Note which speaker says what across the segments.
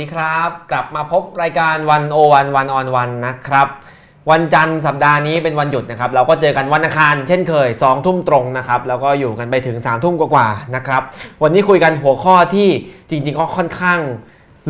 Speaker 1: ดีครับ กลับมาพบรายการวันโอวันวันออนวันนะครับ วันจันทร์สัปดาห์นี้เป็นวันหยุดนะครับ เราก็เจอกันวันอังคารเช่นเคย2องทุ่มตรงนะครับ แล้วก็อยู่กันไปถึง3ามทุ่มกว่าๆนะครับ วันนี้คุยกันหัวข้อที่จริงๆก็ค่อนข้าง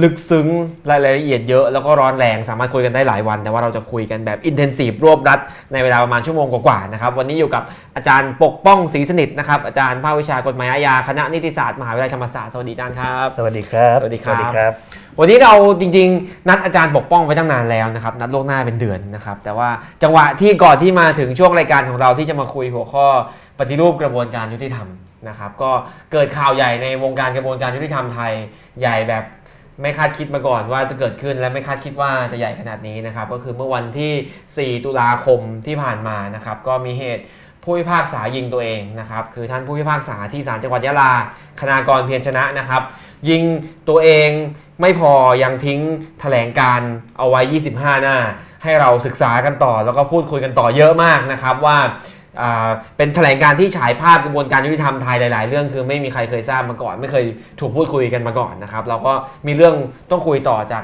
Speaker 1: ลึกซึ้งรายละเอียดเยอะแล้วก็ร้อนแรงสามารถคุยกันได้หลายวัน แต่ว่าเราจะคุยกันแบบอินเทนซีฟรวบรัด ในเวลาประมาณชั่วโมงกว่าๆนะครับวันนี้อยู่กับอาจารย์ปกป้องศรีสนิทนะครับอาจารย์ภาควิชากฎหมายอาญาคณะนิติศาสตร์มหาวิทยาลัยธรรมศาสตร์สวัสดีอาจารย์ครับ
Speaker 2: สวัสดีครับ
Speaker 1: สวัสดีครับ
Speaker 2: ครับ
Speaker 1: วันนี้เราจริงๆ นัดอาจารย์ปกป้องไว้ตั้งนานแล้วนะครับนัดล่วงหน้าเป็นเดือนนะครับแต่ว่าจังหวะที่ก่อนที่มาถึงช่วงรายการของเราที่จะมาคุยหัวข้อปฏิรูปกระบวนการยุติธรรมนะครับก็เกิดข่าวใหญ่ในวงการกระบวนการยุติธรรมไทยใหญ่แบบไม่คาดคิดมาก่อนว่าจะเกิดขึ้นและไม่คาดคิดว่าจะใหญ่ขนาดนี้นะครับก็คือเมื่อวันที่ 4 ตุลาคมที่ผ่านมานะครับก็มีเหตุ ผู้พิพากษายิงตัวเองนะครับคือท่านผู้พิพากษาที่ศาลจังหวัดยะลา คณากรเพียรชนะนะครับ ยิงตัวเองไม่พอยังทิ้งแถลงการณ์เอาไว้ 25 หน้า ให้เราศึกษากันต่อ แล้วก็พูดคุยกันต่อเยอะมากนะครับว่าอ่าเป็นแถลงการณ์ที่ฉายภาพกระบวนการยุติธรรมไทยหลาย ๆ เรื่องคือไม่มีใครเคยทราบมาก่อน ไม่เคยถูกพูดคุยกันมาก่อนนะครับเราก็มีเรื่องต้องคุยต่อจาก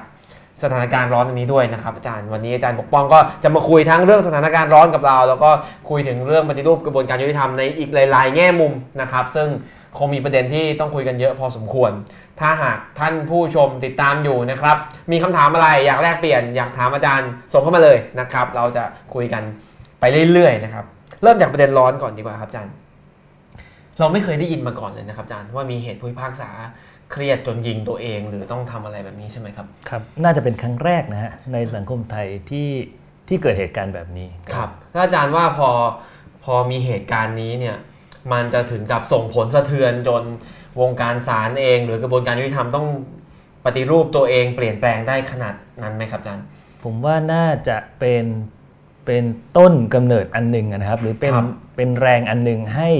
Speaker 1: สถานการณ์ร้อนอันนี้ด้วยนะครับอาจารย์วันนี้อาจารย์ปกป้องก็จะมาคุยทั้งเรื่องสถานการณ์ร้อนกับเรา แล้วก็คุยถึงเรื่องปฏิรูปกระบวนการยุติธรรมในอีกหลาย ๆ แง่มุมนะครับ ซึ่งคงมีประเด็นที่ต้องคุยกันเยอะพอสมควร ถ้าหากท่านผู้ชมติดตามอยู่นะครับ มีคำถามอะไรอยากแลกเปลี่ยนอยากถามอาจารย์ส่งเข้ามาเลยนะครับ เราจะคุยกันไปเรื่อย ๆ นะครับ เริ่มจากประเด็นร้อนก่อนดีกว่าครับอาจารย์ เราไม่เคยได้ยินมาก่อนเลยนะครับอาจารย์ว่ามีเหตุผู้พิพากษาเครียดจนยิงตัวเอง หรือต้องทำอะไรแบบนี้ใช่ไหมครับ
Speaker 2: ครับ น่าจะเป็นครั้งแรกนะฮะในสังคมไทยที่ที่เกิดเหตุการณ์แบบนี้
Speaker 1: ครับแล้วอาจารย์ว่าพอพอมีเหตุการณ์นี้เนี่ยมันจะถึงกับส่งผลสะเทือนจนวงการศาลเอง หรือกระบวนการยุติธรรมต้องปฏิรูปตัวเองเปลี่ยนแปลงได้ขนาดนั้นไหมครับอาจารย์
Speaker 2: ผมว่าน่าจะเป็นเป็นต้นกำเนิดอันหนึ่งนะครับ หรือเป็น
Speaker 1: ครับ
Speaker 2: เป็นแรงอันหนึ่งให้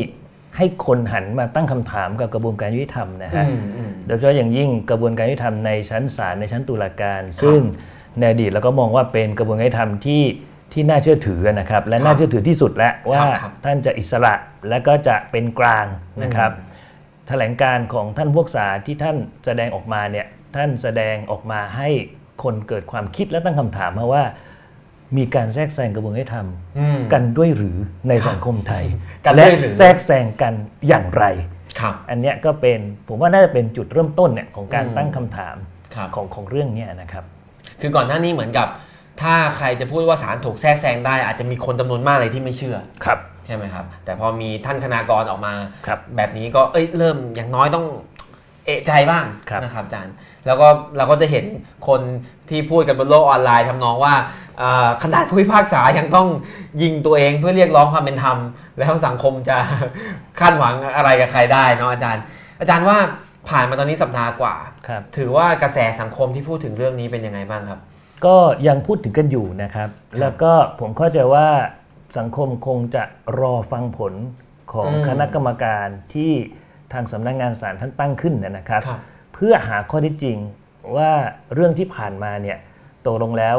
Speaker 2: ให้คนหันมาตั้งคำถามกับกระบวนการยุติธรรมนะฮะ
Speaker 1: อืมอืม
Speaker 2: โดยเฉพาะอย่างยิ่งกระบวนการยุติธรรมในชั้นศาลในชั้นตุลาการ ซึ่งในอดีตเราก็มองว่าเป็นกระบวนการยุติธรรมที่ที่น่าเชื่อถือนะครับ และ
Speaker 1: ครับ
Speaker 2: น่าเชื่อถือที่สุดแล้วว่า
Speaker 1: ครับ
Speaker 2: ท่านจะอิสระและก็จะเป็นกลางนะครับ แถลงการณ์ของท่านพวกษาที่ท่านแสดงออกมาเนี่ยท่านแสดงออกมาให้คนเกิดความคิดและตั้งคำถามมาว่า มีการแทรกแซงกระบวนการยุติธรรม
Speaker 1: อืม
Speaker 2: กันด้วยหรือในสังคมไทย
Speaker 1: กันด้
Speaker 2: และ
Speaker 1: วยหรือ
Speaker 2: แทรกแซงกันอย่างไร
Speaker 1: ครับ
Speaker 2: อันเนี้ยก็เป็นผมว่าน่าจะเป็นจุดเริ่มต้นเนี่ยของการ
Speaker 1: อืม
Speaker 2: ตั้งคำถาม
Speaker 1: ครับ
Speaker 2: ของของเรื่องเนี้ยนะครับ
Speaker 1: คือก่อนหน้านี้เหมือนกับ ถ้าใครจะพูดว่าศาลถูกแทรกแซงได้อาจจะมีคนจำนวนมากเลยที่ไม่เชื่อ
Speaker 2: ครับ
Speaker 1: ใช่ไหมครับ แต่พอมีท่านคณากรออกมา
Speaker 2: ครับ
Speaker 1: แบบนี้ก็เอ้ยเริ่มอย่างน้อยต้องเอะใจบ้าง
Speaker 2: ครับ
Speaker 1: นะครับอาจารย์ แล้วก็เราก็จะเห็นคนที่พูดกันบนโลกออนไลน์ทำนองว่าเอ่อขนาดผู้พิพากษายังต้องยิงตัวเองเพื่อเรียกร้องความเป็นธรรม แล้วสังคมจะ คาดหวังอะไรกับใครได้เนาะอาจารย์ อาจารย์ว่าผ่านมาตอนนี้สัปดาห์กว่า
Speaker 2: ครับ
Speaker 1: ถือว่ากระแสสังคมที่พูดถึงเรื่องนี้เป็นยังไงบ้างครับ
Speaker 2: ก็ยังพูดถึงกันอยู่นะครับ แล้วก็ผมเข้าใจว่าสังคมคงจะรอฟังผลของ
Speaker 1: อืม
Speaker 2: คณะกรรมการที่ทางสำนักงานศาลท่านตั้งขึ้นนะนะครับ
Speaker 1: ครับ
Speaker 2: เพื่อหาข้อเที่จริงว่าเรื่องที่ผ่านมาเนี่ยตกลงแล้ว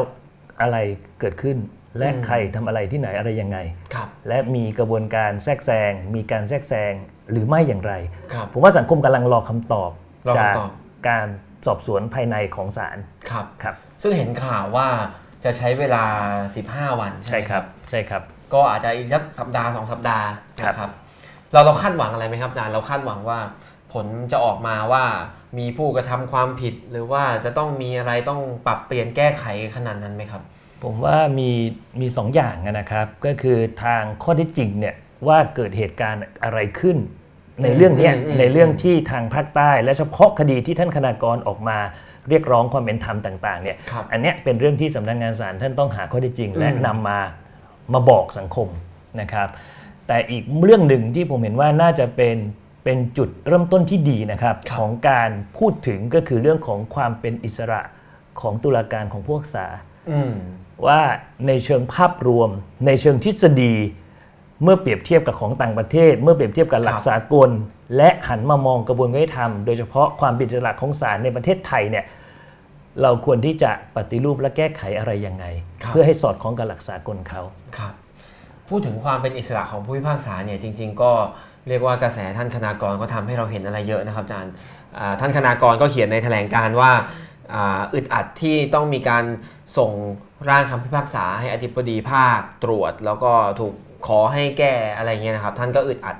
Speaker 2: อะไรเกิดขึ้น และ
Speaker 1: อืม
Speaker 2: ใครทำอะไรที่ไหนอะไรยังไง
Speaker 1: ครับ
Speaker 2: และมีกระบวนการแทรกแซง มีการแทรกแซงหรือไม่อย่างไร
Speaker 1: ครับ
Speaker 2: ผมว่าสังคมกำลังรอคำตอบ
Speaker 1: รอคำตอบ
Speaker 2: จากการสอบสวนภายในของศาล
Speaker 1: ครับ
Speaker 2: ครับ
Speaker 1: ซึ่งเห็นข่าวว่าจะใช้เวลา 15 วันใช่ไหมครับ
Speaker 2: ใช่ครับ
Speaker 1: ก็อาจจะอีกสักสัปดาห์สองสัปดาห์
Speaker 2: ครับ
Speaker 1: นะครับ เราเราคาดหวังอะไรไหมครับอาจารย์เราคาดหวังว่าผลจะออกมาว่ามีผู้กระทำความผิด หรือว่าจะต้องมีอะไรต้องปรับเปลี่ยนแก้ไขขนาดนั้นไหมครับ
Speaker 2: ผมว่ามีมีสองอย่างนะครับ ก็คือทางข้อเที่จริงเนี่ยว่าเกิดเหตุการณ์อะไรขึ้น ในเรื่องเนี้ย
Speaker 1: อืมอืม
Speaker 2: ในเรื่องที่ทางภาคใต้ และเฉพาะคดีที่ท่านคณากรออกมาเรียกร้องความเป็นธรรมต่างๆเนี่ย
Speaker 1: ครับ
Speaker 2: อันเนี้ยเป็นเรื่องที่สำนักงานศาลท่านต้องหาข้อเที่จริง และ
Speaker 1: อืม
Speaker 2: นำมามาบอกสังคมนะครับ แต่อีกเรื่องหนึ่งที่ผมเห็นว่าน่าจะเป็นเป็นจุดเริ่มต้นที่ดีนะครับ
Speaker 1: ครับ
Speaker 2: ของการพูดถึงก็คือเรื่องของความเป็นอิสระของตุลาการของผู้รักษา
Speaker 1: อืม
Speaker 2: ว่าในเชิงภาพรวม ในเชิงทฤษฎี เมื่อเปรียบเทียบกับของต่างประเทศ เมื่อเปรียบเทียบกับหลั
Speaker 1: ค
Speaker 2: ก
Speaker 1: รับ
Speaker 2: สากล และหันมามองกระบวนการยุติธรรม โดยเฉพาะความเป็นอิสระของศาลในประเทศไทยเนี่ยเราควรที่จะปฏิรูปและแก้ไขอะไรยังไง เพื่อให้สอดคล้องกับหลักสากลเขา
Speaker 1: ครับ พูดถึงความเป็นอิสระของผู้พิพากษาเนี่ยจริง ๆ ก็เรียกว่ากระแสท่านคณากรก็ทำให้เราเห็นอะไรเยอะนะครับอาจารย์อ่าท่านคณากรก็เขียนในแถลงการณ์ว่า อ่าอึดอัดที่ต้องมีการส่งร่างคำพิพากษาให้อธิบดีภาคตรวจ แล้วก็ถูกขอให้แก้อะไรเงี้ยนะครับ ท่านก็อึดอัด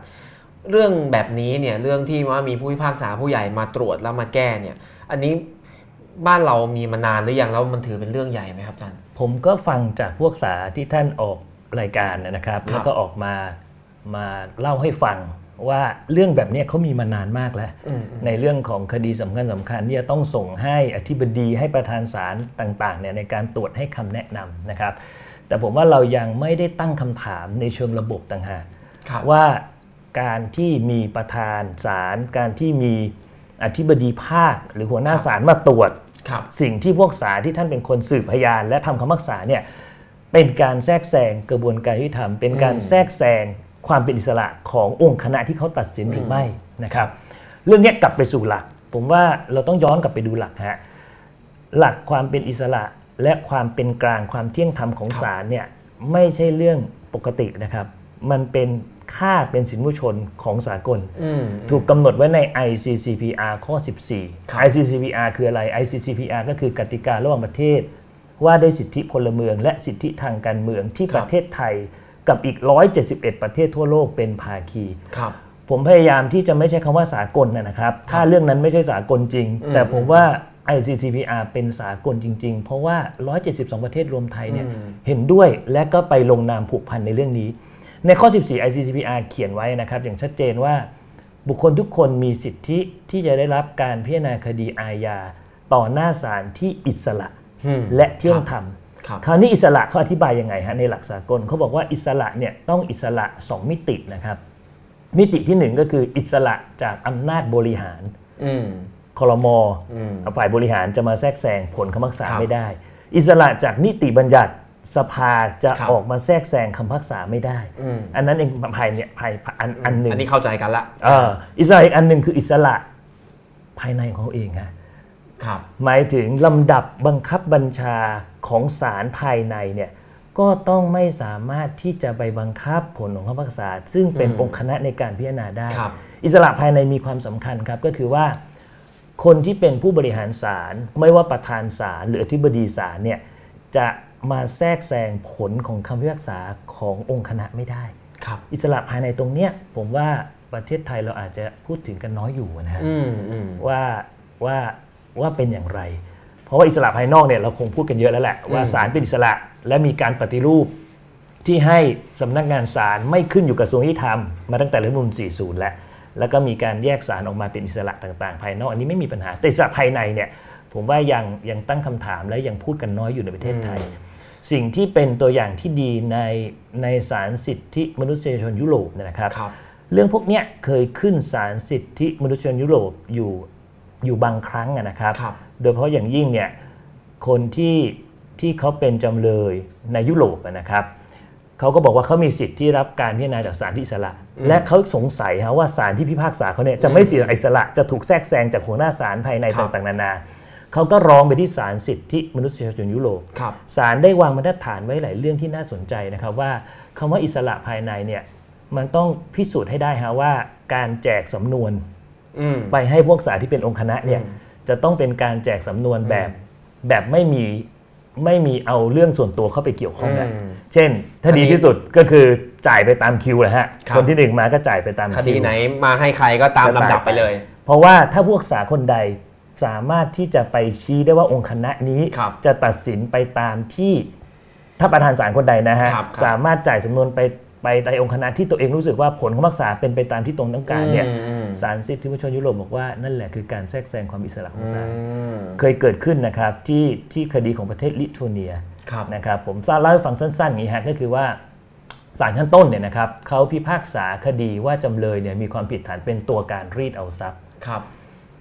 Speaker 1: เรื่องแบบนี้เนี่ยเรื่องที่ว่ามีผู้พิพากษาผู้ใหญ่มาตรวจแล้วมาแก้เนี่ย อันนี้บ้านเรามีมานานหรือยังแล้วมันถือเป็นเรื่องใหญ่ไหมครับอาจารย์
Speaker 2: ผมก็ฟังจากพวกสาที่ท่านออกรายการนะครับ
Speaker 1: ครับ
Speaker 2: แล้วก็ออกมามาเล่าให้ฟังว่าเรื่องแบบเนี้ยเขามีมานานมากแล้ว
Speaker 1: อืมอืม
Speaker 2: ในเรื่องของคดีสำคัญสำคัญที่จะต้องส่งให้อธิบดีให้ประธานศาลต่างๆเนี่ยในการตรวจให้คำแนะนำนะครับ แต่ผมว่าเรายังไม่ได้ตั้งคำถามในเชิงระบบต่างหาก
Speaker 1: ครับ
Speaker 2: ว่าการที่มีประธานศาลการที่มีอธิบดีภาคหรือหัวหน้าศาลมาตรวจ
Speaker 1: ครับ
Speaker 2: สิ่งที่พวกศาลที่ท่านเป็นคนสืบพยาน และทำคำพิพากษาเนี่ยเป็นการแทรกแซงกระบวนการยุติธรรม เป็นการ
Speaker 1: อืม
Speaker 2: แทรกแซงความเป็นอิสระขององค์คณะที่เขาตัดสินหรื
Speaker 1: ม
Speaker 2: อไม่นะครับ เรื่องเนี้ยกลับไปสู่หลัก ผมว่าเราต้องย้อนกลับไปดูหลักฮะหลักความเป็นอิสระและความเป็นกลางความเที่ยงธรรมของศาลเนี่ยไม่ใช่เรื่องปกตินะครับ มันเป็นค่าเป็นสินผู้ชนของสากล
Speaker 1: อืม
Speaker 2: ถูกกำหนดไว้ใน ICCPR ข้อ
Speaker 1: ครับ
Speaker 2: 14 ICCPR คืออะไร ICCPR ก็คือกติการะหว่างประเทศ ว่าด้วยสิทธิพลเมือง และสิทธิทางการเมืองที่ประเทศไทยกับอีก 171 ประเทศทั่วโลกเป็นภาคี
Speaker 1: ครับ
Speaker 2: ผมพยายามที่จะไม่ใช้คำว่าสากลนะนะครับ ถ้าเรื่องนั้นไม่ใช่สากลจริง
Speaker 1: อืม
Speaker 2: แต่ผมว่า ICCPR เป็นสากลจริง ๆ เพราะว่า 172 ประเทศรวมไทยเนี่ย
Speaker 1: อืม
Speaker 2: เห็นด้วยและก็ไปลงนามผูกพันในเรื่องนี้ ในข้อ 14 ICCPR เขียนไว้นะครับ อย่างชัดเจนว่า บุคคลทุกคนมีสิทธิที่จะได้รับการพิจารณาคดีอาญาต่อหน้าศาลที่อิสระ
Speaker 1: อืม
Speaker 2: และเที่ยงธรรม
Speaker 1: ครับ
Speaker 2: คราวนี้อิสระเขาอธิบายยังไงฮะในหลักสากลเขาบอกว่าอิสระเนี่ยต้องอิสระ 2 มิตินะครับ มิติที่หนึ่งก็คืออิสระจากอำนาจบริหาร
Speaker 1: อืม
Speaker 2: คลม
Speaker 1: อืม
Speaker 2: ฝ่ายบริหารจะมาแทรกแซงผลคำพิพักษา
Speaker 1: ครับ
Speaker 2: ไม่ได้ อิสระจากนิติบัญญัติสภาจะ
Speaker 1: ครับ
Speaker 2: ออกมาแทรกแซงคำพิพักษาไม่ได้
Speaker 1: อืม
Speaker 2: อันนั้นเองภายเนี่ยภายอันอันหนึ่ง
Speaker 1: อันนี้เข้าใจกันละ
Speaker 2: เอ่ออิสระอีกอันหนึ่งคืออิสระภายในของเขาเองฮะ
Speaker 1: ครับ
Speaker 2: หมายถึงลำดับบังคับบัญชาของศาลภายในเนี่ยก็ต้องไม่สามารถที่จะไปบังคับผลของคำพิพากษา ซึ่งเป็น
Speaker 1: อืม
Speaker 2: องค์คณะในการพิจารณาได้
Speaker 1: ครับ
Speaker 2: อิสระภายในมีความสำคัญครับก็คือว่า คนที่เป็นผู้บริหารศาลไม่ว่าประธานศาลหรืออธิบดีศาลเนี่ยจะมาแทรกแซงผลของคำพิพากษาขององค์คณะไม่ได้
Speaker 1: ครับ
Speaker 2: อิสระภายในตรงเนี้ยผมว่าประเทศไทยเราอาจจะพูดถึงกันน้อยอยู่นะฮะ
Speaker 1: อืมอืม
Speaker 2: ว่าว่าว่าเป็นอย่างไร เพราะว่าอิสระภายนอกเนี่ยเราคงพูดกันเยอะแล้วแหละว่า
Speaker 1: อืม
Speaker 2: ศาลเป็นอิสระและมีการปฏิรูปที่ให้สำนักงานศาลไม่ขึ้นอยู่กบกระทรวงยุติธรรมมาตั้งแต่รัฐธรรมนูล40 แล้ว แล้วก็มีการแยกศาลออกมาเป็นอิสระต่างๆ ภายนอก อันนี้ไม่มีปัญหาแต่อิสระภายในเนี่ยผมว่ายังยังตั้งคำถามและยังพูดกันน้อยอยู่ในประเทศไทย สิ่งที่เป็นตัวอย่างที่ดีในในศาลสิทธิมนุษยชนยุโรปเนยนะครับ
Speaker 1: ครับ
Speaker 2: เรื่องพวกเนี้ยเคยขึ้นศาลสิทธิมนุษยชนยุโรปอยู่อยู่บางครั้งอะนะครับ
Speaker 1: ครับ
Speaker 2: โดยเฉพาะอย่างยิ่งเนี่ยคนที่ที่เขาเป็นจำเลยในยุโรปอะนะครับเขาก็บอกว่าเขามีสิทธิ์ที่รับการพิจารณาจากศาลที่อิสระ และเขาสงสัยฮะว่าศาลที่พิพากษาเขาเนี่ยจะไม่เสียอิสระจะถูกแทรกแซงจากหัวหน้าศาลภายใน
Speaker 1: ครับ
Speaker 2: ต่างๆนานาเขาก็ร้องไปที่ศาลสิทธิมนุษยชนยุโรป
Speaker 1: ครับ
Speaker 2: ศาลได้วางมาตรฐานไว้หลายเรื่องที่น่าสนใจนะครับว่าคำว่าอิสระภายในเนี่ยมันต้องพิสูจน์ให้ได้ฮะว่าการแจกสำนวน
Speaker 1: อืม
Speaker 2: ไปให้พวกศาลที่เป็นองค์คณะเนี่ย
Speaker 1: อืม
Speaker 2: จะต้องเป็นการแจกสำนวนแบบ
Speaker 1: อื
Speaker 2: แบบไม่มีไม่มีเอาเรื่องส่วนตัวเข้าไปเกี่ยวข้องนะ
Speaker 1: อืม
Speaker 2: เช่น ถ้า
Speaker 1: อันนี้
Speaker 2: ดีที่สุดก็คือจ่ายไปตามคิวแหละฮะ
Speaker 1: ครับ
Speaker 2: คนที่หนึ่งมาก็จ่ายไปตาม
Speaker 1: ค
Speaker 2: คิว
Speaker 1: ดีไหนมาให้ใครก็ตามลำดับไปเลย
Speaker 2: เพราะว่าถ้าพวกษาคนใดสามารถที่จะไปชี้ได้ว่าองค์คณะนี้
Speaker 1: ครับ
Speaker 2: จะตัดสินไปตามที่ถ้าประธานศาลคนใดนะฮะ
Speaker 1: ครับครับ
Speaker 2: สามารถจ่ายสำนวนไปไปในองค์คณะที่ตัวเองรู้สึกว่าผลของรักษาเป็นไปตามที่ตรงต้องการเนี่ย
Speaker 1: อืมอืม
Speaker 2: ศาลสิทธิมนุษยชนยุโรปบอกว่านั่นแหละคือการแทรกแซงความอิสระของศาล
Speaker 1: อืม
Speaker 2: เคยเกิดขึ้นนะครับที่ที่คดีของประเทศลิทัวเนีย
Speaker 1: ครับ
Speaker 2: นะครับผมเล่าให้ฟังสั้นๆอย่างนี้ฮะก็คือว่าศาลชั้นต้นเนี่ยนะครับเขาพิพากษาคดีว่าจำเลยเนี่ยมีความผิดฐานเป็นตัวการรีดเอาทรัพย์
Speaker 1: ครับ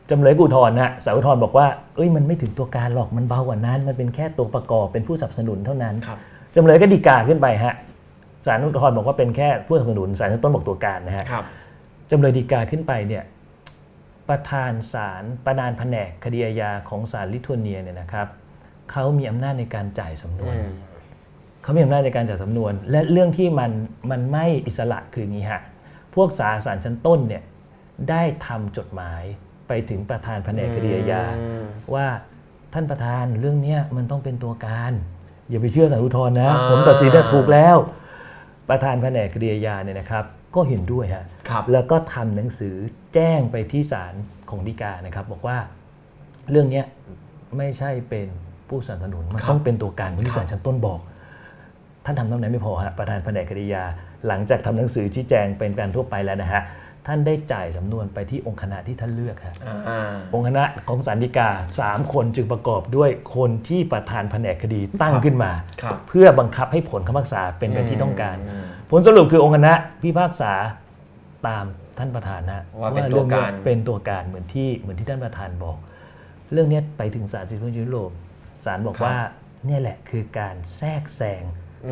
Speaker 2: จำเลยกูทอนฮะสาลอุทธรณ์บอกว่าเอ้ยมันไม่ถึงตัวการหรอกมันเบากว่านั้น มันเป็นแค่ตัวประกอบเป็นผู้สนับสนุนเท่านั้น
Speaker 1: ครับ
Speaker 2: จำเลยก็ดีกาขึ้นไปฮะศาลอุทธรณ์บอกว่าเป็นแค่ผู้สนับสนุนศาลชั้นต้นบอกตัวการนะฮะ
Speaker 1: ครับ
Speaker 2: จำเลยดีกาขึ้นไปเนี่ยประธานศาลประธานแผนกคดีอาญาของศาลลิทัวเนียเนี่ยนะครับเขามีอำนาจในการจ่ายสำนวน
Speaker 1: อืม
Speaker 2: เขามีอำนาจในการจัดสำนวน และเรื่องที่มันมันไม่อิสระคืออย่างนี้ฮะ พวกสารสารชั้นต้นเนี่ยได้ทำจดหมายไปถึงประธานแผนกคดีอาญา
Speaker 1: อืม
Speaker 2: ว่า ท่านประธานเรื่องเนี้ยมันต้องเป็นตัวการ อย่าไปเชื่อสารุทธรณ์นะ
Speaker 1: อ่า
Speaker 2: ผมตัดสินได้ถูกแล้ว ประธานแผนกคดีอาญาเนี่ยนะครับ ก็เห็นด้วยฮะ
Speaker 1: ครับ
Speaker 2: แล้วก็ทำหนังสือแจ้งไปที่ศาลของฎีกานะครับ บอกว่าเรื่องเนี้ยไม่ใช่เป็นผู้สนับสนุนมั
Speaker 1: ค
Speaker 2: น
Speaker 1: รับ
Speaker 2: ต้องเป็นตัวการเหมือน
Speaker 1: ครั
Speaker 2: ที่
Speaker 1: บ
Speaker 2: ศาลชั้นต้นบอก ท่านทำเท่านั้นไม่พอฮะประธานแผนกคดียา หลังจากทำหนังสือชี้แจงเป็นการทั่วไปแล้วนะฮะท่านได้จ่ายสำนวนไปที่องค์คณะที่ท่านเลือกฮะ
Speaker 1: อ่า
Speaker 2: องค์คณะของศาลฎีกาสามคนจึงประกอบด้วยคนที่ประธานแผนกคดีตั้งขึ้นมา
Speaker 1: ครับ
Speaker 2: เพื่อบังคับให้ผลคำพิพากษาเป็นไปที่ต้องการ
Speaker 1: ม
Speaker 2: ผลสรุปคือองค์คณะพิพากษาตามท่านประธานนะ
Speaker 1: ว่าเป็นตัวการ
Speaker 2: เองเยเป็นตัวการเหมือนที่เหมือนที่ท่านประธานบอก เรื่องเนี้ยไปถึงศาลสิทธิมนุษยชนยุโรปศาลบอกว่าเนี่ยแหละคือการแทรกแซง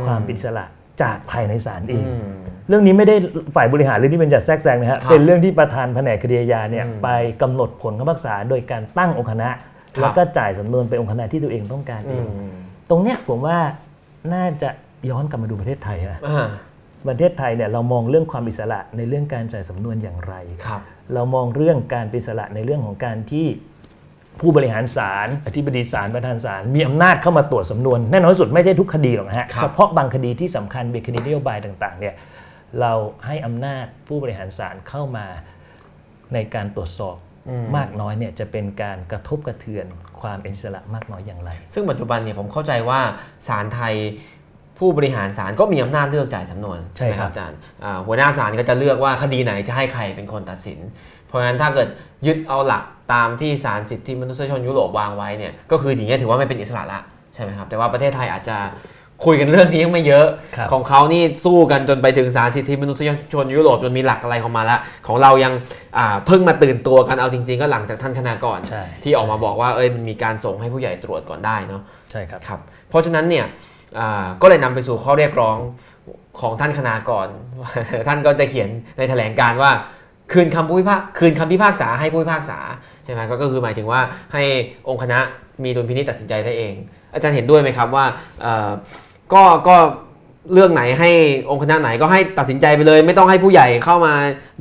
Speaker 2: ความเป็นอิสระจากภายในศาลเอง
Speaker 1: อืม
Speaker 2: เรื่องนี้ไม่ได้ฝ่ายบริหารหรือที่เป็นจัดแทรกแซงนะฮะ
Speaker 1: ครับ
Speaker 2: เป็นเรื่องที่ประธานแผนกคดีอาญาเนี่ย
Speaker 1: อืม
Speaker 2: ไปกำหนดผลคำพิพากษาโดยการตั้งองค์คณะ
Speaker 1: ครับ
Speaker 2: แล้วก็จ่ายสำนวนไปองค์คณะที่ตัวเองต้องการ
Speaker 1: อื
Speaker 2: เอง
Speaker 1: ม
Speaker 2: ตรงเนี้ยผมว่าน่าจะย้อนกลับมาดูประเทศไทยนะ
Speaker 1: อ่า
Speaker 2: ประเทศไทยเนี่ยเรามองเรื่องความอิสระในเรื่องการจ่ายสำนวนอย่างไร
Speaker 1: ครับ
Speaker 2: เรามองเรื่องการเป็นอิสระในเรื่องของการที่ผู้บริหารศาลอธิบดีศาลประธานศาลมีอำนาจเข้ามาตรวจสำนวนแน่นอนที่สุดไม่ใช่ทุกคดีหรอกนะฮะ
Speaker 1: ครับ
Speaker 2: เฉพาะบางคดีที่สำคัญเป็นคดีนโยบายต่างๆเนี่ยเราให้อำนาจผู้บริหารศาลเข้ามาในการตรวจสอบมากน้อยเนี่ยจะเป็นการกระทบกระเทือนความเป็นอิสระมากน้อยอย่างไร
Speaker 1: ซึ่งปัจจุบันเนี่ยผมเข้าใจว่าศาลไทยผู้บริหารศาลก็มีอำนาจเลือกจ่ายสำนวน
Speaker 2: ใช่
Speaker 1: ไหม
Speaker 2: ครับ
Speaker 1: อาจารย์อ่าหัวหน้าศาลก็จะเลือกว่าคดีไหนจะให้ใครเป็นคนตัดสิน เพราะฉะนั้นถ้าเกิดยึดเอาหลักตามที่ศาลสิทธิมนุษยชนยุโรปวางไว้เนี่ยก็คืออย่างนี้ยถือว่าไม่เป็นอิสระละใช่ไหมครับแต่ว่าประเทศไทยอาจจะคุยกันเรื่องนี้ยังไม่เยอะ
Speaker 2: ครับ
Speaker 1: ของเขานี่สู้กันจนไปถึงศาลสิทธิมนุษยชนยุโรปจนมีหลักอะไรของมาละของเรายังอ่าเพิ่งมาตื่นตัวกันเอาจริง ๆ ก็หลังจากท่านคณะก่อน
Speaker 2: ใช่
Speaker 1: ที่ออกมาบอกว่าเอ้ยมันมีการส่งให้ผู้ใหญ่ตรวจก่อนได้เนาะ
Speaker 2: ใช่ครับ
Speaker 1: ครับเพราะฉะนั้นเนี่ยอ่าก็เลยนำไปสู่ข้อเรียกร้องของท่านคณากร ท่านก็จะเขียนในแถลงการณ์ว่า คืนคำผู้พิพากคืนคำพิพากษาให้ผู้พิพากษาใช่ไหมก็ก็คือหมายถึงว่าให้องค์คณะมีดุลพินิจตัดสินใจได้เอง อาจารย์เห็นด้วยไหมครับว่าเอ่อก็ก็เรื่องไหนให้องค์คณะไหนก็ให้ตัดสินใจไปเลย ไม่ต้องให้ผู้ใหญ่เข้ามา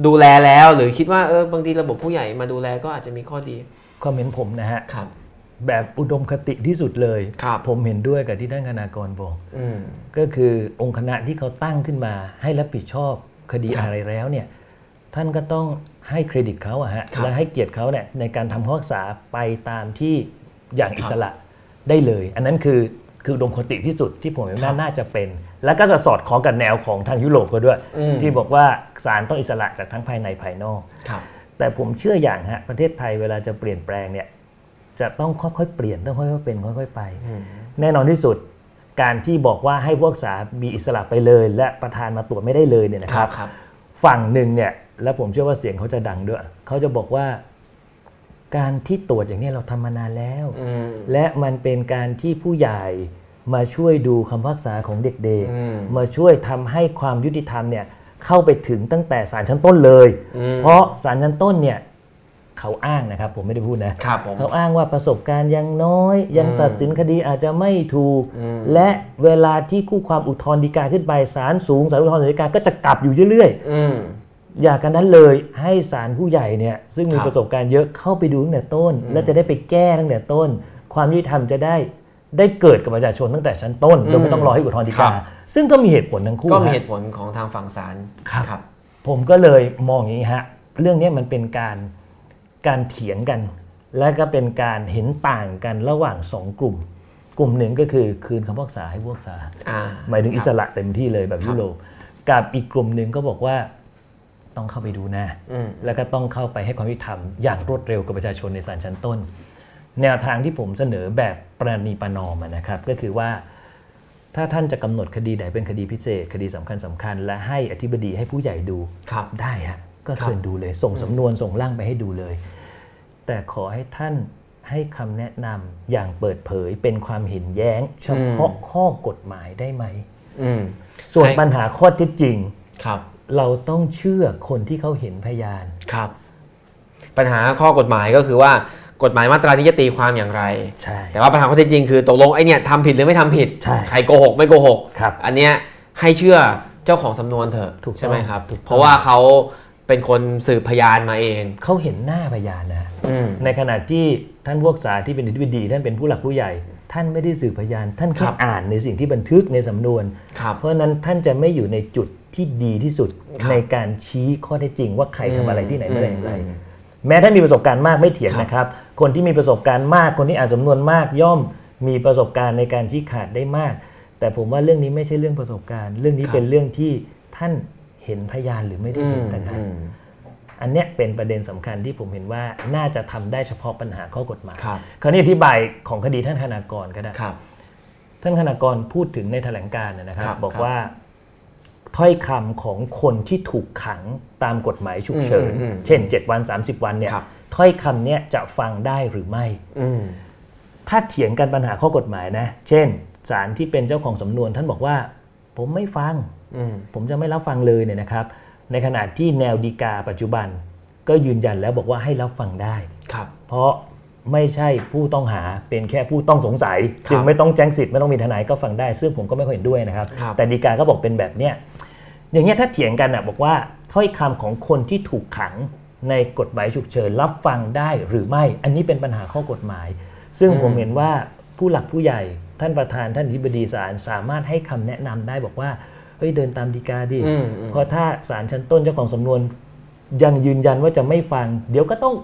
Speaker 1: ดูแลแล้ว หรือคิดว่าเออบางทีระบบผู้ใหญ่มาดูแลก็อาจจะมีข้อดี
Speaker 2: ความเห็นผมนะฮะ
Speaker 1: ครับ
Speaker 2: แบบอุดมคติที่สุดเลย
Speaker 1: ครับ
Speaker 2: ผมเห็นด้วยกับที่ท่านคณากรบอก
Speaker 1: อืม
Speaker 2: ก็คือองค์คณะที่เขาตั้งขึ้นมาให้รับผิดชอบคดีอะไรแล้วเนี่ยท่านก็ต้องให้เครดิตเขาอะฮะ
Speaker 1: ครับ
Speaker 2: และให้เกียรติเขาเนี่ยในการทำข้อรักษาไปตามที่อย่างอิสระได้เลย อันนั้นคือคืออุดมคติที่สุดที่ผมเห็น
Speaker 1: ครั
Speaker 2: ว่า
Speaker 1: บ
Speaker 2: น่าจะเป็น และก็จะสอดคล้องกับแนวของทางยุโรปก็ด้วย
Speaker 1: อืม
Speaker 2: ที่บอกว่าศาลต้องอิสระจากทั้งภายในภายนอก
Speaker 1: ครับ
Speaker 2: แต่ผมเชื่ออย่างฮะประเทศไทยเวลาจะเปลี่ยนแปลงเนี่ยจะต้องค่อยๆเปลี่ยนต้องค่อยๆเป็นค่อยๆไป แน่นอนที่สุดการที่บอกว่าให้พวกษามีอิสระไปเลย และประธานมาตรวจไม่ได้เลยเนี่ยนะครับ
Speaker 1: ครับ
Speaker 2: ฝั่งหนึ่งเนี่ยและผมเชื่อว่าเสียงเขาจะดังด้วย เขาจะบอกว่า การที่ตรวจอย่างเนี้ยเราทำมานานแล้ว
Speaker 1: อืม
Speaker 2: และมันเป็นการที่ผู้ใหญ่มาช่วยดูคำพิพากษาของเด็ก
Speaker 1: อืม
Speaker 2: ๆ มาช่วยทำให้ความยุติธรรมเนี่ยเข้าไปถึงตั้งแต่ศาลชั้นต้นเลย
Speaker 1: อืม
Speaker 2: เพราะศาลชั้นต้นเนี่ยเขาอ้างนะครับ ผมไม่ได้พูดนะ
Speaker 1: ครับผม
Speaker 2: เขาอ้างว่าประสบการณ์ยังน้อย ยัง
Speaker 1: อืม
Speaker 2: ตัดสินคดีอาจจะไม่ถูก
Speaker 1: อืม
Speaker 2: และเวลาที่คู่ความอุทธรณ์ฎีกาขึ้นไปศาลสูงศาลอุทธรณ์ศาลฎีกาก็จะกลับอยู่เรื่อย
Speaker 1: อืม
Speaker 2: ๆ อย่ากันนั้นเลยให้ศาลผู้ใหญ่เนี่ยซึ่งมี
Speaker 1: ครับ
Speaker 2: ประสบการณ์เยอะเข้าไปดูตั้งแต่ต้น และจะได้ไปแก้ตั้งแต่ต้น ความยุติธรรมจะได้ได้เกิดกับประชาชนตั้งแต่ชั้นต้นโดยไม่ต้องรอให้อุทธรณ์ฎี
Speaker 1: ครั
Speaker 2: กา
Speaker 1: บ
Speaker 2: ซึ่งก็มีเหตุผลทั้งคู่
Speaker 1: ก็มีเห
Speaker 2: ฮะ
Speaker 1: ตุผลของทางฝั่งศาล
Speaker 2: ครับ
Speaker 1: ครับ
Speaker 2: ผมก็เลยมองอย่างนี้ฮะ เรื่องเนี้ยมันเป็นการการเถียงกัน และก็เป็นการเห็นต่างกันระหว่างสองกลุ่ม กลุ่มหนึ่งก็คือคืนคำพิพากษาให้ผู้พิพากษา
Speaker 1: อ่า
Speaker 2: หมายถึงอิสระเต็มที่เลยแบ
Speaker 1: ค
Speaker 2: บ
Speaker 1: รับ
Speaker 2: ยุโรปกับอีกกลุ่มหนึ่งก็บอกว่าต้องเข้าไปดูนะ
Speaker 1: อืม
Speaker 2: แล้วก็ต้องเข้าไปให้ความยุติธรรมอย่างรวดเร็วกับประชาชนในศาลชั้นต้น แนวทางที่ผมเสนอแบบประนีประนอมอะนะครับ ก็คือว่า ถ้าท่านจะกำหนดคดีไหนเป็นคดีพิเศษ คดีสำคัญสคัญๆและให้อธิบดีให้ผู้ใหญ่ดู
Speaker 1: ครับ
Speaker 2: ได้ฮะก็
Speaker 1: ครับ
Speaker 2: เชิญดูเลย ส่งสำนวนส่งร่างไปให้ดูเลย แต่ขอให้ท่านให้คำแนะนำอย่างเปิดเผยเป็นความเห็นแย้ง เฉพาะข้อกฎหมายได้ไหม
Speaker 1: อืม
Speaker 2: ส่วน
Speaker 1: ให้
Speaker 2: ปัญหาข้อเท็จจริง
Speaker 1: ครับ
Speaker 2: เราต้องเชื่อคนที่เขาเห็นพยาน
Speaker 1: ครับ ปัญหาข้อกฎหมายก็คือว่ากฎหมายมาตรานี้จะตีความอย่างไร
Speaker 2: ใช่
Speaker 1: แต่ว่าปัญหาข้อเท็จจริงคือตกลงไอเนี่ยทำผิดหรือไม่ทำผิด
Speaker 2: ใช่
Speaker 1: รโกหกไม่โกหก
Speaker 2: ครับ
Speaker 1: อันเนี้ยให้เชื่อเจ้าของสำนวนเถอะ
Speaker 2: ถูกต้อง
Speaker 1: ใช่ไหมครับ
Speaker 2: ถูกต้อง
Speaker 1: เพราะว่าเขาไป เป็นคนสืบพยานมาเอง
Speaker 2: เขาเห็นหน้าพยานนะ
Speaker 1: อืม
Speaker 2: ในขณะที่ท่านพวกษาที่เป็นอธิบดีท่านเป็นผู้หลักผู้ใหญ่ ท่านไม่ได้สืบพยาน ท่านแค่
Speaker 1: ครับ
Speaker 2: อ่านในสิ่งที่บันทึกในสำนวน
Speaker 1: ครับ
Speaker 2: เพราะฉะนั้นท่านจะไม่อยู่ในจุดที่ดีที่สุด
Speaker 1: ครับ
Speaker 2: ในการชี้ข้อเท็จจริง ว่าใครทำอะไรที่ไหน
Speaker 1: อืม
Speaker 2: เมื่อไหรอย่างไร
Speaker 1: อืม
Speaker 2: แม้ท่านมีประสบการณ์มากไม่เถียง
Speaker 1: ครับ
Speaker 2: นะครับ คนที่มีประสบการณ์มากคนที่อ่านสำนวนมากย่อมมีประสบการณ์ในการชี้ขาดได้มาก แต่ผมว่าเรื่องนี้ไม่ใช่เรื่องประสบการณ์ เรื่องนี้เป็นเรื่องที่ท่านเห็นพยานหรือไม่ได้
Speaker 1: อื
Speaker 2: เห็
Speaker 1: ม
Speaker 2: นต่างหาก
Speaker 1: อืม
Speaker 2: อันเนี้ยเป็นประเด็นสำคัญที่ผมเห็นว่าน่าจะทำได้เฉพาะปัญหาข้อกฎหมาย
Speaker 1: ครับ
Speaker 2: คราวนี้อธิบายของคดีท่านคณากรก็ได้
Speaker 1: ครับ
Speaker 2: ท่านคณากรพูดถึงในแถลงการณ์นะนะครั
Speaker 1: ครับ บ
Speaker 2: บอก
Speaker 1: ครับ
Speaker 2: ว่าถ้อยคำของคนที่ถูกขังตามกฎหมายฉุกเฉิน
Speaker 1: อืมอืมอืม
Speaker 2: เช่น 7 วัน 30 วันเนี่ย
Speaker 1: ครับ
Speaker 2: ถ้อยคำเนี้ยจะฟังได้หรือไม่
Speaker 1: อืม
Speaker 2: ถ้าเถียงกันปัญหาข้อกฎหมายนะเช่นศาลที่เป็นเจ้าของสำนวน ท่านบอกว่า ผมไม่ฟัง
Speaker 1: อืม
Speaker 2: ผมจะไม่รับฟังเลยเนี่ยนะครับ ในขณะที่แนวดีกาปัจจุบัน ก็ยืนยันแล้วบอกว่าให้รับฟังได้
Speaker 1: ครับ
Speaker 2: เพราะไม่ใช่ผู้ต้องหาเป็นแค่ผู้ต้องสงสัย
Speaker 1: ครับ
Speaker 2: จึงไม่ต้องแจ้งสิทธิ์ไม่ต้องมีทนายก็ฟังได้ ซึ่งผมก็ไม่ค่อยเห็นด้วยนะครับ
Speaker 1: ครับ
Speaker 2: แต่ดีกาก็บอกเป็นแบบเนี้ยอย่างเงี้ยถ้าเถียงกันอ่ะบอกว่าถ้อยคำของคนที่ถูกขังในกฎหมายฉุกเฉินรับฟังได้หรือไม่ อันนี้เป็นปัญหาข้อกฎหมาย ซึ่งผมเห็นว่าผู้หลักผู้ใหญ่ท่านประธานท่านอธิบดีศาลสามารถให้คำแนะนำได้บอกว่าเฮ้ยเดินตามดีกาดิ
Speaker 1: อืมอืม
Speaker 2: เพราะถ้าศาลชั้นต้นเจ้าของสำนวนยังยืนยันว่าจะไม่ฟัง เดี๋ยวก็ต้อง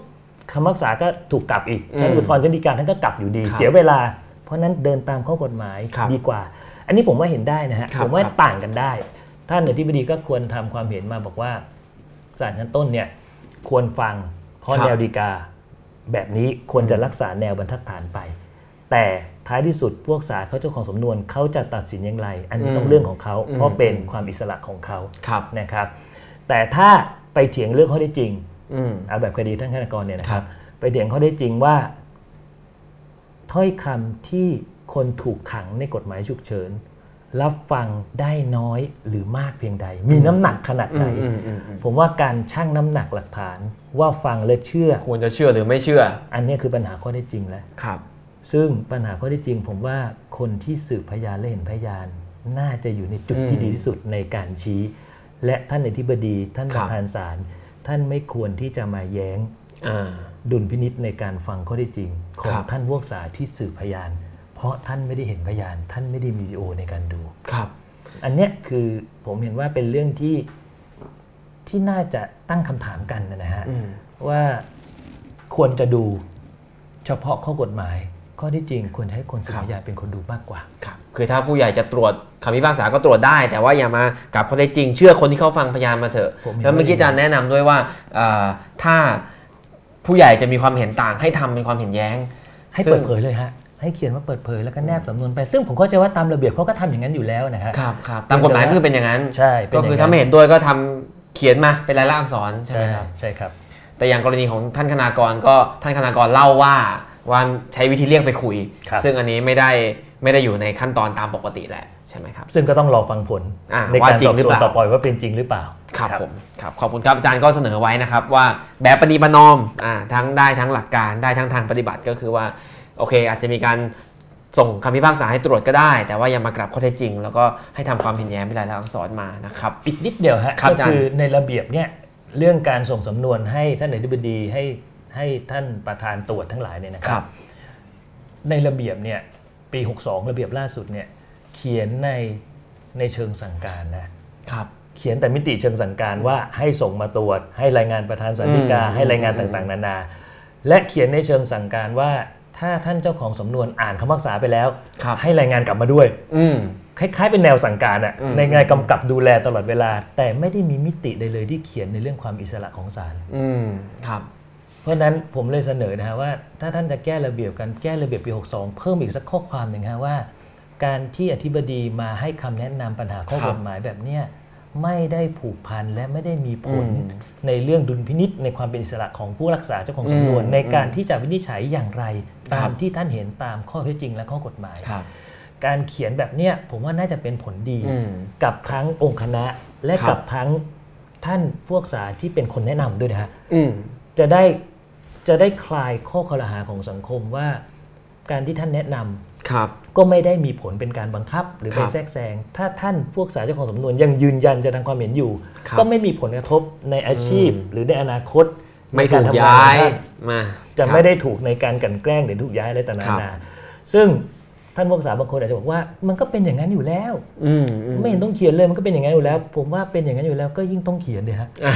Speaker 2: คำพิพากษาก็ถูกกลับอีก
Speaker 1: อืม
Speaker 2: ชั้นอุทธรณ์ชั้นฎีกาท่านก็กลับอยู่ดี
Speaker 1: ครับ
Speaker 2: เสียเวลา เพราะนั้นเดินตามข้อกฎหมาย
Speaker 1: ครับ
Speaker 2: ดีกว่า อันนี้ผมว่าเห็นได้นะฮะ
Speaker 1: ครับ
Speaker 2: ผมว่า
Speaker 1: ครับ
Speaker 2: ต่างกันได้ ท่านอธิบดีก็ควรทำความเห็นมาบอกว่าศาลชั้นต้นเนี่ยควรฟังเพราะ
Speaker 1: ครับ
Speaker 2: แนวฎีกา แบบนี้ควรจะรักษาแนวบรรทัดฐานไป แต่ท้ายที่สุดพวกศาลเขาเจ้าของสำนวนเขาจะตัดสินอย่างไร อันนี้ต้องเรื่องของเขา
Speaker 1: อืม
Speaker 2: เพราะเป็นความอิสระของเขา
Speaker 1: ครับ
Speaker 2: นะครับแต่ถ้าไปเถียงเรื่องข้อเท็จจริง
Speaker 1: อืม
Speaker 2: เอาแบบคดีท่านฆาตกรเนี่ยนะค
Speaker 1: ครั
Speaker 2: รับบ ไปเถียงข้อเท็จจริงว่า ถ้อยคำที่คนถูกขังในกฎหมายฉุกเฉิน รับฟังได้น้อยหรือมากเพียงใด มีน้ำหนักขนาดไหน
Speaker 1: อืมอืมอืม
Speaker 2: ผมว่าการชั่งน้ำหนักหลักฐานว่าฟังและเชื่อ
Speaker 1: ควรจะเชื่อหรือไม่เชื่อ
Speaker 2: อันเนี้ยคือปัญหาข้อเท็จจริงแล้ว
Speaker 1: ครับ
Speaker 2: ซึ่งปัญหาข้อที่จริง ผมว่าคนที่สืบพยานและเห็นพยาน น่าจะอยู่ในจุด
Speaker 1: อืม
Speaker 2: ที่ดีที่สุดในการชี้ และท่านอธิบดี ท่าน
Speaker 1: ค
Speaker 2: ป
Speaker 1: รับ
Speaker 2: ระธานศาลท่านไม่ควรที่จะมาแย้ง
Speaker 1: อ่า
Speaker 2: ดุลพินิษในการฟังข้อที่จริง ของ
Speaker 1: ครับ
Speaker 2: ท่านพวกษาที่สืบพยาน เพราะท่านไม่ได้เห็นพยาน ท่านไม่ได้มีวิดีโอในการดู
Speaker 1: ครับ
Speaker 2: อันเนี้ยคือผมเห็นว่าเป็นเรื่องที่ที่น่าจะตั้งคำถามกันนะนะฮะ
Speaker 1: อืม
Speaker 2: ว่าควรจะดูเฉพาะข้อกฎหมาย ข้อที่จริงควรจะให้คนสืบพยานเป็นคนดูมากกว่า
Speaker 1: ครับ คือถ้าผู้ใหญ่จะตรวจคำพิพากษาก็ตรวจได้ แต่ว่าอย่ามากับข้อเท็จจริง เชื่อคนที่เขาฟังพยานมาเถอะ
Speaker 2: ผมเห็น
Speaker 1: แล้วเมื่อกี้
Speaker 2: ด้วย
Speaker 1: อาจารย์แนะนำด้วยว่าเอ่อถ้าผู้ใหญ่จะมีความเห็นต่างให้ทำเป็นความเห็นแย้ง
Speaker 2: ให้
Speaker 1: ซึ่ง
Speaker 2: เปิดเผยเลยฮะ ให้เขียนว่าเปิดเผยแล้วก็แนบสำนวนไป ซึ่งผมเข้าใจว่าตามระเบียบเขาก็ทำอย่างนั้นอยู่แล้วนะฮะ
Speaker 1: ครับครับตามกฎหมาย
Speaker 2: แต่ว่า
Speaker 1: คือเป็นอย่างนั้น
Speaker 2: ใช่เป็น
Speaker 1: ก็
Speaker 2: ย่ง
Speaker 1: คือ
Speaker 2: นั้น
Speaker 1: ถ้าไม่เห็นด้วยก็ทำเขียนมาเป็นลายลักษณ์อักษรใช่
Speaker 2: ใช่
Speaker 1: ไหม
Speaker 2: ค
Speaker 1: ค
Speaker 2: รั
Speaker 1: รั
Speaker 2: บบ ใช่ครับ
Speaker 1: แต่อย่างกรณีของท่านคณากรก็ท่านคณากรเล่าว่าว่าใช้วิธีเรียกไปคุย
Speaker 2: ครับ
Speaker 1: ซึ่งอันนี้ไม่ได้ไม่ได้อยู่ในขั้นตอนตามปกติแหละใช่ไหมครับ
Speaker 2: ซึ่งก็ต้องรอฟังผล
Speaker 1: อ่า
Speaker 2: ในการ
Speaker 1: ว่าจริ
Speaker 2: สอบ
Speaker 1: งหรือ
Speaker 2: สว
Speaker 1: เป
Speaker 2: น
Speaker 1: ล่า
Speaker 2: ต่อไปว่าเป็นจริงหรือเปล่า
Speaker 1: ครับผมครับขอบคุณครับอาจารย์ก็เสนอไว้นะครับว่าแบบปฏิบัติประนอมอ่าทั้งได้ทั้งหลักการได้ทั้งทางปฏิบัติก็คือว่าโอเค อาจจะมีการส่งคำพิพากษาให้ตรวจก็ได้ แต่ว่าอย่ามากลับข้อเท็จจริง แล้วก็ให้ทำความเห็นแย้งเป็นลายลักษณ์อักษรมานะครับ
Speaker 2: อีกนิดเดียวฮะ
Speaker 1: ครับ
Speaker 2: ก็
Speaker 1: อาจารย์
Speaker 2: คือในระเบียบเนี่ยเรื่องการส่งสำนวนให้ท่านอธิบดีให้ให้ท่านประธานตรวจทั้งหลายเนี่ยนะค
Speaker 1: ครั
Speaker 2: รับ
Speaker 1: บ
Speaker 2: ในระเบียบเนี่ยปี 62 ระเบียบล่าสุดเนี่ยเขียนในในเชิงสั่งการนะครับ เขียนแต่มิติเชิงสั่งการว่าให้ส่งมาตรวจ ให้รายงานประธานสันติกา
Speaker 1: อืม
Speaker 2: ให้รายงาน
Speaker 1: อืม
Speaker 2: ต่างๆ นานา และเขียนในเชิงสั่งการว่าถ้าท่านเจ้าของสำนวนอ่านคำพิพากษาไปแล้ว
Speaker 1: ครับ
Speaker 2: ให้รายงานกลับมาด้วย
Speaker 1: อืม
Speaker 2: คล้ายๆเป็นแนวสั่งการอะ
Speaker 1: อืม
Speaker 2: ในงานกำกับดูแลตลอดเวลา แต่ไม่ได้มีมิติใดเลยที่เขียนในเรื่องความอิสระของศาล
Speaker 1: อืมครับ
Speaker 2: เพราะฉะนั้นผมเลยเสนอนะฮะว่า ถ้าท่านจะแก้ระเบียบกันแก้ระเบียบปี 62 เพิ่มอีกสักข้อความหนึ่งฮะว่า การที่อธิบดีมาให้คำแนะนำปัญหาข้อ
Speaker 1: ครั
Speaker 2: ก
Speaker 1: บ
Speaker 2: ฎหมายแบบเนี้ยไม่ได้ผูกพันและไม่ได้มีผล
Speaker 1: อืม
Speaker 2: ในเรื่องดุลพินิษในความเป็นอิสระของผู้รักษาเจ้าของสำนวน
Speaker 1: อืม
Speaker 2: ในการที่จะวินิจฉัยอย่างไร ตา
Speaker 1: ครั
Speaker 2: ม
Speaker 1: บ
Speaker 2: ที่ท่านเห็นตามข้อเท็จจริงและข้อกฎหมาย
Speaker 1: ครับ
Speaker 2: การเขียนแบบเนี้ยผมว่าน่าจะเป็นผลดี
Speaker 1: อืม
Speaker 2: กับทั้งองค์คณะและ
Speaker 1: ครับ
Speaker 2: กับทั้งท่านพวกสาที่เป็นคนแนะนำด้วยนะฮะ
Speaker 1: อืม
Speaker 2: จะได้จะได้คลายข้อคอรหาของสังคมว่า การที่ท่านแนะนำ
Speaker 1: ครับ
Speaker 2: ก ก็ไม่ได้มีผลเป็นการบังคับ หรือ
Speaker 1: ค
Speaker 2: ไป
Speaker 1: รับ
Speaker 2: แทรกแซง ถ้าท่านพวกสายเจ้าของสำนวนยังยืนยันจะทางความเห็นอยู่
Speaker 1: ครับ
Speaker 2: ก็ไม่มีผลกระทบในอาชีพ
Speaker 1: อืม
Speaker 2: หรือในอนาคต
Speaker 1: ไม่
Speaker 2: ใน
Speaker 1: ถู
Speaker 2: ร
Speaker 1: ก
Speaker 2: ทำงน
Speaker 1: ย้าย
Speaker 2: ของท่น
Speaker 1: มา
Speaker 2: จะ
Speaker 1: ครับ
Speaker 2: ไม่ได้ถูกในการกลันแกล้งหรือถูกย้ายอะไรต่าง
Speaker 1: ครับ
Speaker 2: ๆนานาซึ่งท่านผู้ศึกษาบางคนอาจจะบอกว่า มันก็เป็นอย่างนั้นอยู่แล้ว
Speaker 1: อืมอื
Speaker 2: ไม่เห็นต้องเขียนเลยมันก็เป็นอย่างนั้นอยู่แล้ว ผมว่าเป็นอย่างนั้นอยู่แล้วก็ยิ่งต้องเขียนเลยฮะ
Speaker 1: อ่า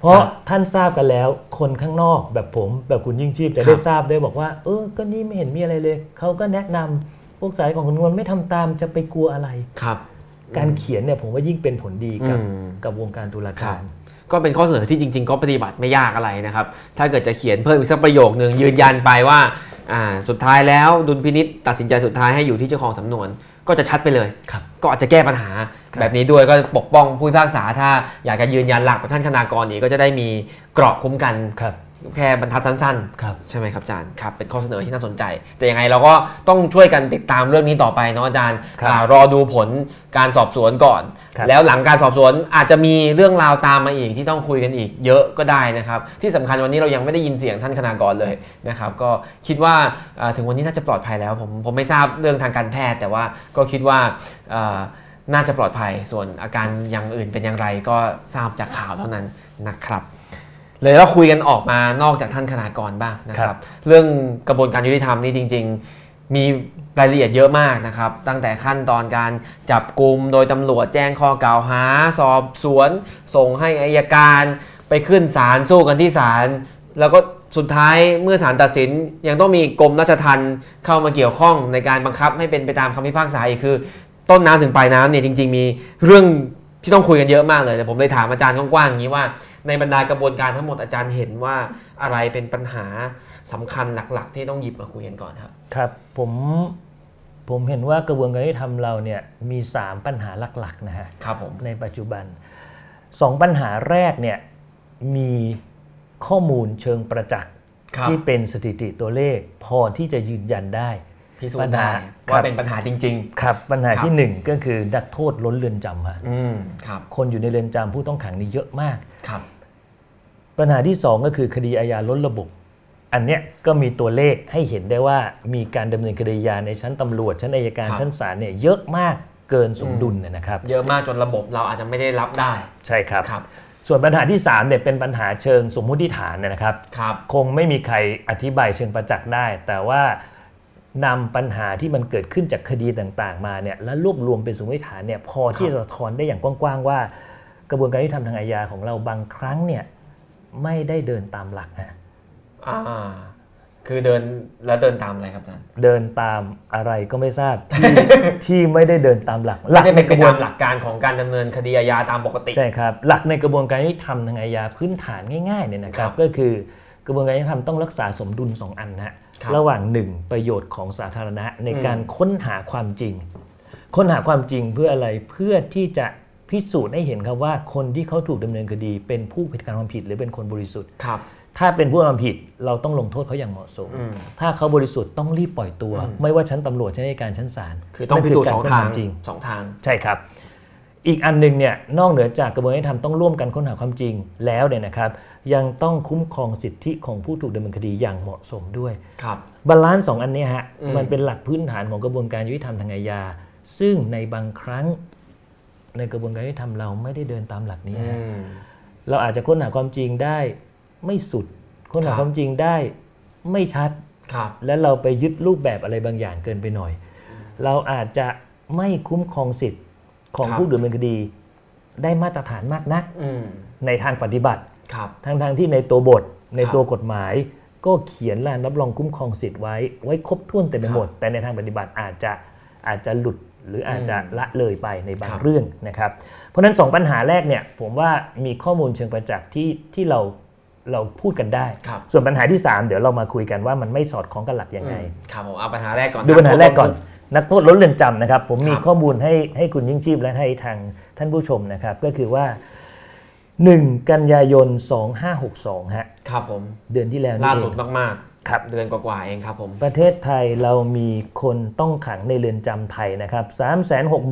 Speaker 2: เพราะท่านทราบกันแล้ว คนข้างนอกแบบผม แบบคุณยิ่งชีพจะได้
Speaker 1: ครับ
Speaker 2: ทราบได้บอกว่า เออก็นี่ไม่เห็นมีอะไรเลยเขาก็แนะนำพวกสายของคนนวลไม่ทำตามจะไปกลัวอะไร
Speaker 1: ครับ
Speaker 2: การเขียนเนี่ยผมว่ายิ่งเป็นผลดีกับ
Speaker 1: อืม
Speaker 2: กับวงการตุลาการ
Speaker 1: ก็เป็นข้อเสนอที่จริง ๆ ก็ปฏิบัติไม่ยากอะไรนะครับ ถ้าเกิดจะเขียนเพิ่มอีกสักประโยคนึงยืนยันไปว่าอ่าสุดท้ายแล้วดุลพินิษตัดสินใจสุดท้ายให้อยู่ที่เจ้าของสำนวน ก็จะชัดไปเลย
Speaker 2: ครับ
Speaker 1: ก็อาจจะแก้ปัญหา
Speaker 2: ครับ
Speaker 1: แบบนี้ด้วยก็ปกป้องผู้พิพากษาถ้าอยากจะยืนยันหลักแบบท่านคณากรนี้ก็จะได้มีเกราะคุ้มกัน
Speaker 2: ครับ
Speaker 1: แค่บรรทัดสั้น ๆ
Speaker 2: ครับ
Speaker 1: ใช่ไหมครับอาจารย์ครับเป็นข้อเสนอที่น่าสนใจ แต่ยังไงเราก็ต้องช่วยกันติดตามเรื่องนี้ต่อไปเนาะอาจารย์
Speaker 2: ครับ
Speaker 1: อ่ารอดูผลการสอบสวนก่อน
Speaker 2: ครับ
Speaker 1: แล้วหลังการสอบสวนอาจจะมีเรื่องราวตามมาอีกที่ต้องคุยกันอีกเยอะก็ได้นะครับ ที่สำคัญวันนี้เรายังไม่ได้ยินเสียงท่านคณากรเลยนะครับ ก็คิดว่าอ่าถึงวันนี้น่าจะปลอดภัยแล้วผมผมไม่ทราบเรื่องทางการแพทย์ แต่ว่าก็คิดว่าอ่าน่าจะปลอดภัยส่วนอาการอย่างอื่นเป็นอย่างไรก็ทราบจากข่าวเท่านั้นนะครับ เลยเราคุยกันออกมานอกจากท่านคณากรบ้างนะค
Speaker 2: ครั
Speaker 1: รับ
Speaker 2: บ
Speaker 1: เรื่องกระบวนการยุติธรรมนี่จริง ๆ มีรายละเอียดเยอะมากนะครับ ตั้งแต่ขั้นตอนการจับกลุ่มโดยตำรวจแจ้งข้อกล่าวหา สอบสวน ส่งให้อายการไปขึ้นศาลสู้กันที่ศาลแล้วก็สุดท้ายเมื่อศาลตัดสินยังต้องมีกรมราชทัณฑ์เข้ามาเกี่ยวข้องในการบังคับให้เป็นไปตามคำพิพากษาอีกคือ ต้นน้ำถึงปลายน้ำเนี่ยจริง ๆ มีเรื่องที่ต้องคุยกันเยอะมากเลยแต่ผมเลยถามอาจารย์กว้างๆอย่างนี้ว่า ในบรรดากระบวนการทั้งหมดอาจารย์เห็นว่าอะไรเป็นปัญหาสำคัญหลักๆ ที่ต้องหยิบมาคุยกันก่อนครับ
Speaker 2: ครับผมผมเห็นว่ากระบวนการยุติธรรมเราเนี่ยมี 3 ปัญหาหลักๆนะฮะ
Speaker 1: ครับผม
Speaker 2: ในปัจจุบัน 2 ปัญหาแรกเนี่ยมีข้อมูลเชิงประจักษ์
Speaker 1: ครับ
Speaker 2: ที่เป็นสถิติตัวเลข พอที่จะยืนยันได้
Speaker 1: พิสูจ
Speaker 2: ปั
Speaker 1: น์
Speaker 2: ญหา
Speaker 1: ได้
Speaker 2: ครั
Speaker 1: ว่า
Speaker 2: บ
Speaker 1: เป็นปัญหาจริง
Speaker 2: ครับปัญหา
Speaker 1: ครับ
Speaker 2: ที่หนึ่งก็คือนักโทษล้นเรือนจำฮะ
Speaker 1: ๆ อืมครับ
Speaker 2: คนอยู่ในเรือนจำผู้ต้องขังนี่เยอะมาก
Speaker 1: ครับ
Speaker 2: ปัญหาที่สองก็คือคดีอาญาล้นระบบ อันเนี้ยก็มีตัวเลขให้เห็นได้ว่ามีการดำเนินคดีอาญาในชั้นตำรวจ ชั้นอายการชั้นศาลเนี่ยเยอะมากเกินสมดุลเนยนะครับ
Speaker 1: เยอะมากจนระบบเราอาจจะไม่ได้รับได้
Speaker 2: ใช่ครับ
Speaker 1: ครับ
Speaker 2: ส่วนปัญหาที่3เนี่ยเป็นปัญหาเชิงสมมุติฐานเนี่ยนะครับ
Speaker 1: ครับ
Speaker 2: คงไม่มีใครอธิบายเชิงประจักษ์ได้ แต่ว่านำปัญหาที่มันเกิดขึ้นจากคดีต่างๆ มาเนี่ยแล้วรวบรวมเป็นสมมติฐานเนี่ยพอที่จะสะท้อนได้อย่างกว้างๆว่า กระบวนการยุติธรรมทางอาญาของเราบางครั้งเนี่ยไม่ได้เดินตามหลักนะ
Speaker 1: อ่า คือเดินแล้วเดินตามอะไรครับอาจารย์
Speaker 2: เดินตามอะไรก็ไม่ทราบที่ ที่ไม่ได้เดินตามหลัก
Speaker 1: ไม่ได้เป็นไป
Speaker 2: กระบว
Speaker 1: ตาน มหลักการของการดำเนินคดีอาญาตามปกติ
Speaker 2: ใช่ครับหลักในกระบวนการยุติธรรมทางอาญาพื้นฐานง่ายๆเนี่ยนะค
Speaker 1: ค
Speaker 2: รั
Speaker 1: รับ บ
Speaker 2: ก็คือกระบวนการยุติธรรมต้องรักษาสมดุลสองอันนะฮะ
Speaker 1: ครับ
Speaker 2: ระหว่างหนึ่งประโยชน์ของสาธารณะใน
Speaker 1: อืม
Speaker 2: การค้นหาความจริง ค้นหาความจริงเพื่ออะไรเพื่อที่จะพิสูจน์ให้เห็นครับว่าคนที่เขาถูกดำเนินคดี เป็นผู้ผิดการความผิดหรือเป็นคนบริสุทธิ์
Speaker 1: ครับ
Speaker 2: ถ้าเป็นผู้กระทำผิดเราต้องลงโทษเขาอย่างเหมาะสม
Speaker 1: อืม
Speaker 2: ถ้าเขาบริสุทธิ์ต้องรีบปล่อยตัว
Speaker 1: อืม
Speaker 2: ไม่ว่าชั้นตำรวจชั้นอัยการชั้นศาล
Speaker 1: คือต้องพิสูจน์
Speaker 2: นั่น
Speaker 1: ส
Speaker 2: คื
Speaker 1: อง
Speaker 2: กร
Speaker 1: ทาง
Speaker 2: ค้นหจริง
Speaker 1: สองทาง
Speaker 2: ใช่ครับ อีกอันหนึงเนี่ยนอกเหนือจากกระบวนการยุติธรรมต้องร่วมกันค้นหาความจริงแล้วเนี่ยนะครับ ยังต้องคุ้มครองสิทธิของผู้ถูกดำเนินคดีอย่างเหมาะสมด้วย
Speaker 1: ครับ
Speaker 2: บาลานซ์สองอันเนี้ยฮะ
Speaker 1: อืม
Speaker 2: มันเป็นหลักพื้นฐานของกระบวนการยุติธรรมทางอาญาซึ่งในบางครั้งในกระบวนการยุติธรรมเราไม่ได้เดินตามหลักนี้
Speaker 1: อื
Speaker 2: ฮะ
Speaker 1: ม
Speaker 2: เราอาจจะค้นหาความจริงได้ไม่สุด ค้น
Speaker 1: ค
Speaker 2: หา
Speaker 1: รับ
Speaker 2: ความจริงได้ไม่ชัด
Speaker 1: ครับ
Speaker 2: และเราไปยึดรูปแบบอะไรบางอย่างเกินไปหน่อย เราอาจจะไม่คุ้มครองสิทธิ์ของ
Speaker 1: ครับ
Speaker 2: ผู้ดำเนินคดีได้มาตรฐานมากนัก
Speaker 1: อืม
Speaker 2: ในทางปฏิบัติ
Speaker 1: ครับ
Speaker 2: ทางทางๆที่ในตัวบท ใน
Speaker 1: ครับ
Speaker 2: ตัวกฎหมาย ก็เขียนลานรับรองคุ้มครองสิทธิ์ไว้ ไว้ครบถ้วนเต็มไปหมด แต่ในทางปฏิบัติอาจจะอาจจะหลุดหรืออาจจะละเลยไปในบาง
Speaker 1: ครับ
Speaker 2: เรื่องนะครับ เพราะฉะนั้น 2 ปัญหาแรกเนี่ยผมว่ามีข้อมูลเชิงประจักษ์ที่ที่เราเราพูดกันได้
Speaker 1: ครับ
Speaker 2: ส่วนปัญหาที่ 3 เดี๋ยวเรามาคุยกันว่ามันไม่สอดคล้องกันหลักยังไง
Speaker 1: ครับผมเอาปัญหาแรกก่อน
Speaker 2: ดูปัญหาแรกก่อน นักโทษล้นเรือนจำนะครับ ผมมี
Speaker 1: ครับ
Speaker 2: ข้อมูลให้ให้คุณยิ่งชีพและให้ทางท่านผู้ชมนะครับ ก็คือว่า 1 กันยายน 2562 ฮะ
Speaker 1: ครับผม
Speaker 2: เดือนที่แล้วนี่
Speaker 1: ล่า
Speaker 2: เอ
Speaker 1: สุด
Speaker 2: ง
Speaker 1: มากๆ
Speaker 2: ครับ
Speaker 1: เดือนกว่าๆเองครับผม
Speaker 2: ประเทศไทยเรามีคนต้องขังในเรือนจำไทยนะครับ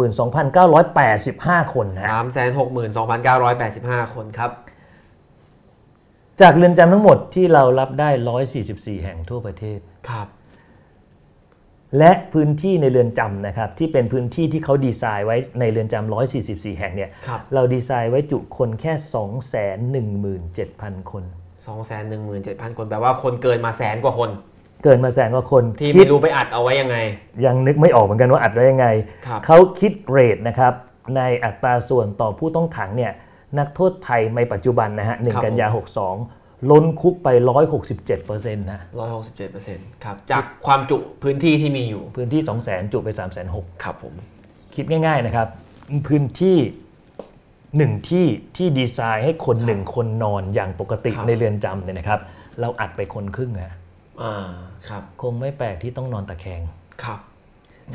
Speaker 2: 362,985 คนนะฮะ
Speaker 1: 362,985 คนครับ
Speaker 2: จากเรือนจำทั้งหมดที่เรารับได้ 144 แห่งทั่วประเทศ
Speaker 1: ครับ
Speaker 2: และพื้นที่ในเรือนจำนะครับที่เป็นพื้นที่ที่เขาดีไซน์ไว้ในเรือนจำ144 แห่งเนี่ย
Speaker 1: ครับ
Speaker 2: เราดีไซน์ไว้จุคนแค่ 217,000 คน
Speaker 1: 2 1 7 0 0 คนแปลว่าคนเกินมาแสนกว่าคน
Speaker 2: เกินมาแสนกว่าคน
Speaker 1: ที่
Speaker 2: คิ
Speaker 1: ไม่
Speaker 2: ด
Speaker 1: รู้ไปอัดเอาไว้ยังไง
Speaker 2: ยังนึกไม่ออกเหมือนกันว่าอัดไว้ยังไง
Speaker 1: ครับ
Speaker 2: เขาคิดเรทนะครับในอัตราส่วนต่อผู้ต้องขังเนี่ยนักโทษไทยในปัจจุบันนะฮะ
Speaker 1: ครับ
Speaker 2: 1กันยา 62 ล้นคุกไป 167%นะ
Speaker 1: 167%ครับจากความจุพื้นที่ที่มีอยู่
Speaker 2: พื้นที่ 200,000 จุไป 360,000
Speaker 1: ครับผม
Speaker 2: คิดง่ายๆนะครับ พื้นที่หนึ่งที่ที่ดีไซน์ให้คนหนึ่งคนนอนอย่างปกติในเรือนจำเนี่ยนะครับ เราอัดไปคนครึ่งฮะ
Speaker 1: อ่าครับ
Speaker 2: คงไม่แปลกที่ต้องนอนตะแคง
Speaker 1: ครับ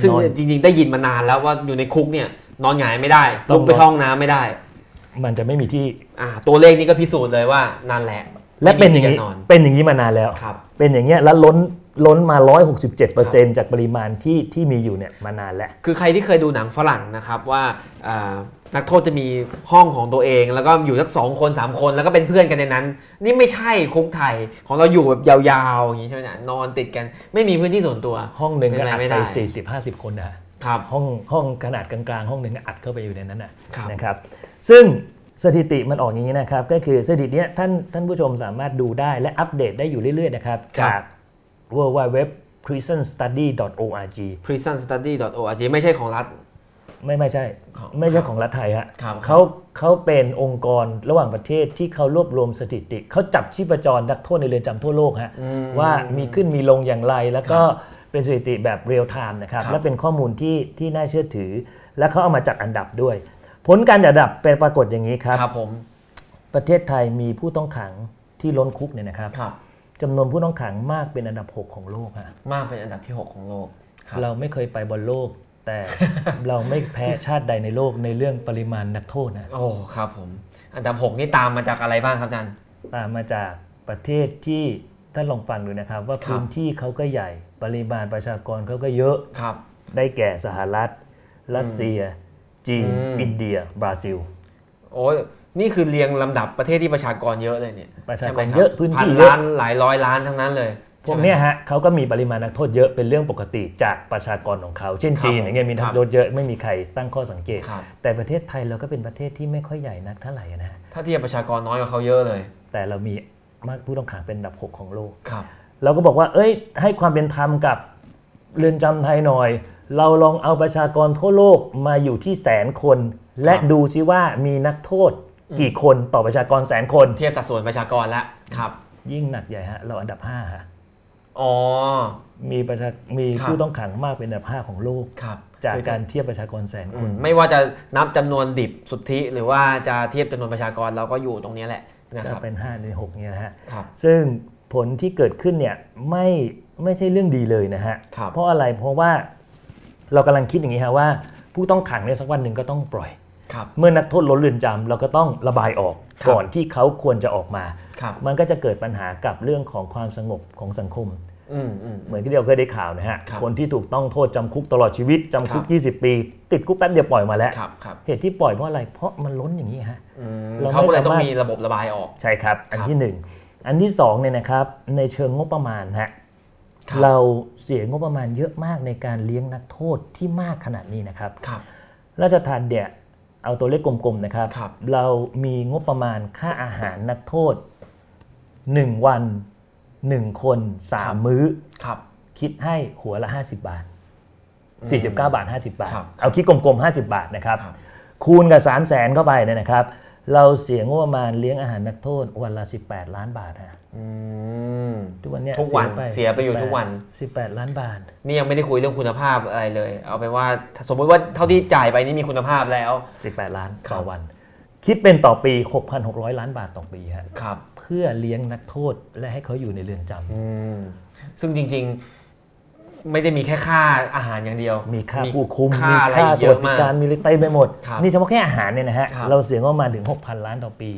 Speaker 1: ซึ่ง
Speaker 2: นอน
Speaker 1: จริงๆ ได้ยินมานานแล้วว่าอยู่ในคุกเนี่ยนอนหงายไม่ได้ลุกไปเข้าห้องน้ำไม่ได้
Speaker 2: มันจะไม่มีที่
Speaker 1: อ่าตัวเลขนี้ก็พิสูจน์เลยว่านั่นแหละ
Speaker 2: และเป็นอย่าง
Speaker 1: นี้
Speaker 2: นี้
Speaker 1: นอน
Speaker 2: เป็นอย่างนี้มานานแล้ว
Speaker 1: ครับ
Speaker 2: เป็นอย่างเงี้ยแล้วล้นล้นมา 167%จากปริมาณที่ที่มีอยู่เนี่ยมานานแล้ว
Speaker 1: คือใครที่เคยดูหนังฝรั่งนะครับว่าอ่านักโทษจะมีห้องของตัวเอง แล้วก็อยู่สักสองคนสามคนแล้วก็เป็นเพื่อนกันในนั้น นี่ไม่ใช่คุกไทยของเราอยู่แบบยาวๆอย่างนี้ใช่ไหมเนี่ยนอนติดกันไม่มีพื้นที่ส่วนตัว
Speaker 2: ห้องหนึ่ง
Speaker 1: เป็
Speaker 2: ก็
Speaker 1: นไป
Speaker 2: อัด
Speaker 1: ไม่
Speaker 2: ไป
Speaker 1: ได้
Speaker 2: 40 50 คนนะฮะ
Speaker 1: ครับ
Speaker 2: ห้องห้องขนาดกลางๆ ห้องหนึ่งก็อัดเข้าไปอยู่ในนั้นนะครับ นะครับ ซึ่งสถิติมันออกอย่างนี้นะครับ ก็คือสถิติเนี้ยท่านท่านผู้ชมสามารถดูได้และอัปเดตได้อยู่เรื่อยๆนะครับ
Speaker 1: ครับ
Speaker 2: จาก www.prisonstudy.org
Speaker 1: prisonstudy.org ไม่ใช่ของรัฐ
Speaker 2: ไม่ไม่ใช่
Speaker 1: ของ
Speaker 2: ไม่ใช่ของรัฐไทยฮะ
Speaker 1: ครับ
Speaker 2: เขาเขาเป็นองค์กรระหว่างประเทศที่เขารวบรวมสถิติ เขาจับชีพจรนักโทษในเรือนจำทั่วโลกฮะ
Speaker 1: อืม
Speaker 2: ว่ามีขึ้นมีลงอย่างไร แล้วก็เป็นสถิติแบบเรียลไทม์นะครับ
Speaker 1: ครับ
Speaker 2: และเป็นข้อมูลที่ที่น่าเชื่อถือ และเขาเอามาจัดอันดับด้วย ผลการจัดอันดับเป็นปรากฏอย่างนี้ครับ
Speaker 1: ครับผม
Speaker 2: ประเทศไทยมีผู้ต้องขังที่ล้นคุกเนี่ยนะครับ
Speaker 1: ครับ
Speaker 2: จำนวนผู้ต้องขังมากเป็นอันดับหกของโลกฮะ
Speaker 1: มากเป็นอันดับที่ 6 ของโลกครับ
Speaker 2: เราไม่เคยไปบอลโลก แต่ เราไม่แพ้ชาติใดในโลกในเรื่องปริมาณนักโทษนะ
Speaker 1: โอ้ครับผม อันดับ 6 นี่ตามมาจากอะไรบ้างครับอาจารย์
Speaker 2: ตามมาจากประเทศที่ท่านลองฟังดูนะครับ ว่า
Speaker 1: ครับ
Speaker 2: พื้นที่เขาก็ใหญ่ ปริมาณประชากรเขาก็เยอะ
Speaker 1: ครับ
Speaker 2: ได้แก่สหรัฐ รัสเซีย จีน
Speaker 1: อืม
Speaker 2: อินเดีย บราซิล
Speaker 1: โอ้ยนี่คือเรียงลำดับประเทศที่ประชากรเยอะเลยเนี่ย
Speaker 2: ประชากร
Speaker 1: ใไหมบ
Speaker 2: เยอะพื้น
Speaker 1: พั
Speaker 2: ที่
Speaker 1: น
Speaker 2: เยอะ
Speaker 1: ล้านหลายร้อยล้านทั้งนั้นเลย
Speaker 2: พวกเนี้ย
Speaker 1: ใช่ไหม
Speaker 2: ฮะเขาก็มีปริมาณนักโทษเยอะเป็นเรื่องปกติจากประชากรของเขา เช่นจี
Speaker 1: ค
Speaker 2: น
Speaker 1: รับผม
Speaker 2: อย่างเงี้ยมี
Speaker 1: ค
Speaker 2: นัก
Speaker 1: รับ
Speaker 2: โทษเยอะไม่มีใครตั้งข้อสังเกต
Speaker 1: ครับ
Speaker 2: แต่ประเทศไทยเราก็เป็นประเทศที่ไม่ค่อยใหญ่นักเท่าไหร่นะฮะ
Speaker 1: ถ้าเทียบประชากรน้อยกว่าเขาเยอะเลย
Speaker 2: แต่เรามีมากผู้ต้องขังเป็นอันดับหกของโลก
Speaker 1: ครับ
Speaker 2: เราก็บอกว่า เอ้ย ให้ความเป็นธรรมกับเรือนจำไทยหน่อย เราลองเอาประชากรทั่วโลกมาอยู่ที่แสนคน และดูซิว่ามีนักโทษกี่คนต่อประชากรแสนคน
Speaker 1: เทียบสัดส่วนประชากรละครับ
Speaker 2: ยิ่งหนักใหญ่ฮะ เราอันดับ5ฮะ
Speaker 1: อ๋อ
Speaker 2: มีประชา มี
Speaker 1: ครับ
Speaker 2: ผู้ต้องขังมากเป็นอันดับ 5 ของโลก
Speaker 1: ครับ
Speaker 2: จาก
Speaker 1: คือ
Speaker 2: การเทียบประชากรแสน
Speaker 1: อื
Speaker 2: คน
Speaker 1: มไม่ว่าจะนับจำนวนดิบสุทธิ หรือว่าจะเทียบจำนวนประชากรเราก็อยู่ตรงเนี้ยแหละนะค
Speaker 2: ก็
Speaker 1: รับ
Speaker 2: เป็น 5 ใน6เนี่ยนะฮะ
Speaker 1: ครับ
Speaker 2: ซึ่งผลที่เกิดขึ้นเนี่ยไม่ไม่ใช่เรื่องดีเลยนะฮะ
Speaker 1: ครับ
Speaker 2: เพราะอะไร เพราะว่าเรากำลังคิดอย่างนี้ฮะว่า ผู้ต้องขังเนี่ยสักวันหนึ่งก็ต้องปล่อย
Speaker 1: ครับ
Speaker 2: เมื่อนักโทษล้นเรือนจำเราก็ต้องระบายออก
Speaker 1: ครับ
Speaker 2: ก่อนที่เขาควรจะออกมา
Speaker 1: ครับ
Speaker 2: มันก็จะเกิดปัญหากับเรื่องของความสงบของสังคม
Speaker 1: อืมอืม
Speaker 2: เหมือนที่เราเคยได้ข่าวนะฮะ
Speaker 1: ครับ
Speaker 2: นที่ถูกต้องโทษจำคุกตลอดชีวิตจำคุก
Speaker 1: ครับ
Speaker 2: 20 ปี ติดคุกแป๊บเดียวปล่อยมาแล้ว
Speaker 1: ครับครับ
Speaker 2: เหตุที่ปล่อยเพราะอะไร เพราะมันล้นอย่างนี้ฮะ
Speaker 1: อืม
Speaker 2: เราไม่
Speaker 1: เขาก็เลยต้อง
Speaker 2: สามารถ
Speaker 1: มีระบบระบายออก
Speaker 2: ใช่ครับ อัน
Speaker 1: ครับ
Speaker 2: ที่ 1 อันที่2เนี่ยนะครับในเชิงงบประมาณฮะ
Speaker 1: คบ
Speaker 2: เราเสียงบประมาณเยอะมากในการเลี้ยงนักโทษที่มากขนาดนี้นะครับ
Speaker 1: ครับ
Speaker 2: ราชทานเนี่ยเอาตัวเลขกลมๆนะครับ
Speaker 1: ครับ
Speaker 2: เรามีงบประมาณค่าอาหารนักโทษ 1 วัน 1 คน 3 มื้อ
Speaker 1: ครับ
Speaker 2: คิดให้หัวละ 50 บาท 49 บาท 50 บาท
Speaker 1: ครับ
Speaker 2: เอาคิดกลมๆ 50 บาทนะครับ
Speaker 1: ครับ
Speaker 2: คูณกับ 3 0 0แสนเข้าไปเนี่ยนะครับ เราเสียงบประมาณเลี้ยงอาหารนักโทษวันละ 18 ล้านบาทฮะ
Speaker 1: อืม
Speaker 2: ทุกวันเนี้ย
Speaker 1: ทุกวันเสียไปอยู่
Speaker 2: 18
Speaker 1: ทุกวัน
Speaker 2: 18 ล้านบาท
Speaker 1: นี่ยังไม่ได้คุยเรื่องคุณภาพอะไรเลย เอาไปนว่าสมมติว่าเท่าที่จ่ายไปนี่มีคุณภาพแล้ว
Speaker 2: 18 ล้าน
Speaker 1: ครั
Speaker 2: ต่อบ วัน คิดเป็นต่อปี 6,600 ล้านบาทต่อปีฮะ
Speaker 1: ครับ
Speaker 2: เพื่อเลี้ยงนักโทษและให้เขาอยู่ในเรือนจำ
Speaker 1: อืม ซึ่งจริงๆ ไม่ได้มีแค่ค่าอาหารอย่างเดียว
Speaker 2: มีค่าผู้คุม
Speaker 1: ค่า
Speaker 2: มี
Speaker 1: อะไร
Speaker 2: ค่า
Speaker 1: อีก
Speaker 2: ต
Speaker 1: เย
Speaker 2: รวจ
Speaker 1: อะมาก
Speaker 2: การมีอะไรเต็มไปหมด
Speaker 1: ครับ
Speaker 2: นี่เฉพาะแค่อาหารเนี่ยนะฮะ
Speaker 1: ครับ
Speaker 2: เราเสียงบประมาณถึง 6,000 ล้านต่อปี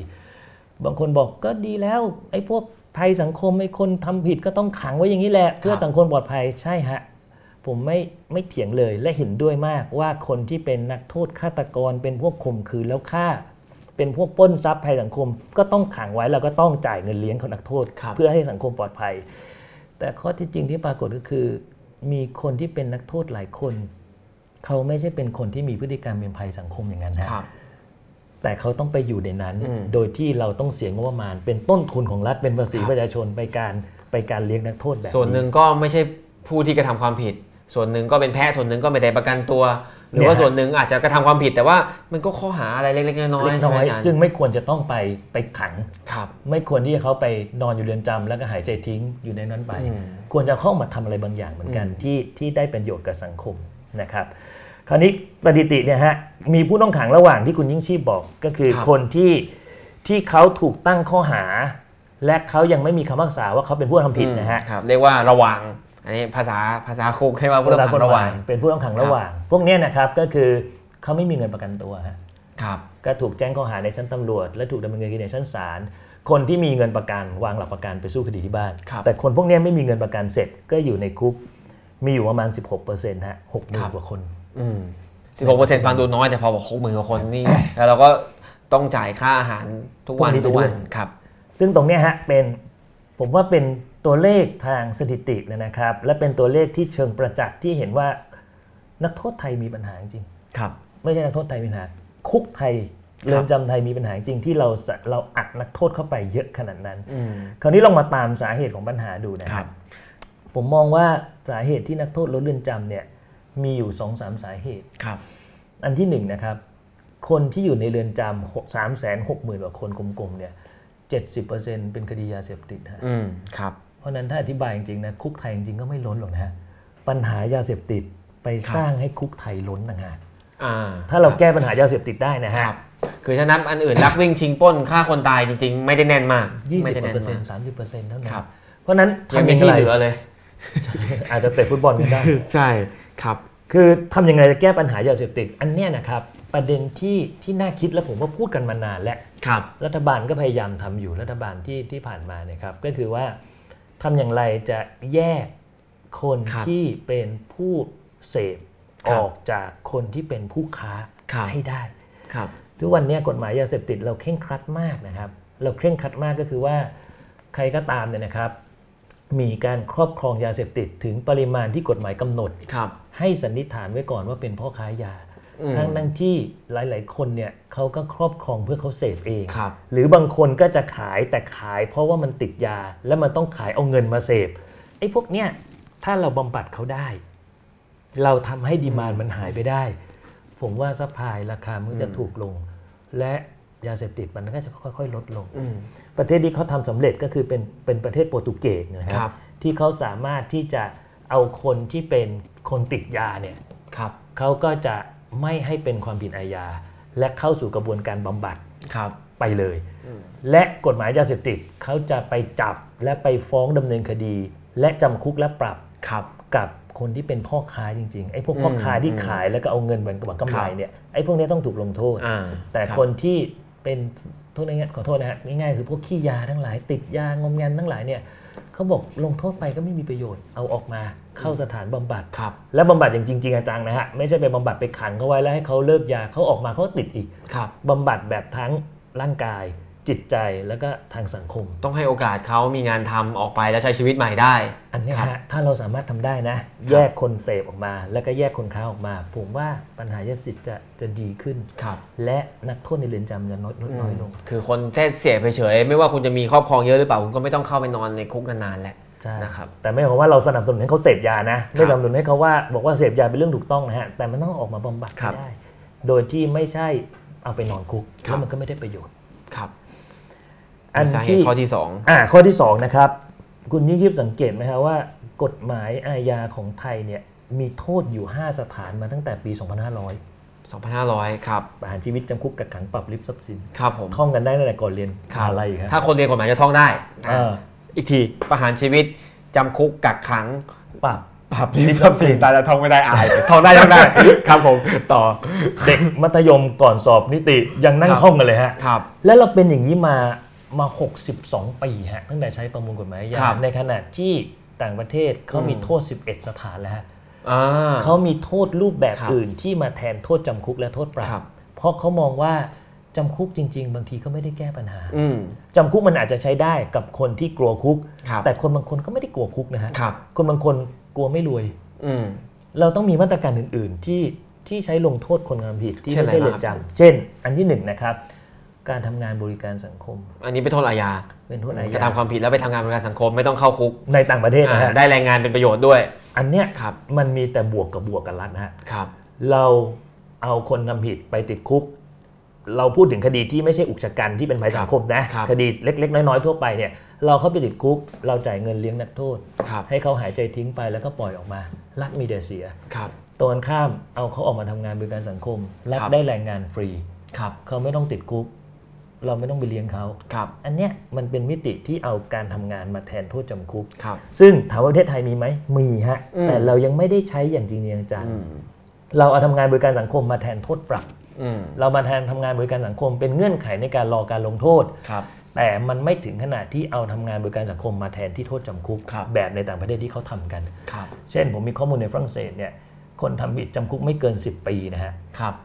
Speaker 2: บางคนบอกก็ดีแล้ว ไอ้พวกภัยสังคม ไอ้คนทำผิดก็ต้องขังไว้อย่างนี้แหละ เพื่อสังคมปลอดภัยใช่ฮะ ผมไม่ไม่เถียงเลยและเห็นด้วยมากว่าคนที่เป็นนักโทษฆาตกร เป็นพวกข่มขืนแล้วฆ่า เป็นพวกปล้นทรัพย์ภัยสังคม ก็ต้องขังไว้แล้วก็ต้องจ่ายเงินเลี้ยงเขานักโทษ
Speaker 1: ครับ
Speaker 2: เพื่อให้สังคมปลอดภัย แต่ข้อที่จริงที่ปรากฏก็คือ มีคนที่เป็นนักโทษหลายคน เขาไม่ใช่เป็นคนที่มีพฤติกรรมเป็นภัยสังคมอย่างนั้นนะ
Speaker 1: ครับ
Speaker 2: แต่เขาต้องไปอยู่ในนั้น
Speaker 1: อืม
Speaker 2: โดยที่เราต้องเสียงบประมาณ เป็นต้นทุนของรัฐเป็นภาษี
Speaker 1: ครับ
Speaker 2: ประชาชนไปการไปการเลี้ยงนักโทษแบบ
Speaker 1: ส่วนหนึ่งก็ไม่ใช่ผู้ที่กระทำความผิด ส่วนหนึ่งก็เป็นแพะส่วนหนึ่งก็ไม่ได้ประกันตัว หรือว่าส่วนหนึ่งอาจจะกระทำความผิด แต่ว่ามันก็ข้อหาอะไรเล็กๆน้อย
Speaker 2: เล็
Speaker 1: ๆ
Speaker 2: ก
Speaker 1: ใช่
Speaker 2: น้
Speaker 1: ไหม
Speaker 2: อย
Speaker 1: อาจารย์
Speaker 2: ซึ่งไม่ควรจะต้องไปไปขัง
Speaker 1: ครับ
Speaker 2: ไม่ควรที่จะเขาไปนอนอยู่เรือนจำแล้วก็หายใจทิ้งอยู่ในนั้นไป
Speaker 1: อืม
Speaker 2: ควรจะเข้ามาทำอะไรบางอย่างเหมือนกัน
Speaker 1: อืม
Speaker 2: ที่ที่ได้ประโยชน์กับสังคมนะครับ คราวนี้สถิติเนี่ยฮะมีผู้ต้องขังระหว่างที่คุณยิ่งชีพบอกก็คือคนที่ที่เขาถูกตั้งข้อหา และเขายังไม่มีคำพิพากษาว่าเขาเป็นผู้กระทำผิดนะฮะ
Speaker 1: ครับ เรียกว่าระวัง อันนี้ภาษาภาษาคุกให้ว่าผู้ต้องขังระวัง
Speaker 2: เป็นผู้ต้องขังระหว่าง พวกเนี้ยนะครับก็คือเขาไม่มีเงินประกันตัวฮะ
Speaker 1: ครับ
Speaker 2: ก็ถูกแจ้งข้อหาในชั้นตำรวจ และถูกดำเนินคดีในชั้นศาลคนที่มีเงินประกันวางหลักประกันไปสู้คดีที่บ้าน
Speaker 1: ครับ
Speaker 2: แต่คนพวกเนี้ยไม่มีเงินประกันเสร็จก็อยู่ในคุกมีอยู่ประมาณ 16%ฮะหกหมื่
Speaker 1: ครั
Speaker 2: น
Speaker 1: บ
Speaker 2: กว่าคน
Speaker 1: อืมสิบหกเปอร์เซ็นต์ฟังดูน้อยแต่พอบอกหกหมื่นกว่าคนนี่ แล้วเราก็ต้องจ่ายค่าอาหารทุกวัน
Speaker 2: พวกนี้ไป
Speaker 1: ทุกวัน
Speaker 2: ด้วย
Speaker 1: ครับ
Speaker 2: ซึ่งตรงเนี้ยฮะเป็นผมว่าเป็นตัวเลขทางสถิติเลยนะครับ และเป็นตัวเลขที่เชิงประจักษ์ที่เห็นว่านักโทษไทยมีปัญหาจริง
Speaker 1: ครับ
Speaker 2: ไม่ใช่นักโทษไทยมีปัญหา คุกไทยเรือนจำไทยมีปัญหาจริงที่เราสะเราอัดนักโทษเข้าไปเยอะขนาดนั้น
Speaker 1: อืม
Speaker 2: คราวนี้ลองมาตามสาเหตุของปัญหาดูนะ
Speaker 1: ค
Speaker 2: ค
Speaker 1: รั
Speaker 2: รับ บ ผมมองว่าสาเหตุที่นักโทษล้นเรือนจำเนี่ยมีอยู่สองสามสาเหตุ
Speaker 1: ครับ
Speaker 2: อันที่หนึ่งนะครับ คนที่อยู่ในเรือนจำหกสามแสนหกหมื่นกว่าคนกลมๆเนี่ยเจ็ดสิบเปอร์เซ็นเป็นคดียาเสพติดฮะ
Speaker 1: อืม ครับ
Speaker 2: เพราะฉะนั้นถ้าอธิบายจริงๆนะคุกไทยจริงๆก็ไม่ล้นหรอกนะฮะปัญหายาเสพติดไป
Speaker 1: ครับ
Speaker 2: สร้างให้คุกไทยล้นต่างหาก
Speaker 1: อ่า
Speaker 2: ถ้าเราแก้ปัญหายาเสพติดได้นะ
Speaker 1: ค
Speaker 2: ฮะ
Speaker 1: รับ คือถ้านับอันอื่นลักวิ่งชิงปล้นฆ่าคนตายจริงๆ ไม่ได้แน่นมาก
Speaker 2: ยี่สิ
Speaker 1: ไม่
Speaker 2: บ
Speaker 1: ได้
Speaker 2: เป
Speaker 1: แน่น
Speaker 2: อร์เซ็
Speaker 1: มาน ก
Speaker 2: ต์สามสิบเปอร์เซ็นต์เท่านั้น
Speaker 1: ครับ
Speaker 2: เพราะฉะนั้น
Speaker 1: ยัง
Speaker 2: ทำ
Speaker 1: มี
Speaker 2: ยัง
Speaker 1: ที่
Speaker 2: ไง
Speaker 1: เหลือเลย
Speaker 2: อาจจะเตะฟุตบอลกันได้
Speaker 1: ใช่ ครับ
Speaker 2: คือทำยังไงจะแก้ปัญหายาเสพติด อันเนี้ยนะครับ ประเด็นที่ที่น่าคิดและผมว่าพูดกันมานานและ
Speaker 1: ครับ
Speaker 2: รัฐบาลก็พยายามทำอยู่รัฐบาลที่ที่ผ่านมาเนี่ยครับ ก็คือว่าทำอย่างไรจะแยกคน
Speaker 1: ครับ
Speaker 2: ที่เป็นผู้เสพ
Speaker 1: ค
Speaker 2: อ
Speaker 1: รับ
Speaker 2: อกจากคนที่เป็นผู้ค้าให้ได้
Speaker 1: ครับ
Speaker 2: ทุกวันเนี้ยกฎหมายยาเสพติดเราเคร่งครัดมากนะครับ เราเคร่งครัดมากก็คือว่าใครก็ตามเนี่ยนะครับ มีการครอบครองยาเสพติดถึงปริมาณที่กฎหมายกำหนด
Speaker 1: ครับ
Speaker 2: ให้สันนิษฐานไว้ก่อนว่าเป็นพ่อค้ายา
Speaker 1: อืม
Speaker 2: ทั้งนั้นที่หลาย ๆ คนเนี่ยเขาก็ครอบครองเพื่อเขาเสพเอง
Speaker 1: ครับ
Speaker 2: หรือบางคนก็จะขายแต่ขายเพราะว่ามันติดยาและมันต้องขายเอาเงินมาเสพไอ้พวกเนี้ยถ้าเราบำบัดเขาได้ เราทำให้ดีมานมันหายไปได้ ผมว่าซัพพลายราคามันก็จะ
Speaker 1: อืม
Speaker 2: ถูกลง และยาเสพติดมันก็จะค่อย ๆ ลดลง
Speaker 1: อืม
Speaker 2: ประเทศที่เขาทำสำเร็จก็คือเป็นเป็นประเทศโปรตุเกสนะ
Speaker 1: ค
Speaker 2: ค
Speaker 1: รั
Speaker 2: รับ บที่เขาสามารถที่จะเอาคนที่เป็นคนติดยาเนี่ย
Speaker 1: ครับ
Speaker 2: เขาก็จะไม่ให้เป็นความผิดอาญา และเข้าสู่กระบวนการบำบัด
Speaker 1: ครับ
Speaker 2: ไปเลย
Speaker 1: อืม
Speaker 2: และกฎหมายยาเสพติดเขาจะไปจับและไปฟ้องดำเนินคดี และจำคุกและปรับ
Speaker 1: ครับ
Speaker 2: กับคนที่เป็นพ่อค้าจริงๆไอ้พวก
Speaker 1: อืม
Speaker 2: พ่อค้าที่
Speaker 1: อืม
Speaker 2: ขายแล้วก็เอาเงินหวังกำ
Speaker 1: ค
Speaker 2: ไร
Speaker 1: รับ
Speaker 2: เนี่ยไอ้พวกเนี้ยต้องถูกลงโทษ
Speaker 1: อ่า
Speaker 2: แต่
Speaker 1: รับ
Speaker 2: คนที่เป็นโทษง่ายๆขอโทษนะฮะง่ายๆคือพวกขี้ยาทั้งหลาย ติดยางอมแงมทั้งหลายเนี่ยเขาบอกลงโทษไปก็ไม่มีประโยชน์เอาออกมาเข้าสถานบำบัด
Speaker 1: ครับ
Speaker 2: และบำบัดอย่างจริงๆจังๆนะฮะ ไม่ใช่ไปบำบัดไปขังเขาไว้แล้วให้เขาเลิกยาเขาออกมาเขาก็ติดอีก
Speaker 1: ครับ
Speaker 2: บำบัดแบบทั้งร่างกาย จิตใจแล้วก็ทางสังคม
Speaker 1: ต้องให้โอกาสเขามีงานทำออกไปแล้วใช้ชีวิตใหม่ได้
Speaker 2: อันเนี้ย
Speaker 1: ครั
Speaker 2: ฮะ
Speaker 1: บ
Speaker 2: ถ้าเราสามารถทำได้นะ แยกคนเสพออกมา แล้วก็แยกคนค้าออกมา ผมว่าปัญหายาเสพติดจะจะดีขึ้น
Speaker 1: ครับ
Speaker 2: และนักโทษในเรือนจำจะลดลดน้อยลง
Speaker 1: คือคนแค่เสียเฉยๆไม่ว่าคุณจะมีครอบครองเยอะหรือเปล่าคุณก็ไม่ต้องเข้าไปนอนในคุกนานๆแหละ
Speaker 2: ใช่
Speaker 1: นะครับ
Speaker 2: แต่ไม่หมายความว่าเราสนับสนุนให้เขาเสพยานะไม่สนับสนุนให้เขาว่าบอกว่าเสพยาเป็นเรื่องถูกต้องนะฮะแต่มันต้องออกมาบำบัด
Speaker 1: ครับ
Speaker 2: ให้ได้ โดยที่ไม่ใช่เอาไปนอนคุก
Speaker 1: ครับ
Speaker 2: แล้วมันก็ไม่ได้ประโยชน์
Speaker 1: ครับ
Speaker 2: อัน
Speaker 1: สาเห
Speaker 2: ที่
Speaker 1: ตุข้อที่สอง
Speaker 2: อ่าข้อที่ 2 นะครับ คุณยิ่งชีพสังเกตไหมครับว่า กฎหมายอาญาของไทยเนี่ยมีโทษอยู่ 5 สถานมาตั้งแต่ปี 2500
Speaker 1: 2,500 ครับ
Speaker 2: ประหารชีวิตจำคุกกักขังปรับริบทรัพย์สิน
Speaker 1: ครับผม
Speaker 2: ท่องกันได้ตั้งแต่ก่อนเรียน
Speaker 1: คบ
Speaker 2: อะไรอีกครับ
Speaker 1: ถ้าคนเรียนกฎหมายจะท่องได้นะ
Speaker 2: เออ
Speaker 1: อีกทีประหารชีวิตจำคุกกักขัง
Speaker 2: ปรับ
Speaker 1: ปรับที่ทรัพย์สินตายแล้วท่องไม่ได้อาย ท่องได้ท่องได้ ครับผมต่อ
Speaker 2: เด็กมัธยมก่อนสอบนิติยังนั่
Speaker 1: ค
Speaker 2: ง
Speaker 1: รับ
Speaker 2: ท่องกันเลยฮะ
Speaker 1: ครับ
Speaker 2: แล้วเราเป็นอย่างนี้มามา 62 ปีฮะตั้งแต่ใช้ประมวลกฎหมายอาญา
Speaker 1: ครับ
Speaker 2: ในขณะที่ต่างประเทศเขามี
Speaker 1: อืม
Speaker 2: โทษ 11 สถานแล้วฮะ
Speaker 1: อ่า
Speaker 2: เขามีโทษรูปแบบ
Speaker 1: ครับ
Speaker 2: อื่นที่มาแทนโทษจำคุกและโทษปรั
Speaker 1: ครับ บ
Speaker 2: เพราะเขามองว่าจำคุกจริง ๆ บางทีก็ไม่ได้แก้ปัญหา
Speaker 1: อืม
Speaker 2: จำคุกมันอาจจะใช้ได้กับคนที่กลัวคุก
Speaker 1: ครับ
Speaker 2: แต่คนบางคนก็ไม่ได้กลัวคุกนะฮะ
Speaker 1: ครับ
Speaker 2: คนบางคนกลัวไม่รวย
Speaker 1: อืม
Speaker 2: เราต้องมีมาตรการอื่น ๆ ที่ที่ใช้ลงโทษคนความผิดที่
Speaker 1: เช่น
Speaker 2: ไม่
Speaker 1: อะไร
Speaker 2: ใช่เรือน
Speaker 1: บ้างครับ
Speaker 2: จำเช่น อันที่หนึ่งนะครับ การทำงานบริการสังคม
Speaker 1: อันนี้เป็นโทษอาญา
Speaker 2: เป็นโทษอาญาก
Speaker 1: ระทำความผิดแล้วไปทำงานบริการสังคมไม่ต้องเข้าคุก
Speaker 2: ในต่างประเทศนะ
Speaker 1: อ่า
Speaker 2: ฮะ
Speaker 1: ได้แรงงานเป็นประโยชน์ด้วย
Speaker 2: อันเนี้ย
Speaker 1: ครับ
Speaker 2: มันมีแต่บวกกับบวกกับรัฐนะฮะ
Speaker 1: ครับ
Speaker 2: เราเอาคนทำผิดไปติดคุก เราพูดถึงคดีที่ไม่ใช่อุกชะกันที่เป็นภัยสังคมนะครับ คดีเล็ก ๆ น้อย ๆ ทั่วไปเนี่ยเราเข้าไปติดคุก เราจ่ายเงินเลี้ยงนักโทษ
Speaker 1: ครับ
Speaker 2: ให้เขาหายใจทิ้งไปแล้วก็ปล่อยออกมา รัฐมีแต่เสีย
Speaker 1: ครับ
Speaker 2: ตรงกันข้ามเอาเขาออกมาทำงานบริการสังคมรัฐ
Speaker 1: ครับ
Speaker 2: ได้แรงงานฟรี
Speaker 1: ครับ
Speaker 2: เขาไม่ต้องติดคุก เราไม่ต้องไปเลี้ยงเขา
Speaker 1: ครับ
Speaker 2: อันเนี้ยมันเป็นมิติที่เอาการทำงานมาแทนโทษจำคุก
Speaker 1: ครับ
Speaker 2: ซึ่งถามว่าประเทศไทยมีไหมมีฮะ
Speaker 1: อืม
Speaker 2: แต่เรายังไม่ได้ใช้อย่างจริงๆจัง
Speaker 1: อืม
Speaker 2: ๆเราเอาทำงานบริการสังคมมาแทนโทษปรับ
Speaker 1: อืม
Speaker 2: เรามาแทนทำงานบริการสังคมเป็นเงื่อนไขในการรอการลงโทษ
Speaker 1: ครับ
Speaker 2: แต่มันไม่ถึงขนาดที่เอาทำงานบริการสังคมมาแทนที่โทษจำคุก
Speaker 1: ครับ
Speaker 2: แบบในต่างประเทศที่เขาทำกัน
Speaker 1: ครับ
Speaker 2: เช่นผมมีข้อมูลในฝรั่งเศสเนี่ยคนทำผิดจำคุกไม่เกิน 10 ปีนะฮะ
Speaker 1: ครับ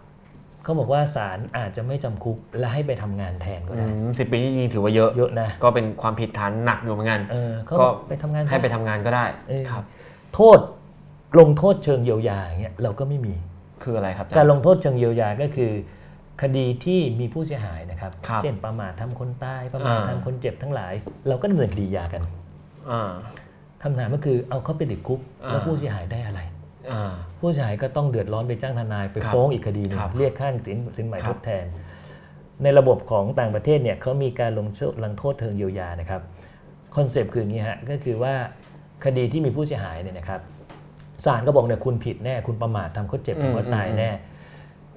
Speaker 2: เขาบอกว่าศาลอาจจะไม่จำคุกและให้ไปทำงานแทนก็ได้
Speaker 1: สิบปีนี่จริงๆถือว่าเยอะ
Speaker 2: เยอะนะ
Speaker 1: ก็เป็นความผิดฐานหนักอยู่เหมือนกัน
Speaker 2: เออเขา
Speaker 1: ก็
Speaker 2: ไปทำงาน
Speaker 1: ให้ไปทำงานก็ได้
Speaker 2: เออ
Speaker 1: ครับ
Speaker 2: โทษลงโทษเชิงเยียวยาอย่างเงี้ยเราก็ไม่มี
Speaker 1: คืออะไรครับอา
Speaker 2: ค
Speaker 1: จา
Speaker 2: รั
Speaker 1: ร
Speaker 2: บการ
Speaker 1: ย์
Speaker 2: ลงโทษเชิงเยียวยาก็คือ คดีที่มีผู้เสียหายนะครับ
Speaker 1: ครับ
Speaker 2: เช่นประมาททำคนตายประมาท
Speaker 1: อ่า
Speaker 2: ทำคนเจ็บทั้งหลาย เราก็ดำเนินคดียากัน
Speaker 1: อ่า
Speaker 2: คำถามก็คือเอาเขาไปติดคุก
Speaker 1: อ่า
Speaker 2: แล้วผู้เสียหายได้อะไร
Speaker 1: อ่า
Speaker 2: ผู้เสียหายก็ต้องเดือดร้อนไปจ้างทนายไป
Speaker 1: ครับ
Speaker 2: ฟ้องอีกคดีหนึง
Speaker 1: ครับ
Speaker 2: เรียกค่าสินสินใหม่
Speaker 1: ครั
Speaker 2: ท
Speaker 1: บ
Speaker 2: ดแทน ในระบบของต่างประเทศเนี่ยเขามีการลงโทษลงโทษเชิงเยียวยานะครับคอนเซปต์คืออย่างนี้ฮะก็คือว่าคดีที่มีผู้เสียหายเนี่ยนะครับศาลก็บอกเนี่ยคุณผิดแน่คุณประมาททำเขาเจ็บ
Speaker 1: อืม
Speaker 2: ทำเขาตายแน่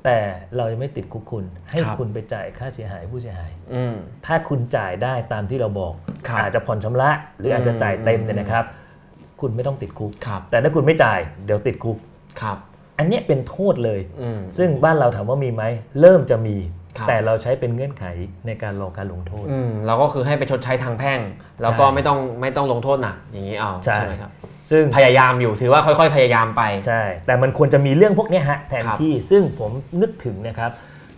Speaker 2: แต่เรายังไม่ติดคุกคุณ ให้
Speaker 1: ครับ
Speaker 2: คุณไปจ่ายค่าเสียหายผู้เสียหาย
Speaker 1: อืม
Speaker 2: ถ้าคุณจ่ายได้ตามที่เราบอก
Speaker 1: ครับ
Speaker 2: อาจจะผ่อนชำระหรืออาจจะจ่ายเต็มเนี่ย
Speaker 1: อืม
Speaker 2: นะครับ คุณไม่ต้องติดคุก
Speaker 1: ครับ
Speaker 2: แต่ถ้าคุณไม่จ่ายเดี๋ยวติดคุก
Speaker 1: ครับ
Speaker 2: อันเนี้ยเป็นโทษเลย
Speaker 1: อืม
Speaker 2: ซึ่งบ้านเราถามว่ามีไหม เริ่มจะมี
Speaker 1: ครับ
Speaker 2: แต่เราใช้เป็นเงื่อนไขในการรอการลงโทษ
Speaker 1: อืมเราก็คือให้ไปชดใช้ทางแพ่ง แล้วก็
Speaker 2: ใช่
Speaker 1: ไม่ต้องไม่ต้องลงโทษหนักอย่างนี้เอา
Speaker 2: ใช่
Speaker 1: ไหมครับ
Speaker 2: ซึ่ง
Speaker 1: พยายามอยู่ถือว่าค่อยๆ พยายามไป
Speaker 2: ใช่ แต่มันควรจะมีเรื่องพวกเนี้ยฮะแทน
Speaker 1: ครับ
Speaker 2: ที่ซึ่งผมนึกถึงนะครับ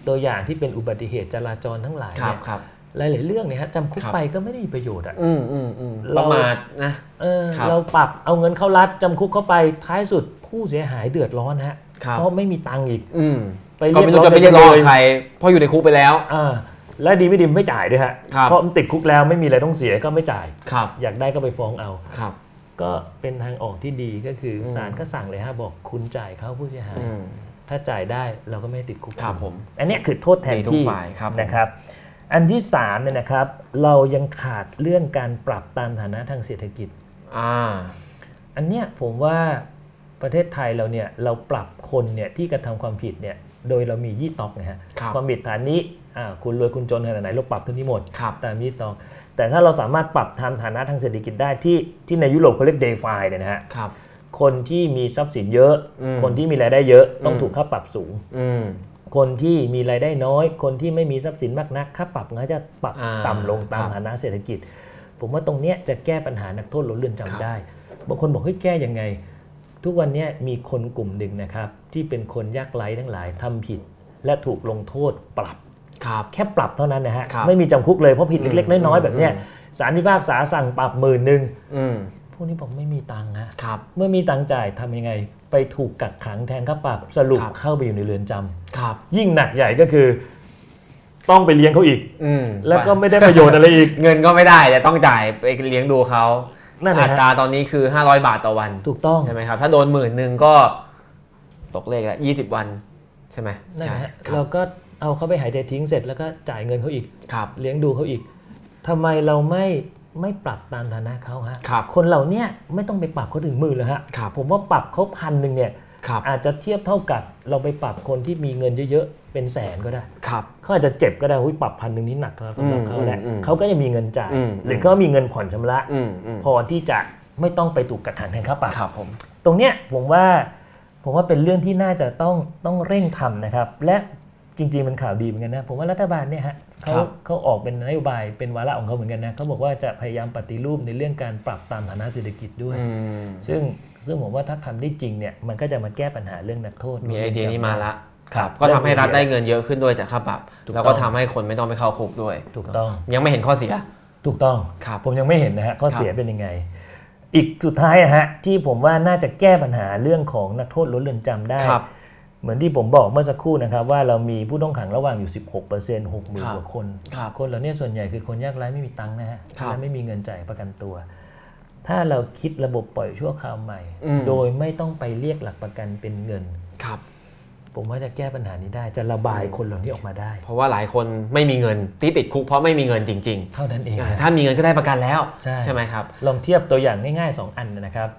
Speaker 2: ตัวอย่างที่เป็นอุบัติเหตุจราจรทั้งหลาย
Speaker 1: ครับ
Speaker 2: เนี่ย
Speaker 1: ครับ
Speaker 2: หลาย ๆ เรื่องเนี่ยฮะจำคุก
Speaker 1: ครับ
Speaker 2: ไปก็ไม่ได้มีประโยชน์อะ
Speaker 1: อืมอืมอืมป
Speaker 2: เรา
Speaker 1: ระมาทนะ
Speaker 2: เออ
Speaker 1: ครับ
Speaker 2: เราปรับเอาเงินเข้ารัฐจำคุกเข้าไปท้ายสุดผู้เสียหายเดือดร้อนฮะ
Speaker 1: ครับ
Speaker 2: เพราะไม่มีตังค์อีก
Speaker 1: อืม
Speaker 2: ไป
Speaker 1: ก็
Speaker 2: เรีย
Speaker 1: ไม่รู้
Speaker 2: กร้อง
Speaker 1: จะไปเรียกร้อง
Speaker 2: กันเลย
Speaker 1: ใครเพราะอยู่ในคุกไปแล้ว
Speaker 2: อ่าและดีไม่ดีไม่จ่ายด้วยฮะ
Speaker 1: ครับ
Speaker 2: เพราะมันติดคุกแล้วไม่มีอะไรต้องเสียก็ไม่จ่าย
Speaker 1: ครับ
Speaker 2: อยากได้ก็ไปฟ้องเอา
Speaker 1: ครับ
Speaker 2: ก็เป็นทางออกที่ดีก็คืออ
Speaker 1: ม
Speaker 2: ศาลก็สั่งเลยฮะบอกคุณจ่ายเขาผู้เสียหาย
Speaker 1: อืม
Speaker 2: ถ้าจ่ายได้เราก็ไม่ติดคุก
Speaker 1: ครับผม
Speaker 2: อันเนี้ยคือโทษแทน
Speaker 1: ดีทุก
Speaker 2: ที่
Speaker 1: ฝ่ายครับผม
Speaker 2: นะครับ อันที่3เนี่ยนะครับ เรายังขาดเรื่องการปรับตามฐานะทางเศรษฐกิจ
Speaker 1: อ่า
Speaker 2: อันเนี้ยผมว่าประเทศไทยเราเนี่ยเราปรับคนเนี่ยที่กระทำความผิดเนี่ยโดยเรามียี่ตอกนะฮะ
Speaker 1: ครับ
Speaker 2: ความผิดฐานนี้อ่าคุณรวยคุณจนขนาดไหนเราปรับเทุนนี้หมด
Speaker 1: ครับ
Speaker 2: ตามยี่ตอง แต่ถ้าเราสามารถปรับตามฐานะทางเศรษฐกิจได้ที่ที่ในยุโรปเขาเรียกเดฟายเนี่ยนะฮะ
Speaker 1: ครับ
Speaker 2: คนที่มีทรัพย์สินเยอะ
Speaker 1: อืม
Speaker 2: คนที่มีรายได้เยอะต้อง
Speaker 1: อืม
Speaker 2: ถูกค่าปรับสูง
Speaker 1: อืม
Speaker 2: คนที่มีรายได้น้อย คนที่ไม่มีทรัพย์สินมากนักค่าปรับก็จะปรับ
Speaker 1: อ่า
Speaker 2: ต่ำลงตาม
Speaker 1: ครับ
Speaker 2: ฐานะเศรษฐกิจ ผมว่าตรงเนี้ยจะแก้ปัญหานักโทษล้นเรือนจำ
Speaker 1: ครับ
Speaker 2: ได้ บางคนบอกเฮ้ยแก้ยังไง ทุกวันเนี้ยมีคนกลุ่มหนึ่งนะครับที่เป็นคนยากไร้ทั้งหลายทำผิด และถูกลงโทษปรับ
Speaker 1: ครับ
Speaker 2: แค่ปรับเท่านั้นนะฮะ
Speaker 1: ครับ
Speaker 2: ไม่มีจำคุกเลยเพราะผิดเล็ก
Speaker 1: อืม
Speaker 2: ๆ น้อยๆ แบบเนี้ย
Speaker 1: อื
Speaker 2: สารพิพากษาสั่งปรับหมื่นหนึ่ง
Speaker 1: อืม
Speaker 2: พวกนี้บอกไม่มีตังค์นะครับ เมื่อมีตังค์จ่ายทำยังไง ไปถูกกักขังแทนค่าปรับสรุป
Speaker 1: ครับ
Speaker 2: เข้าไปอยู่ในเรือนจำ
Speaker 1: ครับ
Speaker 2: ยิ่งหนักใหญ่ก็คือ ต้องไปเลี้ยงเขาอีก
Speaker 1: อืม
Speaker 2: แล้วก็ไม่ได้ประโยชน์อะไรอีก
Speaker 1: เงินก็ไม่ได้แต่ต้องจ่ายไปเลี้ยงดูเขา
Speaker 2: นั่น
Speaker 1: อั
Speaker 2: นะ
Speaker 1: ตรา
Speaker 2: ฮะ
Speaker 1: ตอนนี้คือ 500 บาทต่อวัน
Speaker 2: ถูกต้อง
Speaker 1: ใช่ไหมครับ ถ้าโดนหมื่นหนึ่งก็ตกเลขละยี่สิบวัน ใช่ไหม
Speaker 2: นั่น
Speaker 1: ใช่
Speaker 2: นะฮะ
Speaker 1: ครั
Speaker 2: เรา
Speaker 1: บ
Speaker 2: ก็เอาเขาไปหายใจทิ้งเสร็จแล้วก็จ่ายเงินเขาอีก
Speaker 1: ครับ
Speaker 2: เลี้ยงดูเขาอีกทำไมเราไม่ไม่ปรับตามฐานะเขาฮะ
Speaker 1: ครับ
Speaker 2: คนเหล่าเนี้ยไม่ต้องไปปรับเขาถึงหมื่นเลยฮะ
Speaker 1: ครับ
Speaker 2: ผมว่าปรับเขาพันหนึ่งเนี่ย
Speaker 1: ครับ
Speaker 2: อาจจะเทียบเท่ากับเราไปปรับคนที่มีเงินเยอะๆ เป็นแสนก็ได้
Speaker 1: ครับ
Speaker 2: เขาอาจจะเจ็บก็ได้หุ้ยปรับพันหนึ่งนี่หนักแล้วสำหรับเขาแหละ
Speaker 1: อืมอืม
Speaker 2: เขาก็ยังมีเงินจ่าย
Speaker 1: อืม
Speaker 2: หรือก็มีเงินผ่อนชำระ
Speaker 1: อืมอืม
Speaker 2: พอที่จะไม่ต้องไปถูกกักขังแทนค่าปรับ
Speaker 1: ครับผม
Speaker 2: ตรงเนี้ยผมว่าผมว่าเป็นเรื่องที่น่าจะต้องต้องเร่งทำนะครับ และจริงๆมันข่าวดีเหมือนกันนะ ผมว่ารัฐบาลเนี่ยฮะเขา
Speaker 1: ครับ
Speaker 2: เขาออกเป็นนโยบายเป็นวาระของเขาเหมือนกันนะเขาบอกว่าจะพยายามปฏิรูปในเรื่องการปรับตามฐานะเศรษฐกิจด้วย
Speaker 1: อืม
Speaker 2: ซึ่งซึ่งผมว่าถ้าทำได้จริงเนี่ยมันก็จะมาแก้ปัญหาเรื่องนักโทษ
Speaker 1: มีไอเดียนี้มาละ
Speaker 2: ครับ
Speaker 1: ก็ทำให้รัฐได้เงินเยอะขึ้นด้วยจากค่าปรับ
Speaker 2: ถูก
Speaker 1: แล้วก็
Speaker 2: ต้
Speaker 1: ทำ
Speaker 2: อง
Speaker 1: ให้คนไม่ต้องไปเข้าคุกด้วย
Speaker 2: ถูกต้อง
Speaker 1: ยังไม่เห็นข้อเสีย
Speaker 2: ถูกต้อง
Speaker 1: ครับ
Speaker 2: ผมยังไม่เห็นนะฮะข้อเสียเป็นยังไง อีกสุดท้ายนะฮะที่ผมว่าน่าจะแก้ปัญหาเรื่องของนักโทษล้นเรือนจำได้
Speaker 1: ครับ
Speaker 2: เหมือนที่ผมบอกเมื่อสักครู่นะครับ ว่าเรามีผู้ต้องขังระหว่างอยู่ 16เปอร์เซ็นต์หกหมื่น
Speaker 1: ครับ
Speaker 2: กว่าคน
Speaker 1: ครับ
Speaker 2: นเหล่านี้ส่วนใหญ่คือคนยากไร้ไม่มีตังค์นะฮะ
Speaker 1: ครับ
Speaker 2: และไม่มีเงินจ่ายประกันตัว ถ้าเราคิดระบบปล่อยชั่วคราวใหม่
Speaker 1: อืม
Speaker 2: โดยไม่ต้องไปเรียกหลักประกันเป็นเงิน
Speaker 1: ครับ
Speaker 2: ผมว่าจะแก้ปัญหานี้ได้ จะระบายคนเหล่านี้ออกมาได้
Speaker 1: เพราะว่าหลายคนไม่มีเงินที่ติดคุกเพราะไม่มีเงินจริง
Speaker 2: เท่านั้นเอง
Speaker 1: ๆอ่า
Speaker 2: ฮะ
Speaker 1: ถ้ามีเงินก็ได้ประกันแล้ว
Speaker 2: ใช่
Speaker 1: ไหมครับ
Speaker 2: ลองเทียบตัวอย่างง่ายๆ 2 อันนะครับ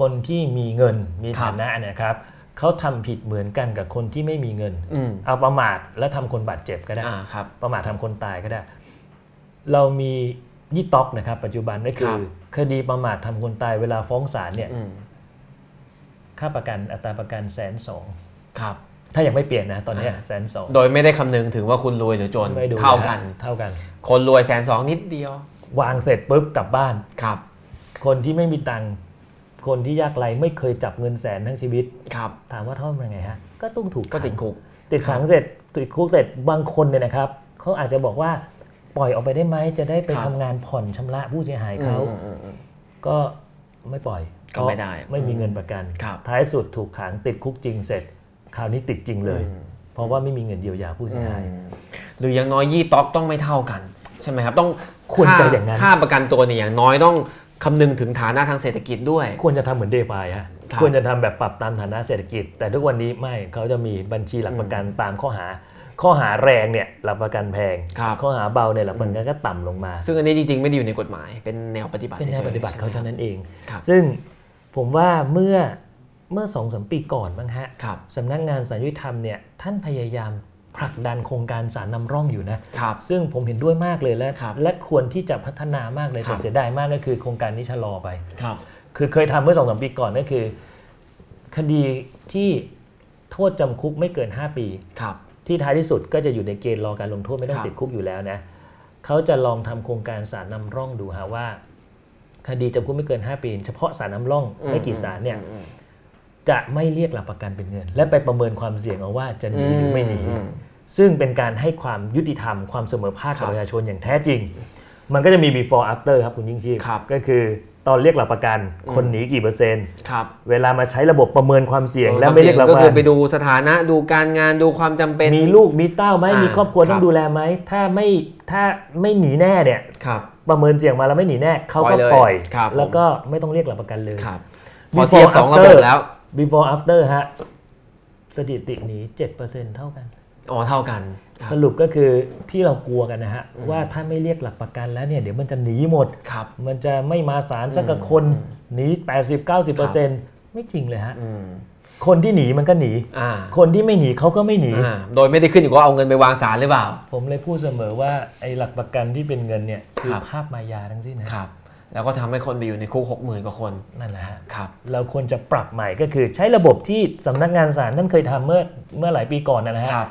Speaker 2: คนที่มีเงินมี
Speaker 1: ครับ
Speaker 2: ฐานะนะครับเขาทำผิดเหมือนกันกับคนที่ไม่มีเงิน
Speaker 1: อืม
Speaker 2: เอาประมาทแล้วทำคนบาดเจ็บก็ได้
Speaker 1: อ่าครับ
Speaker 2: ประมาททำคนตายก็ได้ เรามียี่ต๊อกนะครับ ปัจจุบันก็
Speaker 1: ค
Speaker 2: คื
Speaker 1: รั
Speaker 2: อบ คดีประมาททำคนตายเวลาฟ้องศาลเนี่ย
Speaker 1: อืม
Speaker 2: ค่าประกันอัตราประกันแสนสอง
Speaker 1: ครับ
Speaker 2: ถ้ายังไม่เปลี่ยนนะตอนเนี้แสนสอง
Speaker 1: โดยไม่ได้คำนึงถึงว่าคุณรวยหรือจน
Speaker 2: ไม่ดู
Speaker 1: เท่ากัน
Speaker 2: ะเท่ากัน
Speaker 1: คนรวยแสนสองนิดเดียว
Speaker 2: วางเสร็จปุ๊บกลับบ้าน
Speaker 1: ครับ
Speaker 2: คนที่ไม่มีตังค์คนที่ยากไร้ไม่เคยจับเงินแสนทั้งชีวิต
Speaker 1: ครับ
Speaker 2: ถามว่าท่อมยังไงฮะ ก็ต้องถูก
Speaker 1: ก็ติด
Speaker 2: ขัง
Speaker 1: คุก
Speaker 2: ติดขังเสร็จติดคุกเสร็จบางคนเนี่ยนะครับเขาอาจจะบอกว่าปล่อยออกไปได้ไหมจะได้ไป
Speaker 1: ครับ
Speaker 2: ทำงานผ่อนชำระผู้เสียหาย
Speaker 1: อืม
Speaker 2: เขา
Speaker 1: อืมอืม
Speaker 2: ก็ไม่ปล่อย
Speaker 1: ก็ไม่ได้
Speaker 2: เพราะไม่มีเงินประกัน
Speaker 1: ครับ
Speaker 2: ท้ายสุดถูกขังติดคุกจริงเสร็จ คราวนี้ติดจริงเลย เพราะว่าไม่มีเงินเยียวยาผู้เสียหาย
Speaker 1: หรืออย่างน้อยยี่ต๊อกต้องไม่เท่ากัน ใช่ไหมครับต้อง
Speaker 2: ควรจะอย่างนั้น
Speaker 1: ค่าประกันตัวเนี่ยอย่างน้อยต้องคำนึงถึงฐานะทางเศรษฐกิจด้วย
Speaker 2: ควรจะทำเหมือนเดฟายฮะ
Speaker 1: ครับ
Speaker 2: ควรจะทำแบบปรับตามฐานะเศรษฐกิจ แต่ทุกวันนี้ไม่เขาจะมีบัญชีหลักประกันตามข้อหา ข้อหาแรงเนี่ยหลักประกันแพง
Speaker 1: ครับ
Speaker 2: ข้อหาเบาเนี่ยหลักประกันก็ต่ำลงมา
Speaker 1: ซึ่งอันนี้จริงๆ ไม่ได้อยู่ในกฎหมาย เป็นแนวปฏิบัติ
Speaker 2: เป็นแนวปฏิบัติเขา
Speaker 1: ฉ
Speaker 2: เท่า
Speaker 1: ๆ
Speaker 2: ย
Speaker 1: ใช่ไหม
Speaker 2: นั้นเอง
Speaker 1: ครับ
Speaker 2: ซึ่งผมว่าเมื่อเมื่อสองสมปีก่อนบ้างฮะ
Speaker 1: ครับ
Speaker 2: สำนักงานสารยุติธรรมเนี่ยท่านพยายามผลักดันโครงการสารนำร่องอยู่นะ
Speaker 1: ครับ
Speaker 2: ซึ่งผมเห็นด้วยมากเลยและ
Speaker 1: ครับ
Speaker 2: และควรที่จะพัฒนามากเลย
Speaker 1: ครั
Speaker 2: แต่
Speaker 1: บ
Speaker 2: เสียดายมากก็คือโครงการนี้ชะลอไป
Speaker 1: ครับ
Speaker 2: คือเคยทำเมื่อสองสมปีก่อนก็คือ คดีที่โทษจำคุกไม่เกิน 5 ปี
Speaker 1: ครับ
Speaker 2: ที่ท้ายที่สุดก็จะอยู่ในเกณฑ์รอการลงโทษไม่ต้อ
Speaker 1: ค
Speaker 2: ง
Speaker 1: รับ
Speaker 2: ติดคุกอยู่แล้วนะเขาจะลองทำโครงการสารนำร่องดูฮะว่า คดีจำคุกไม่เกิน 5 ปี เฉพาะสารนำร่อง
Speaker 1: อืม
Speaker 2: ไม่กี่สารเนี่ย
Speaker 1: อืมอืม
Speaker 2: จะไม่เรียกหลักประกันเป็นเงิน และไปประเมินความเสี่ยงเอาว่าจะหนีหรือไม่หนี
Speaker 1: อืม
Speaker 2: ซึ่งเป็นการให้ความยุติธรรมความเสมอภาค
Speaker 1: ครั
Speaker 2: กับบ ประชาชนอย่างแท้จริง มันก็จะมี before after ครับคุณยิ่งชีพ
Speaker 1: ครับ
Speaker 2: ก็คือตอนเรียกหลักประกัน คน
Speaker 1: อืม
Speaker 2: หนีกี่เปอร์เซ็นต์
Speaker 1: ครับ
Speaker 2: เวลามาใช้ระบบประเมินความเสี่ยง และไม่เรียกหลัก
Speaker 1: ก็
Speaker 2: ประ
Speaker 1: คื
Speaker 2: กั
Speaker 1: อน ไปดูสถานะดูการงานดูความจำเป็น
Speaker 2: มีลูกมีเต้าไหม
Speaker 1: อ่ามี
Speaker 2: มีครอบครัวต้อ
Speaker 1: ครั
Speaker 2: ง
Speaker 1: บ
Speaker 2: ดูแลไหมถ้าไม่ถ้าไม่หนีแน่เนี่ย
Speaker 1: ครับ
Speaker 2: ประเมินเสี่ยงมาแล้วไม่หนีแน่เขาก็
Speaker 1: ป
Speaker 2: ป
Speaker 1: ล่
Speaker 2: ล่
Speaker 1: อ
Speaker 2: อย ย
Speaker 1: เลยครับ
Speaker 2: แล้วก็ไม่ต้องเรียกหลักประกันเลย
Speaker 1: ครับพอ
Speaker 2: Before
Speaker 1: เทียบสองระบบ
Speaker 2: after
Speaker 1: แล้ว
Speaker 2: before after ฮะสถิติหนี7%เท่ากัน
Speaker 1: อ๋อเท่ากันครับ
Speaker 2: สรุปก็คือที่เรากลัวกันนะฮะว่าถ้าไม่เรียกหลักประกันแล้วเนี่ยเดี๋ยวมันจะหนีหมด
Speaker 1: ครับ
Speaker 2: มันจะไม่มาศาลสักกะคนหนี 80-90%ไม่จริงเลยฮะ
Speaker 1: อืม
Speaker 2: คนที่หนีมันก็หนี
Speaker 1: อ่า
Speaker 2: คนที่ไม่หนีเขาก็ไม่หนี
Speaker 1: อ่าโดยไม่ได้ขึ้นอยู่กับว่าเอาเงินไปวางสารหรือเปล่า
Speaker 2: ผมเลยพูดเสมอว่าไอ้หลักประกันที่เป็นเงินเนี่ยคือ
Speaker 1: ครับ
Speaker 2: ภาพมายาทั้งสิ้นนะครับ
Speaker 1: แล้วก็ทำให้คนไปอยู่ในคุกหกหมื่นกว่าคน
Speaker 2: นั่นแหละฮะ
Speaker 1: ครับ
Speaker 2: เราควรจะปรับใหม่ก็คือใช้ระบบที่สำนักงานศาลท่านเคยทำเมื่อเมื่อหลายปีก่อนนะฮะ
Speaker 1: ครับ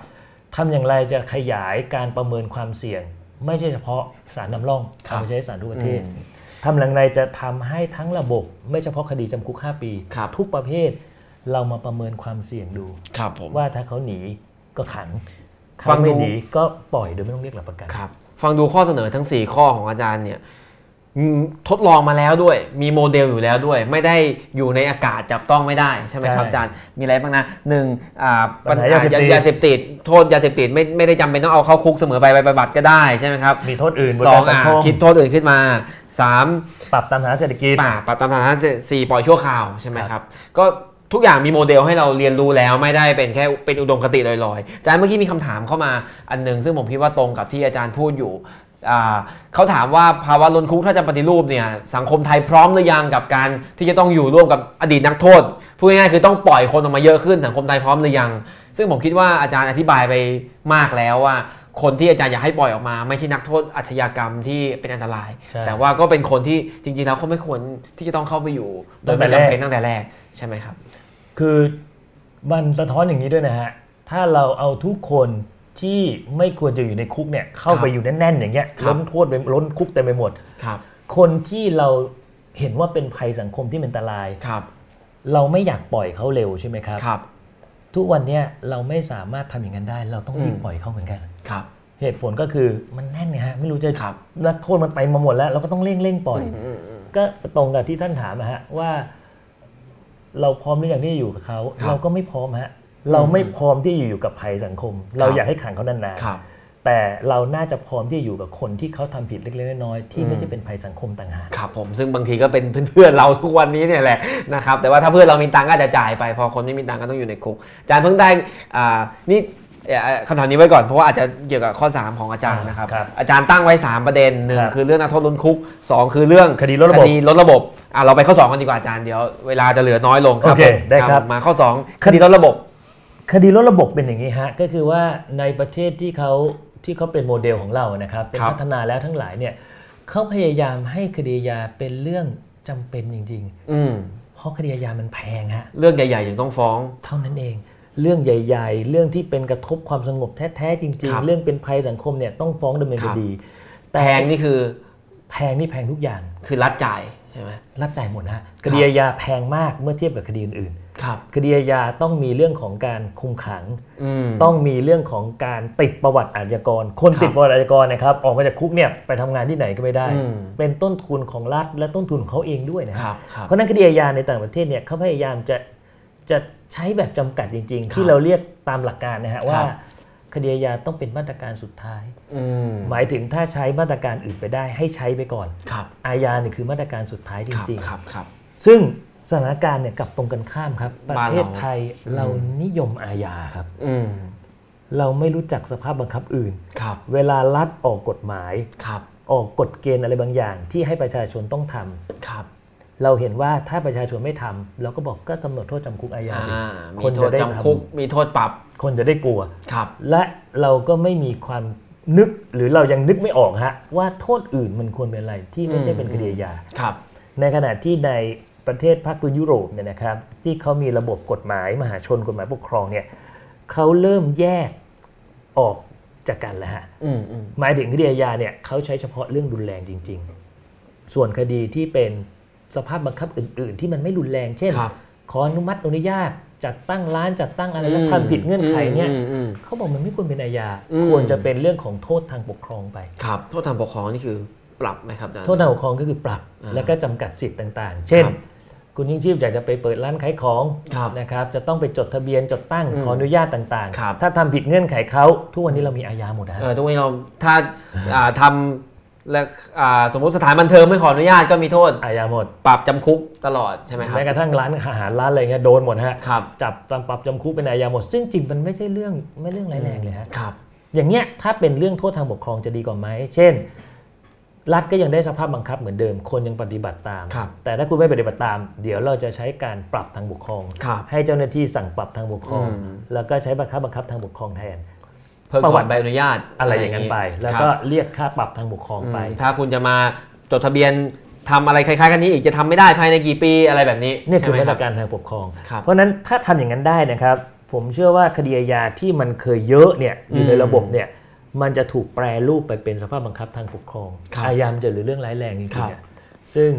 Speaker 2: ทำอย่างไรจะขยายการประเมินความเสี่ยง ไม่ใช่เฉพาะสารนำร่อง
Speaker 1: ครับ
Speaker 2: เอาไปใช้สารทั่วประเทศ
Speaker 1: อืม
Speaker 2: ทำอย่างไรจะทำให้ทั้งระบบ ไม่เฉพาะคดีจำคุก 5 ปี
Speaker 1: ครับ
Speaker 2: ทุกประเภทเรามาประเมินความเสี่ยงดู
Speaker 1: ครับผม
Speaker 2: ว่าถ้าเขาหนีก็ขัง
Speaker 1: ฟั
Speaker 2: เขา
Speaker 1: งดู
Speaker 2: ไม่หนีก็ปล่อยโดยไม่ต้องเรียกหลักประกัน
Speaker 1: ครับ ฟังดูข้อเสนอทั้ง 4 ข้อของอาจารย์เนี่ยอืมทดลองมาแล้วด้วย มีโมเดลอยู่แล้วด้วย ไม่ได้อยู่ในอากาศจับต้องไม่ได้ใช่ไหมครับ
Speaker 2: ใช่
Speaker 1: อาจารย์ มีอะไรบ้างนะหนึ่งอ่า
Speaker 2: ปัญหายาเสพติด
Speaker 1: ยาเสพติด โทษยาเสพติดไม่ไม่ได้จำเป็นต้องเอาเข้าคุกเสมอไปไปบำบัดก็ได้ใช่ไหมครับ
Speaker 2: มีโทษอื่นบน
Speaker 1: สอง
Speaker 2: การสัง
Speaker 1: อ่ะ
Speaker 2: คม
Speaker 1: คิดโทษอื่นขึ้นมาสาม
Speaker 2: ปรับตามฐานเศรษฐกิจ
Speaker 1: ป่าปรับตามฐานะสี่ปล่อยชั่วคราวใช่ไหมค
Speaker 2: ครั
Speaker 1: รับ
Speaker 2: บ
Speaker 1: ก็ทุกอย่างมีโมเดลให้เราเรียนรู้แล้วไม่ได้เป็นแค่เป็นอุดมคติลอยๆอาจารย์เมื่อกี้มีคำถามเข้ามาอันหนึ่งซึ่งผมคิดว่าตรงกับที่อาจารย์พูดอยู่อ่าเขาถามว่าภาวะล้นคุกถ้าจะปฏิรูปเนี่ยสังคมไทยพร้อมหรือยังกับการที่จะต้องอยู่ร่วมกับอดีตนักโทษพูดง่ายๆคือต้องปล่อยคนออกมาเยอะขึ้นสังคมไทยพร้อมหรือยัง ซึ่งผมคิดว่าอาจารย์อธิบายไปมากแล้วว่า คนที่อาจารย์อยากให้ปล่อยออกมา ไม่ใช่นักโทษอาชญากรรมที่เป็นอันตราย
Speaker 2: ใช่
Speaker 1: แต่ว่าก็เป็นคนที่จริงๆแล้วเขาไม่ควรที่จะต้องเข้าไปอยู่ โดยไม่จำเป็นตั้งแต่แรกใช่ไหมครับ
Speaker 2: คือมันสะท้อนอย่างนี้ด้วยนะฮะ ถ้าเราเอาทุกคนที่ไม่ควรจะอยู่ในคุกเนี่ยเข้าไป
Speaker 1: ครับ
Speaker 2: อยู่แน่นๆอย่างเงี้ย
Speaker 1: ครับ
Speaker 2: ล้นโทษไปล้นคุกเต็มไปหมด
Speaker 1: ครับ
Speaker 2: คนที่เราเห็นว่าเป็นภัยสังคมที่เป็นอันตราย
Speaker 1: ครับ
Speaker 2: เราไม่อยากปล่อยเขาเร็วใช่ไหมครับ
Speaker 1: ครับ
Speaker 2: ทุกวันเนี้ยเราไม่สามารถทำอย่างนั้นได้ เราต้องรีบ
Speaker 1: อืม
Speaker 2: ปล่อยเขาเหมือนกัน
Speaker 1: ครับ
Speaker 2: เหตุผลก็คือมันแน่นไงฮะไม่รู้จะ
Speaker 1: ครับ
Speaker 2: นักโทษมันไปมาหมดแล้ว เราก็ต้องเร่งเร่งๆปล่อย
Speaker 1: อืมอืมอืม
Speaker 2: ก็ตรงกับที่ท่านถามนะฮะว่า เราพร้อมหรือยังที่จะอยู่กับเขา
Speaker 1: ครับ
Speaker 2: เราก็ไม่พร้อมฮะ เราไม่พร้อมที่จะอยู่กับภัยสังคม เรา
Speaker 1: ครับ
Speaker 2: อยากให้ขังเขานาน
Speaker 1: ครับ
Speaker 2: ๆแต่เราน่าจะพร้อมที่จะอยู่กับคนที่เขาทำผิดเล็กๆน้อยๆที่
Speaker 1: อืม
Speaker 2: ไม่ใช่เป็นภัยสังคมต่างหาก
Speaker 1: ครับผมซึ่งบางทีก็เป็นเพื่อนๆเราทุกวันนี้เนี่ยแหละนะครับแต่ว่าถ้าเพื่อนเรามีตังค์ก็อาจจะจ่ายไป พอคนไม่มีตังค์ก็ต้องอยู่ในคุกอาจารย์เพิ่งได้อ่านี่เอ่อคำถามนี้ไว้ก่อนเพราะว่าอาจจะเกี่ยวกับข้อ 3 ของอาจารย์นะครับ
Speaker 2: ครับ
Speaker 1: อาจารย์ตั้งไว้ 3 ประเด็นหนึ่ง
Speaker 2: ครับ
Speaker 1: คือเรื่องนักโทษล้นคุก 2 คือเรื่อง
Speaker 2: คดีลดระบบ
Speaker 1: คดีลดระบบอ่ะเราไปข้อ 2 กันดีกว่าอาจารย์เดี๋ยวเวลาจะเหลือน้อยลงครับ
Speaker 2: โอเค
Speaker 1: ผม
Speaker 2: ได้ครับ
Speaker 1: มาข้อ 2 คดีลดระบบ
Speaker 2: คดีลดระบบเป็นอย่างนี้ฮะก็คือว่าในประเทศที่เขาที่เขาเป็นโมเดลของเรานะครับเป็น
Speaker 1: ครับ
Speaker 2: พัฒนาแล้วทั้งหลายเนี่ยเขาพยายามให้คดียาเป็นเรื่องจำเป็นจริง
Speaker 1: อืม
Speaker 2: ๆ เพราะคดียามันแพงฮะ
Speaker 1: เรื่องใหญ่ๆยังต้องฟ้อง
Speaker 2: เท่านั้นเอง เรื่องใหญ่ ๆ เรื่องที่เป็นกระทบความสงบแท้ ๆ จริง
Speaker 1: ครับ
Speaker 2: ๆ เรื่องเป็นภัยสังคมเนี่ยต้องฟ้องดำเนิน
Speaker 1: ค
Speaker 2: ครับ ดี
Speaker 1: แพ
Speaker 2: แต่
Speaker 1: งนี่คือ
Speaker 2: แพงนี่แพงทุกอย่าง
Speaker 1: คือรัดจ่ายใช่ไหม
Speaker 2: รัดจ่ายหมดนะฮะคดียาแพงมากเมื่อเทียบกับคดีอื่น
Speaker 1: ครับ
Speaker 2: ๆคดียาต้องมีเรื่องของการคุมขัง
Speaker 1: อืม
Speaker 2: ต้องมีเรื่องของการติดประวัติอาชญากร คน
Speaker 1: ครับ
Speaker 2: ติดประวัติอาชญากรนะครับออกมาจากคุกเนี่ยไปทำงานที่ไหนก็ไม่ได้
Speaker 1: อืม
Speaker 2: เป็นต้นทุนของรัฐและต้นทุนของเขาเองด้วยนะฮะ
Speaker 1: ครับครับ
Speaker 2: เพราะฉะนั้นคดีอาญาในต่างประเทศเนี่ยเขาพยายามจะจะใช้แบบจำกัดจริง
Speaker 1: ครับ
Speaker 2: ๆที่เราเรียกตามหลักการนะฮะว่า
Speaker 1: ครับ
Speaker 2: คดีอาญาต้องเป็นมาตรการสุดท้าย
Speaker 1: อืม
Speaker 2: หมายถึงถ้าใช้มาตรการอื่นไปได้ให้ใช้ไปก่อน
Speaker 1: ครับ
Speaker 2: อาญาเนี่ยคือมาตรการสุดท้ายจ
Speaker 1: ครับ
Speaker 2: ริง
Speaker 1: ครับครับ
Speaker 2: ๆ ซึ่งสถานการณ์เนี่ยกลับตรงกันข้ามครับ ประเทศ
Speaker 1: บ้านเรา
Speaker 2: ไทยเรานิยมอาญาครับ
Speaker 1: อืม
Speaker 2: เราไม่รู้จักสภาพบังคับอื่น
Speaker 1: ครับ
Speaker 2: เวลารัฐออกกฎหมาย
Speaker 1: ครับ
Speaker 2: ออกกฎเกณฑ์อะไรบางอย่าง ที่ให้ประชาชนต้องทำ
Speaker 1: ครับ
Speaker 2: เราเห็นว่าถ้าประชาชนไม่ทำเราก็บอกก็กำหนดโทษจำคุกอาญา
Speaker 1: อ่า
Speaker 2: ดิ
Speaker 1: มี
Speaker 2: คน
Speaker 1: โท
Speaker 2: จะ
Speaker 1: ษ
Speaker 2: ได้
Speaker 1: จำคุก
Speaker 2: ทำ
Speaker 1: มีโทษปรับ
Speaker 2: คนจะได้กลัว
Speaker 1: ครับ
Speaker 2: และเราก็ไม่มีความนึกหรือเรายังนึกไม่ออกฮะว่าโทษอื่นมันควรเป็นอะไรที่ไม่ใช่เป็นคดีอาญา
Speaker 1: ครับ
Speaker 2: ในขณะที่ในประเทศภาคพื้นยุโรปเนี่ยนะครับ ที่เขามีระบบกฎหมายมหาชนกฎหมายปกครองเนี่ยเขาเริ่มแยกออกจากกันแล้วฮะ
Speaker 1: อืมอืม
Speaker 2: หมายถึงคดีอาญาเนี่ยเขาใช้เฉพาะเรื่องรุนแรงจริง ๆ ส่วนคดีที่เป็นสภาพบังคับอื่น ๆ ที่มันไม่รุนแรง เช่น
Speaker 1: ครับ
Speaker 2: ขออนุมัติอนุญาตจัดตั้งร้านจัดตั้งอะไรและ
Speaker 1: อืม
Speaker 2: ทำผิดเงื่อนไขเนี่ย
Speaker 1: อืมอืมอืม
Speaker 2: เขาบอกมันไม่ควรเป็นอาญา
Speaker 1: อืม
Speaker 2: ควรจะเป็นเรื่องของโทษทางปกครองไป
Speaker 1: ครับโทษทางปกครองนี่คือปรับไหมครับอาจารย์
Speaker 2: โทษทางปกครองก็คือปรับ
Speaker 1: อ่า
Speaker 2: แล้วก็จำกัดสิทธิ์ต่างๆ เช่น
Speaker 1: ครับ
Speaker 2: คุณยิ่งชีพอยากจะไปเปิดร้านขายของ
Speaker 1: ครับ
Speaker 2: นะครับจะต้องไปจดทะเบียนจดตั้ง
Speaker 1: อืม
Speaker 2: ขออนุญาตต่าง
Speaker 1: ครับ
Speaker 2: ๆ ถ้าทำผิดเงื่อนไขเขาทุกวันนี้เรามีอาญาหมดนะฮะ
Speaker 1: เออทุกวันนี้เราถ้าอ่าทำและอ่าสมมติสถานบันเทิงไม่ขออนุญาตก็มีโทษ
Speaker 2: อาญาหมด
Speaker 1: ปรับจำคุกตลอดใช่ไหมครับ
Speaker 2: แม้กระทั่งร้านอาหารร้านอะไรเงี้ยโดนหมดฮะ
Speaker 1: ครับ
Speaker 2: จับปรับจำคุกเป็นอาญาหมด ซึ่งจริงมันไม่ใช่เรื่องไม่เรื่องร้ายแรงเลยฮะ
Speaker 1: ครับ
Speaker 2: อย่างเงี้ยถ้าเป็นเรื่องโทษทางปกครองจะดีกว่าไหม เช่น รัฐก็ยังได้สภาพบังคับเหมือนเดิม คนยังปฏิบัติตาม
Speaker 1: ครับ
Speaker 2: แต่ถ้าคุณไม่ปฏิบัติตาม เดี๋ยวเราจะใช้การปรับทางปกครอง
Speaker 1: ครับ
Speaker 2: ให้เจ้าหน้าที่สั่งปรับทางปกครอง
Speaker 1: อืม
Speaker 2: แล้วก็ใช้บังคับบังคับทางปกครองแทน
Speaker 1: เพิก
Speaker 2: ประ
Speaker 1: ถอ
Speaker 2: วัติ
Speaker 1: นใบอนุญาต
Speaker 2: อะไรอย่างนั้นไป แล้ว
Speaker 1: ครับ
Speaker 2: ก็เรียกค่าปรับทางปกครอง
Speaker 1: อืม
Speaker 2: ไป
Speaker 1: ถ้าคุณจะมาจดทะเบียนทำอะไรคล้ายๆ กันนี้อีกจะทำไม่ได้ภายในกี่ปีอะไรแบบนี้
Speaker 2: เนี่ยคือ
Speaker 1: ใช่ไห
Speaker 2: มาต
Speaker 1: รั
Speaker 2: ร
Speaker 1: บ
Speaker 2: การทางปกครอง
Speaker 1: ครับ
Speaker 2: เพราะฉะนั้นถ้าทำอย่างนั้นได้นะครับ ผมเชื่อว่าคดีอาญาที่มันเคยเยอะเนี่ยอยู่ใน
Speaker 1: อืม
Speaker 2: ระบบเนี่ยมันจะถูกแปรรูปไปเป็นสภาพบังคับทางปกครอง
Speaker 1: ครับ
Speaker 2: อาญามันจะเหรือเรื่องร้ายแรงจริ
Speaker 1: ครั
Speaker 2: ง
Speaker 1: บ
Speaker 2: ๆอะซึ่ง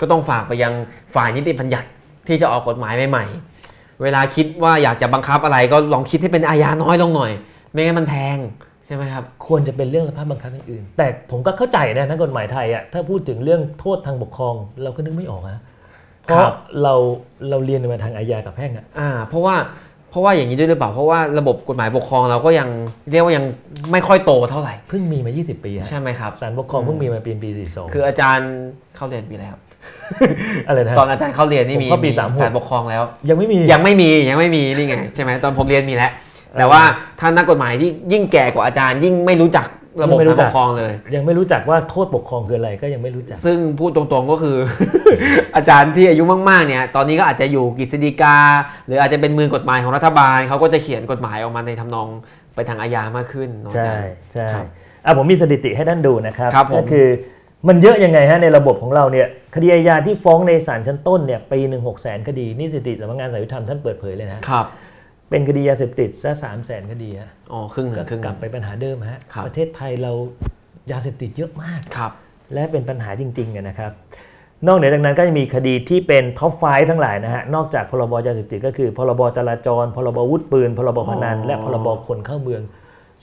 Speaker 1: ก็ต้องฝากไปยังฝ่ายนิติบัญญัติที่จะออกกฎหมายใหม่ๆ เวลาคิดว่าอยากจะบังคับอะไรก็ลองคิดให้เป็นอาญาน้อยลงหน่อย ไม่งั้นมันแพงใช่ไหมครับ
Speaker 2: ควรจะเป็นเรื่องสภาพบังคับอย่างอื่น แต่ผมก็เข้าใจนะนักกฎหมายไทยอะถ้าพูดถึงเรื่องโทษทางปกครอง เราก็นึกไม่ออกนะเพ
Speaker 1: ครั
Speaker 2: ราะ
Speaker 1: บ
Speaker 2: เราเราเรียนมาทางอาญากับแพ่งอะ
Speaker 1: อ่าเพราะว่าเพราะว่าอย่างนี้ด้วยหรือเปล่า เพราะว่าระบบกฎหมายปกครองเราก็ยังเรียกว่ายังไม่ค่อยโตเท่าไหร่
Speaker 2: เพิ่งมีมา 20 ปีฮะ
Speaker 1: ใช่ไหมครับ
Speaker 2: ศาลปกครองเพิ่ง
Speaker 1: อืม
Speaker 2: มีมาปีปี42
Speaker 1: คืออาจารย์เข้าเรียนปีแล้ว
Speaker 2: อะไรนะฮะ
Speaker 1: ตอนอาจารย์เข้าเรียนนี่มี
Speaker 2: ผมเข้าปี
Speaker 1: มี
Speaker 2: สามหก
Speaker 1: สายปกครองแล้ว
Speaker 2: ยังไม่มี
Speaker 1: ยังไม่มียังไม่มีนี่ไงใช่ไหมตอนผมเรียนมีแล้ว แต่ว่าถ้านักกฎหมายที่ยิ่งแก่กว่าอาจารย์ ยิ่งไม่รู้จักระบบ
Speaker 2: ยิ่งไม่รู้
Speaker 1: สายป
Speaker 2: จัก
Speaker 1: กครองเลย
Speaker 2: ยังไม่รู้จักว่าโทษปกครองคืออะไรก็ยังไม่รู้จัก
Speaker 1: ซึ่งพูดตรงๆก็คือ อาจารย์ที่อายุมากๆเนี่ย ตอนนี้ก็อาจจะอยู่กฤษฎีกา หรืออาจจะเป็นมือกฎหมายของรัฐบาลเขาก็จะเขียนกฎหมายออกมาในทำนองไปทางอาญามากขึ้นเนาะอา
Speaker 2: ใช่
Speaker 1: จารย์
Speaker 2: ใช่
Speaker 1: ครับ
Speaker 2: อ่ะผมมีสถิติให้ท่านดูนะครับ
Speaker 1: ครับผม
Speaker 2: ก็คือมันเยอะยังไงฮะในระบบของเราเนี่ยคดีอาญาที่ฟ้องในศาลชั้นต้นเนี่ยปีหนึ่งหกแสนคดีนี่สถิติสำนักงานสาลยุติธรรมท่านเปิดเผยเลยนะครับ เป็นคดียาเสพติดซะสามแสนคดีฮะ
Speaker 1: อ๋อครึ่งหนึ่
Speaker 2: ก็
Speaker 1: งครึ่งห
Speaker 2: ก
Speaker 1: นึ่
Speaker 2: ลั
Speaker 1: ง
Speaker 2: บไปปัญหาเดิมฮะ
Speaker 1: ครับ
Speaker 2: ประเทศไทยเรายาเสพติดเยอะมาก
Speaker 1: ครับ
Speaker 2: และเป็นปัญหาจริงๆอะนะครับ นอกเหนือจากนั้นก็จะมีคดีที่เป็นท็อปไฟทั้งหลายนะฮะนอกจากพรบยาเสพติดก็คือ พรบจราจร พรบอาวุธปืน พรบพนัน
Speaker 1: อ๋อ
Speaker 2: และพรบคนเข้าเมือง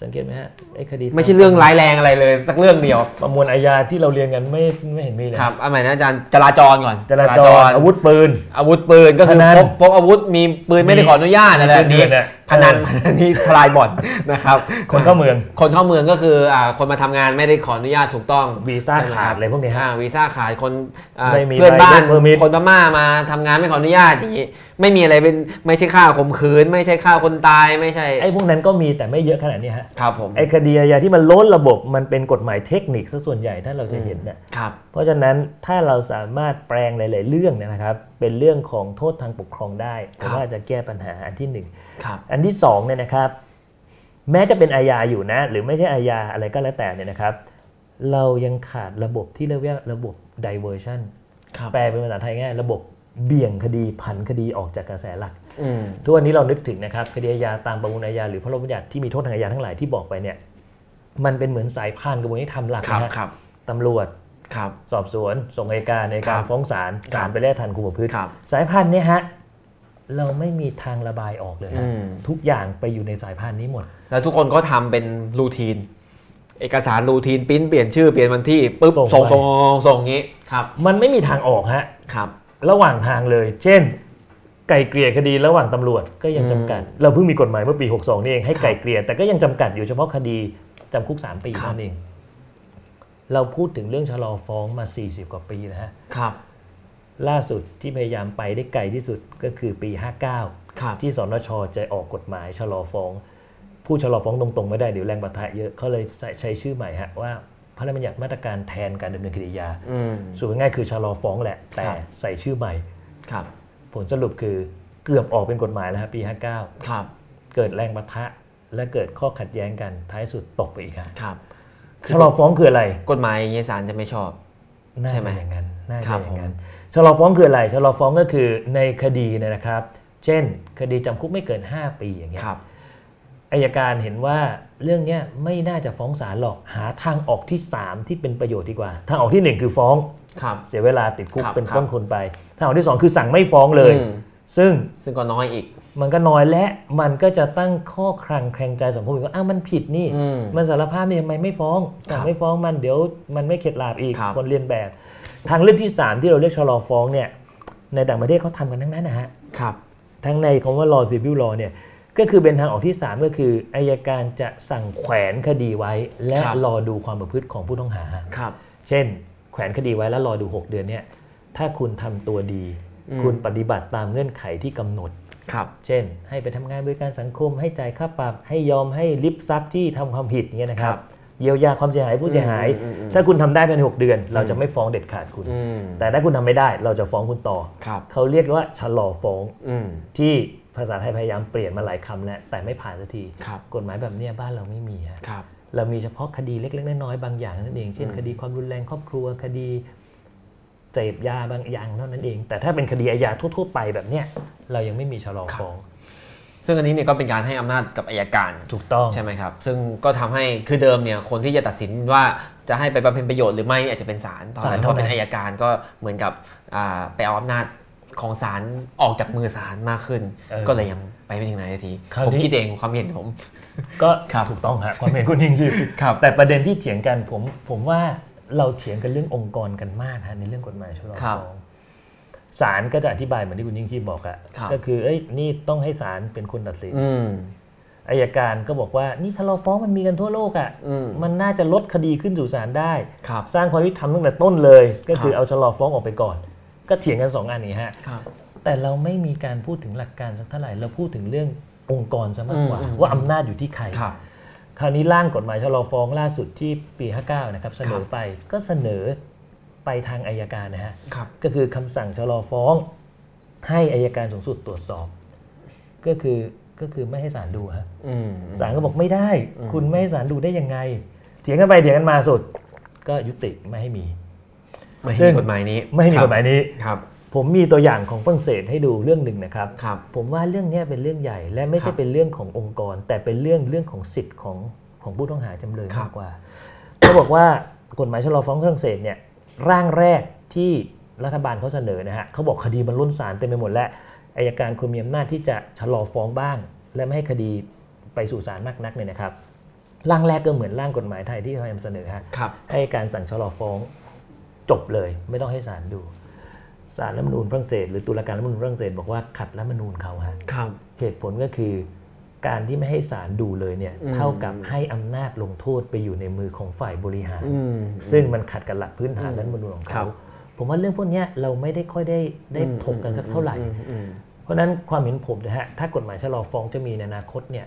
Speaker 2: สังเกตไหมฮะไอ้คดี
Speaker 1: ไม่ใช่เรื่องร้ายแรงอะไรเลย สักเรื่องเดียว
Speaker 2: ประมวลอาญาที่เราเรียนกันไม่ไม่เห็นมีเลย
Speaker 1: ครับอันใหม่นะอาจารย์จราจรก่อน
Speaker 2: จราจรอาวุธปืน
Speaker 1: อาวุธปืนก็คือ
Speaker 2: พนัน
Speaker 1: พกพกอาวุธมีปืนไม่ได้ขออนุญาตอะไรแบบนี้
Speaker 2: มีปืนเนี่ย
Speaker 1: พนันพ
Speaker 2: เออ
Speaker 1: นันนี่ทล ายบ่อนนะครับ
Speaker 2: คนเข้าเมือง
Speaker 1: คนเข้าเมืองก็คืออ่าคนมาทำงานไม่ได้ขออนุญาตถูกต้อง
Speaker 2: วีซ่า
Speaker 1: ใช่ไหม
Speaker 2: ขา
Speaker 1: ค
Speaker 2: ด
Speaker 1: บ
Speaker 2: อะไรพวกเนี้ย
Speaker 1: อ่า
Speaker 2: ฮะ
Speaker 1: วีซ่าขาดคนอ่า
Speaker 2: ไม่มี
Speaker 1: เพื่อนบ้าน
Speaker 2: ใบ permit
Speaker 1: คนพม่ามาทำงานไม่ขออนุญาตอย่างนี้ ไม่มีอะไรเป็นไม่ใช่ค่าข่มขืน ไม่ใช่ค่าคนตายไม่ใช่
Speaker 2: ไอ้พวกนั้นก็มีแต่ไม่เยอะขนาดนี้ฮะ
Speaker 1: ครับผม
Speaker 2: ไอ้คดีอาญาที่มันล้นระบบมันเป็นกฎหมายเทคนิคซะส่วนใหญ่ถ้าเราจะเห็นเนี่ย
Speaker 1: ครับ
Speaker 2: เพราะฉะนั้นถ้าเราสามารถแปลงหลาย ๆ เรื่องเนยนะครับ เป็นเรื่องของโทษทางปกครองได้ผ
Speaker 1: ครั
Speaker 2: ม
Speaker 1: บ
Speaker 2: ว่าจะแก้ปัญหาอันที่หนึ่ง
Speaker 1: ครับ
Speaker 2: อันที่สองเนี่ยนะครับ แม้จะเป็นอาญาอยู่นะ หรือไม่ใช่อาญาอะไรก็แล้วแต่เนี่ยนะครับ เรายังขาดระบบที่เรียกว่าระบบ diversion
Speaker 1: ครับ
Speaker 2: แปลเป็นภาษาไทยง่ายระบบเบี่ยงคดีผันคดีออกจากกระแสหลัก
Speaker 1: อืม
Speaker 2: ทุกวันนี้เรานึกถึงนะครับคดีอาญาตามประมวลอาญาหรือพระราชบัญญัติที่มีโทษทางอาญาทั้งหลายที่บอกไปเนี่ยมันเป็นเหมือนสายพานกระบวนการยุติธรรมหลัก
Speaker 1: ครับ
Speaker 2: นะฮะ
Speaker 1: ครับ
Speaker 2: ตำรวจ
Speaker 1: ครับ
Speaker 2: สอบสวน ส่งอัยการใน
Speaker 1: ค
Speaker 2: การ
Speaker 1: รับ
Speaker 2: ฟ้องศาล
Speaker 1: ครั
Speaker 2: ศา
Speaker 1: บ
Speaker 2: ลไปแล่ทันคุมประพฤติ
Speaker 1: ครับ
Speaker 2: สายพันธุ์เนี่ยฮะ เราไม่มีทางระบายออกเลยฮะ
Speaker 1: อืม
Speaker 2: ทุกอย่างไปอยู่ในสายพันธุ์นี้หมด
Speaker 1: แล้วทุกคนก็ทำเป็นรูทีน เอกสารรูทีนปริ้นเปลี่ยนชื่อเปลี่ยนวันที่ปุ๊บ
Speaker 2: ส่
Speaker 1: ส่
Speaker 2: ง
Speaker 1: ง
Speaker 2: ไป
Speaker 1: ส่งส่งส่งอย่างนี้ครับ
Speaker 2: มันไม่มีทางออกฮะ
Speaker 1: ครับ
Speaker 2: ระหว่างทางเลย เช่น ไก่เกลี่ยคดีระหว่างตำรวจก็ยัง
Speaker 1: อืม
Speaker 2: จำกัด เราเพิ่งมีกฎหมายเมื่อปี 62 นี่เองให้
Speaker 1: ครับ
Speaker 2: ไก่เกลี่ยแต่ก็ยังจำกัดอยู่เฉพาะคดีจำคุก 3 ปี
Speaker 1: ครับ
Speaker 2: นั่นเอง เราพูดถึงเรื่องชะลอฟ้องมา 40 กว่าปีนะฮะ
Speaker 1: ครับ
Speaker 2: ล่าสุดที่พยายามไปได้ไกลที่สุดก็คือปี 59
Speaker 1: ครับ
Speaker 2: ที่สนชจะออกกฎหมายชะลอฟ้อง ผู้ชะลอฟ้องตรงๆ ไม่ได้เดี๋ยวแรงบัทะเยอะเขาเลยใส่ใช้ชื่อใหม่ฮะว่าพระราชบัญญัติมาตรการแทนการดำเนินคดียา
Speaker 1: อืม
Speaker 2: ส่วนง่ายๆคือชะลอฟ้องแหละ แต่
Speaker 1: ครับ
Speaker 2: ใส่ชื่อใหม่
Speaker 1: ครับ
Speaker 2: ผลสรุปคือเกือบออกเป็นกฎหมายแล้วฮะปี
Speaker 1: ครับ
Speaker 2: 59 เกิดแรงบัทะและเกิดข้อขัดแย้งกันท้ายสุดตกไปอีกฮะ
Speaker 1: ครับ
Speaker 2: ชะลอฟ้องคืออะไร
Speaker 1: กฎหมายอย่างนี้ศาลจะไม่ชอบ
Speaker 2: น่า
Speaker 1: ใช่ไหม
Speaker 2: จะอย่างนั้นน่า
Speaker 1: ครับ
Speaker 2: จะอย่างนั้น
Speaker 1: ผ
Speaker 2: ชะลอฟ้องคืออะไรชะลอฟ้องก็คือในคดีเนยนะครับ เช่น คดีจำคุกไม่เกิน 5 ปีอย่างเงี้ย
Speaker 1: ครับ
Speaker 2: อายการเห็นว่าเรื่องเนี้ยไม่น่าจะฟ้องศาลหรอกหาทางออกที่ 3 ที่เป็นประโยชน์ดีกว่า ทางออกทีหนึ่1 คือฟ้อง
Speaker 1: ครับ
Speaker 2: เสียเวลาติดคุก
Speaker 1: ครับ
Speaker 2: เป็น
Speaker 1: ครับ
Speaker 2: ต้นทุนไป ทางออกที่ 2 คือสั่งไม่ฟ้องเลย
Speaker 1: อืม
Speaker 2: ซึ่ง
Speaker 1: ซึ่งก็น้อยอีก
Speaker 2: มันก็น้อยและมันก็จะตั้งข้อคลังแคลงใจสังคมอีกว่าอ้าวมันผิดนี่
Speaker 1: อืม
Speaker 2: มันสารภาพนี่ทำไมไม่ฟ้อง
Speaker 1: ครั
Speaker 2: สั่
Speaker 1: บ
Speaker 2: งไม่ฟ้องมันเดี๋ยวมันไม่เข็ดหลาบอีก
Speaker 1: ครับ
Speaker 2: คนเรียนแบบ ทางเลือกที่ 3 ที่เราเรียกชะลอฟ้องเนี่ยในต่างประเทศเขาทำกันทั้งนั้นนะฮะ
Speaker 1: ครับ
Speaker 2: ทั้งในคำว่า law civil law เนี่ยก็คือเป็นทางออกที่ 3 ก็คืออายการจะสั่งแขวนคดีไว้ และรอดูความประพฤติของผู้ต้องหา
Speaker 1: ครับ
Speaker 2: เช่น แขวนคดีไว้แล้วรอดู 6 เดือนเนี่ยถ้าคุณทำตัวดี
Speaker 1: อืม
Speaker 2: คุณปฏิบัติตามเงื่อนไขที่กำหนด
Speaker 1: ครับ
Speaker 2: เช่น ให้ไปทำงานบริการสังคม ให้จ่ายค่าปรับ ให้ยอมให้ลิบทรัพย์ที่ทำความผิดเนี่ยนะครับเยียวยาความเสียหายผู้เสียหาย
Speaker 1: อืมอืมอืม
Speaker 2: ถ้าคุณทำได้ภายใน6เดือน เราจะไม่ฟ้องเด็ดขาดคุณ
Speaker 1: อืม
Speaker 2: แต่ถ้าคุณทำไม่ได้เราจะฟ้องคุณต่อ
Speaker 1: ครับ
Speaker 2: เขาเรียกว่าชะลอฟ้อง
Speaker 1: อืม
Speaker 2: ที่ภาษาไทยพยายามเปลี่ยนมาหลายคำแล้วแต่ไม่ผ่านสักที
Speaker 1: ครับ
Speaker 2: กฎหมายแบบเนี้ยบ้านเราไม่มีฮะ
Speaker 1: ครับ
Speaker 2: เรามีเฉพาะคดีเล็กๆน้อยๆบางอย่างนั่นเอง เช่น คดีความรุนแรงครอบครัวคดีเสพยาบางอย่างเท่านั้นเอง แต่ถ้าเป็นคดีอาญาทั่วๆไปแบบเนี้ยเรายังไม่มีชะลอฟ้อง
Speaker 1: ซึ่งอันนี้เนี่ยก็เป็นการให้อำนาจกับอายการ
Speaker 2: ถูกต้อง
Speaker 1: ใช่ไหมครับ ซึ่งก็ทำให้คือเดิมเนี่ยคนที่จะตัดสินว่าจะให้ไปบำเพ็ญประโยชน์หรือไม่อาจจะเป็นศาลตอน
Speaker 2: ศาล
Speaker 1: นั้น
Speaker 2: เท่า
Speaker 1: ก็
Speaker 2: นั้น
Speaker 1: เป็นอายการก็เหมือนกับอ่าไปเอาอำนาจของศาลออกจากมือศาลมากขึ้น
Speaker 2: เออ
Speaker 1: ก็เลยยังไปไม่ถึงไหนสักที
Speaker 2: คราว
Speaker 1: ผม
Speaker 2: นี้
Speaker 1: คิดเองความเห็นผม
Speaker 2: ก็
Speaker 1: ครับ
Speaker 2: ถูกต้องฮะความเห็นคุณยิ่งชีพ
Speaker 1: ครับ
Speaker 2: แต่ประเด็นที่เถียงกันผมผมว่าเราเถียงกันเรื่ององค์กรกันมากฮะในเรื่องกฎหมายชะลอ
Speaker 1: ครั
Speaker 2: ฟ้
Speaker 1: บ
Speaker 2: องศาลก็จะอธิบายเหมือนที่คุณยิ่งชีพบอกอะ
Speaker 1: ครับ
Speaker 2: ก็คือเอ้ยนี่ต้องให้ศาลเป็นคนตัดสิน
Speaker 1: อืม
Speaker 2: อายการก็บอกว่านี่ชะลอฟ้องมันมีกันทั่วโลกอะ่ะ
Speaker 1: อืม
Speaker 2: มันน่าจะลดคดีขึ้นสู่ศาลได้
Speaker 1: ครับ
Speaker 2: สร้างความยุติธรรมตั้งแต่ต้นเลย ก็คื
Speaker 1: ค
Speaker 2: อ
Speaker 1: รับ
Speaker 2: เอาชะลอฟ้องออกไปก่อน ก็เถียงกันสองอันนี้ฮะ
Speaker 1: ครับ
Speaker 2: แต่เราไม่มีการพูดถึงหลักการสักเท่าไหร่เราพูดถึงเรื่ององค์กรซะมากกว่า
Speaker 1: อืมอืม
Speaker 2: ว่าอำนาจอยู่ที่ใคร
Speaker 1: ครับ
Speaker 2: คราวนี้ร่างกฎหมายชะลอฟ้องล่าสุดที่ปี 59 นะครับ เสนอ
Speaker 1: ครับ
Speaker 2: ไปก็เสนอไปทางอายการนะฮะ
Speaker 1: ครับ
Speaker 2: ก็คือคำสั่งชะลอฟ้อง ให้อายการสูงสุดตรวจสอบ ก็คือก็คือไม่ให้ศาลดูฮะ
Speaker 1: อืม
Speaker 2: ศาลก็บอกไม่ได้ คุณไม่ให้ศาลดูได้ยังไง เถียงกันไปเถียงกันมาสุด ก็ยุติไม่ให้มี
Speaker 1: ไม่
Speaker 2: ซึ่
Speaker 1: ให้
Speaker 2: ง
Speaker 1: กฎหมายนี้
Speaker 2: ไม่ให้มีกฎหมายนี้
Speaker 1: ครับ
Speaker 2: ผมมีตัวอย่างของฝรั่งเศสให้ดูเรื่องหนึ่งนะครับ
Speaker 1: ครับ
Speaker 2: ผมว่าเรื่องเนี้ยเป็นเรื่องใหญ่ และไม่
Speaker 1: ครั
Speaker 2: ใช่
Speaker 1: บ
Speaker 2: เป็นเรื่องขององค์กร แต่เป็นเรื่องเรื่องของสิทธิ์ของของผู้ต้องหาจำเลย
Speaker 1: ครับ
Speaker 2: มากกว่าเขาบอกว่ากฎหมายชะลอฟ้องฝรั่งเศสเนี่ยร่างแรกที่รัฐบาลเขาเสนอนะฮะเขาบอกคดีมันล้นศาลเต็มไปหมดแล้วอายการควรมีอำนาจที่จะชะลอฟ้องบ้าง และไม่ให้คดีไปสู่ศาลมากนักเนี่ยนะครับ ร่างแรกก็เหมือนร่างกฎหมายไทยที่เรานำเสนอฮะ
Speaker 1: ครับ
Speaker 2: ให้การสั่งชะลอฟ้องจบเลยไม่ต้องให้ศาลดูศาลรัฐธรรมนูญฝรั่งเศสหรือตุลาการรัฐธรรมนูญฝรั่งเศสบอกว่าขัดรัฐธรรมนูญเขาฮะ
Speaker 1: ครับ
Speaker 2: เหตุผลก็คือการที่ไม่ให้ศาลดูเลยเนี่ย
Speaker 1: อืม
Speaker 2: เท่ากับให้อำนาจลงโทษไปอยู่ในมือของฝ่ายบริหาร
Speaker 1: อืม
Speaker 2: ซึ่งมันขัดกับหลักพื้นฐาน
Speaker 1: อืม
Speaker 2: รัฐธรรมนูญของ
Speaker 1: ครั
Speaker 2: เขา
Speaker 1: บ
Speaker 2: ผมว่าเรื่องพวกเนี้ยเราไม่ได้ค่อยได้ได้ถกกันสักเท่าไหร่
Speaker 1: อืมอืม
Speaker 2: เพราะฉะนั้นความเห็นผมนะฮะถ้ากฎหมายชะลอฟ้องจะมีในอนาคตเนี่ย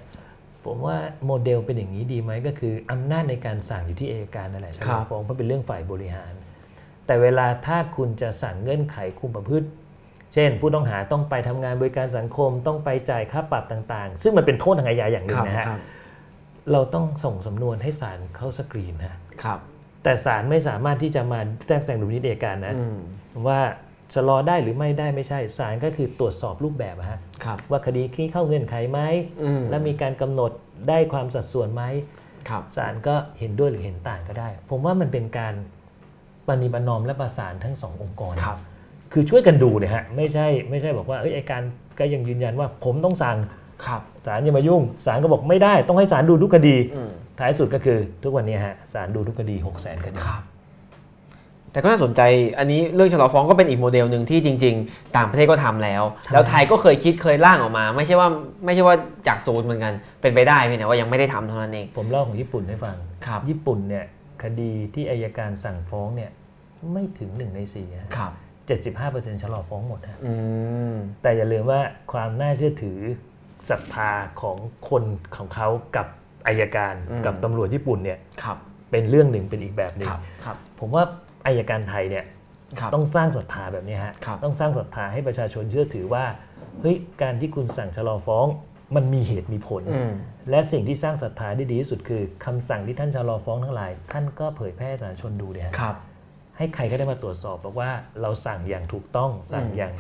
Speaker 2: ผมว่าโมเดลเป็นอย่างนี้ดีไหมก็คืออำนาจในการสั่งอยู่ที่เอยการนั่นแหละชะ
Speaker 1: ค
Speaker 2: ล
Speaker 1: รั
Speaker 2: อบ ฟ้องเพราะเป็นเรื่องฝ่ายบริหาร แต่เวลาถ้าคุณจะสั่งเงื่อนไขคุมประพฤติ เช่น ผู้ต้องหาต้องไปทำงานบริการสังคมต้องไปจ่ายค่าปรับต่างๆ ซึ่งมันเป็นโทษทางอาญาอย่างหนึ่
Speaker 1: ค
Speaker 2: ง
Speaker 1: รับ
Speaker 2: นะฮะ
Speaker 1: ครับ
Speaker 2: เราต้องส่งสำนวนให้ศาลเข้าสกรีนฮะ
Speaker 1: ครับ
Speaker 2: แต่ศาลไม่สามารถที่จะมาแทรกแซงดุลพินิจเอยการนะ
Speaker 1: อืม
Speaker 2: ว่าชะลอได้หรือไม่ได้ไม่ใช่ศาลก็คือตรวจสอบรูปแบบอะฮะ
Speaker 1: ครับ
Speaker 2: ว่าคดีนี้เข้าเงื่อนไขไหม
Speaker 1: อืม
Speaker 2: และมีการกำหนดได้ความสัดส่วนไหม
Speaker 1: ครับ
Speaker 2: ศาลก็เห็นด้วยหรือเห็นต่างก็ได้ ผมว่ามันเป็นการปณิบัตินอมและประสานทั้งสององค์กร
Speaker 1: ครับ
Speaker 2: คือช่วยกันดูเนี่ยฮะ ไม่ใช่ไม่ใช่บอกว่าเอ้ยไอการก็ยังยืนยันว่าผมต้องสั่ง
Speaker 1: ครับ
Speaker 2: ศาลอย่ามายุ่งศาลก็บอกไม่ได้ต้องให้ศาลดูทุกคดี
Speaker 1: อืม
Speaker 2: ท้ายสุดก็คือทุกวันนี้ฮะศาลดูทุกคดี6 0 0 0 0 0คดี
Speaker 1: ครับ แต่ก็น่าสนใจอันนี้เรื่องชะลอฟ้องก็เป็นอีกโมเดลหนึ่งที่จริง ๆ ต่างประเทศก็ทำแล้ว
Speaker 2: ใช่
Speaker 1: แล้วไทยก็เคยคิดเคยร่างออกมา ไม่ใช่ว่าไม่ใช่ว่าจากศูนย์เหมือนกันเป็นไปได้เพียงแต่ว่ายังไม่ได้ทำเท่านั้นเอง
Speaker 2: ผมเล่าของญี่ปุ่นให้ฟัง
Speaker 1: ครับ
Speaker 2: ญี่ปุ่นเนี่ยคดีที่อายการสั่งฟ้องเนี่ยไม่ถึงหนึ่งในสี่ฮะ
Speaker 1: ครับ
Speaker 2: 75%ชะลอฟ้องหมดฮะ
Speaker 1: อืม
Speaker 2: แต่อย่าลืมว่าความน่าเชื่อถือศรัทธาของคนของเขากับอายการ
Speaker 1: อืม
Speaker 2: กับตำรวจญี่ปุ่นเนี่ย
Speaker 1: ครับ
Speaker 2: เป็นเรื่องหนึ่งเป็นอีกแบบหนึ่ง
Speaker 1: ครับ ครับ
Speaker 2: ผมว่าอายการไทยเนี่ย
Speaker 1: ครับ
Speaker 2: ต้องสร้างศรัทธาแบบนี้ฮะ
Speaker 1: ครับ
Speaker 2: ต้องสร้างศรัทธาให้ประชาชนเชื่อถือว่าเฮ้ยการที่คุณสั่งชะลอฟ้องมันมีเหตุมีผล
Speaker 1: อืม
Speaker 2: และสิ่งที่สร้างศรัทธาได้ดีที่สุดคือคำสั่งที่ท่านชะลอฟ้องทั้งหลาย ท่านก็เผยแพร่ให้ประชาชนดูเนี่ยฮะ
Speaker 1: ครับ
Speaker 2: ให้ใครก็ได้มาตรวจสอบบอกว่าเราสั่งอย่างถูกต้องสั่ง
Speaker 1: อืม
Speaker 2: อย่าง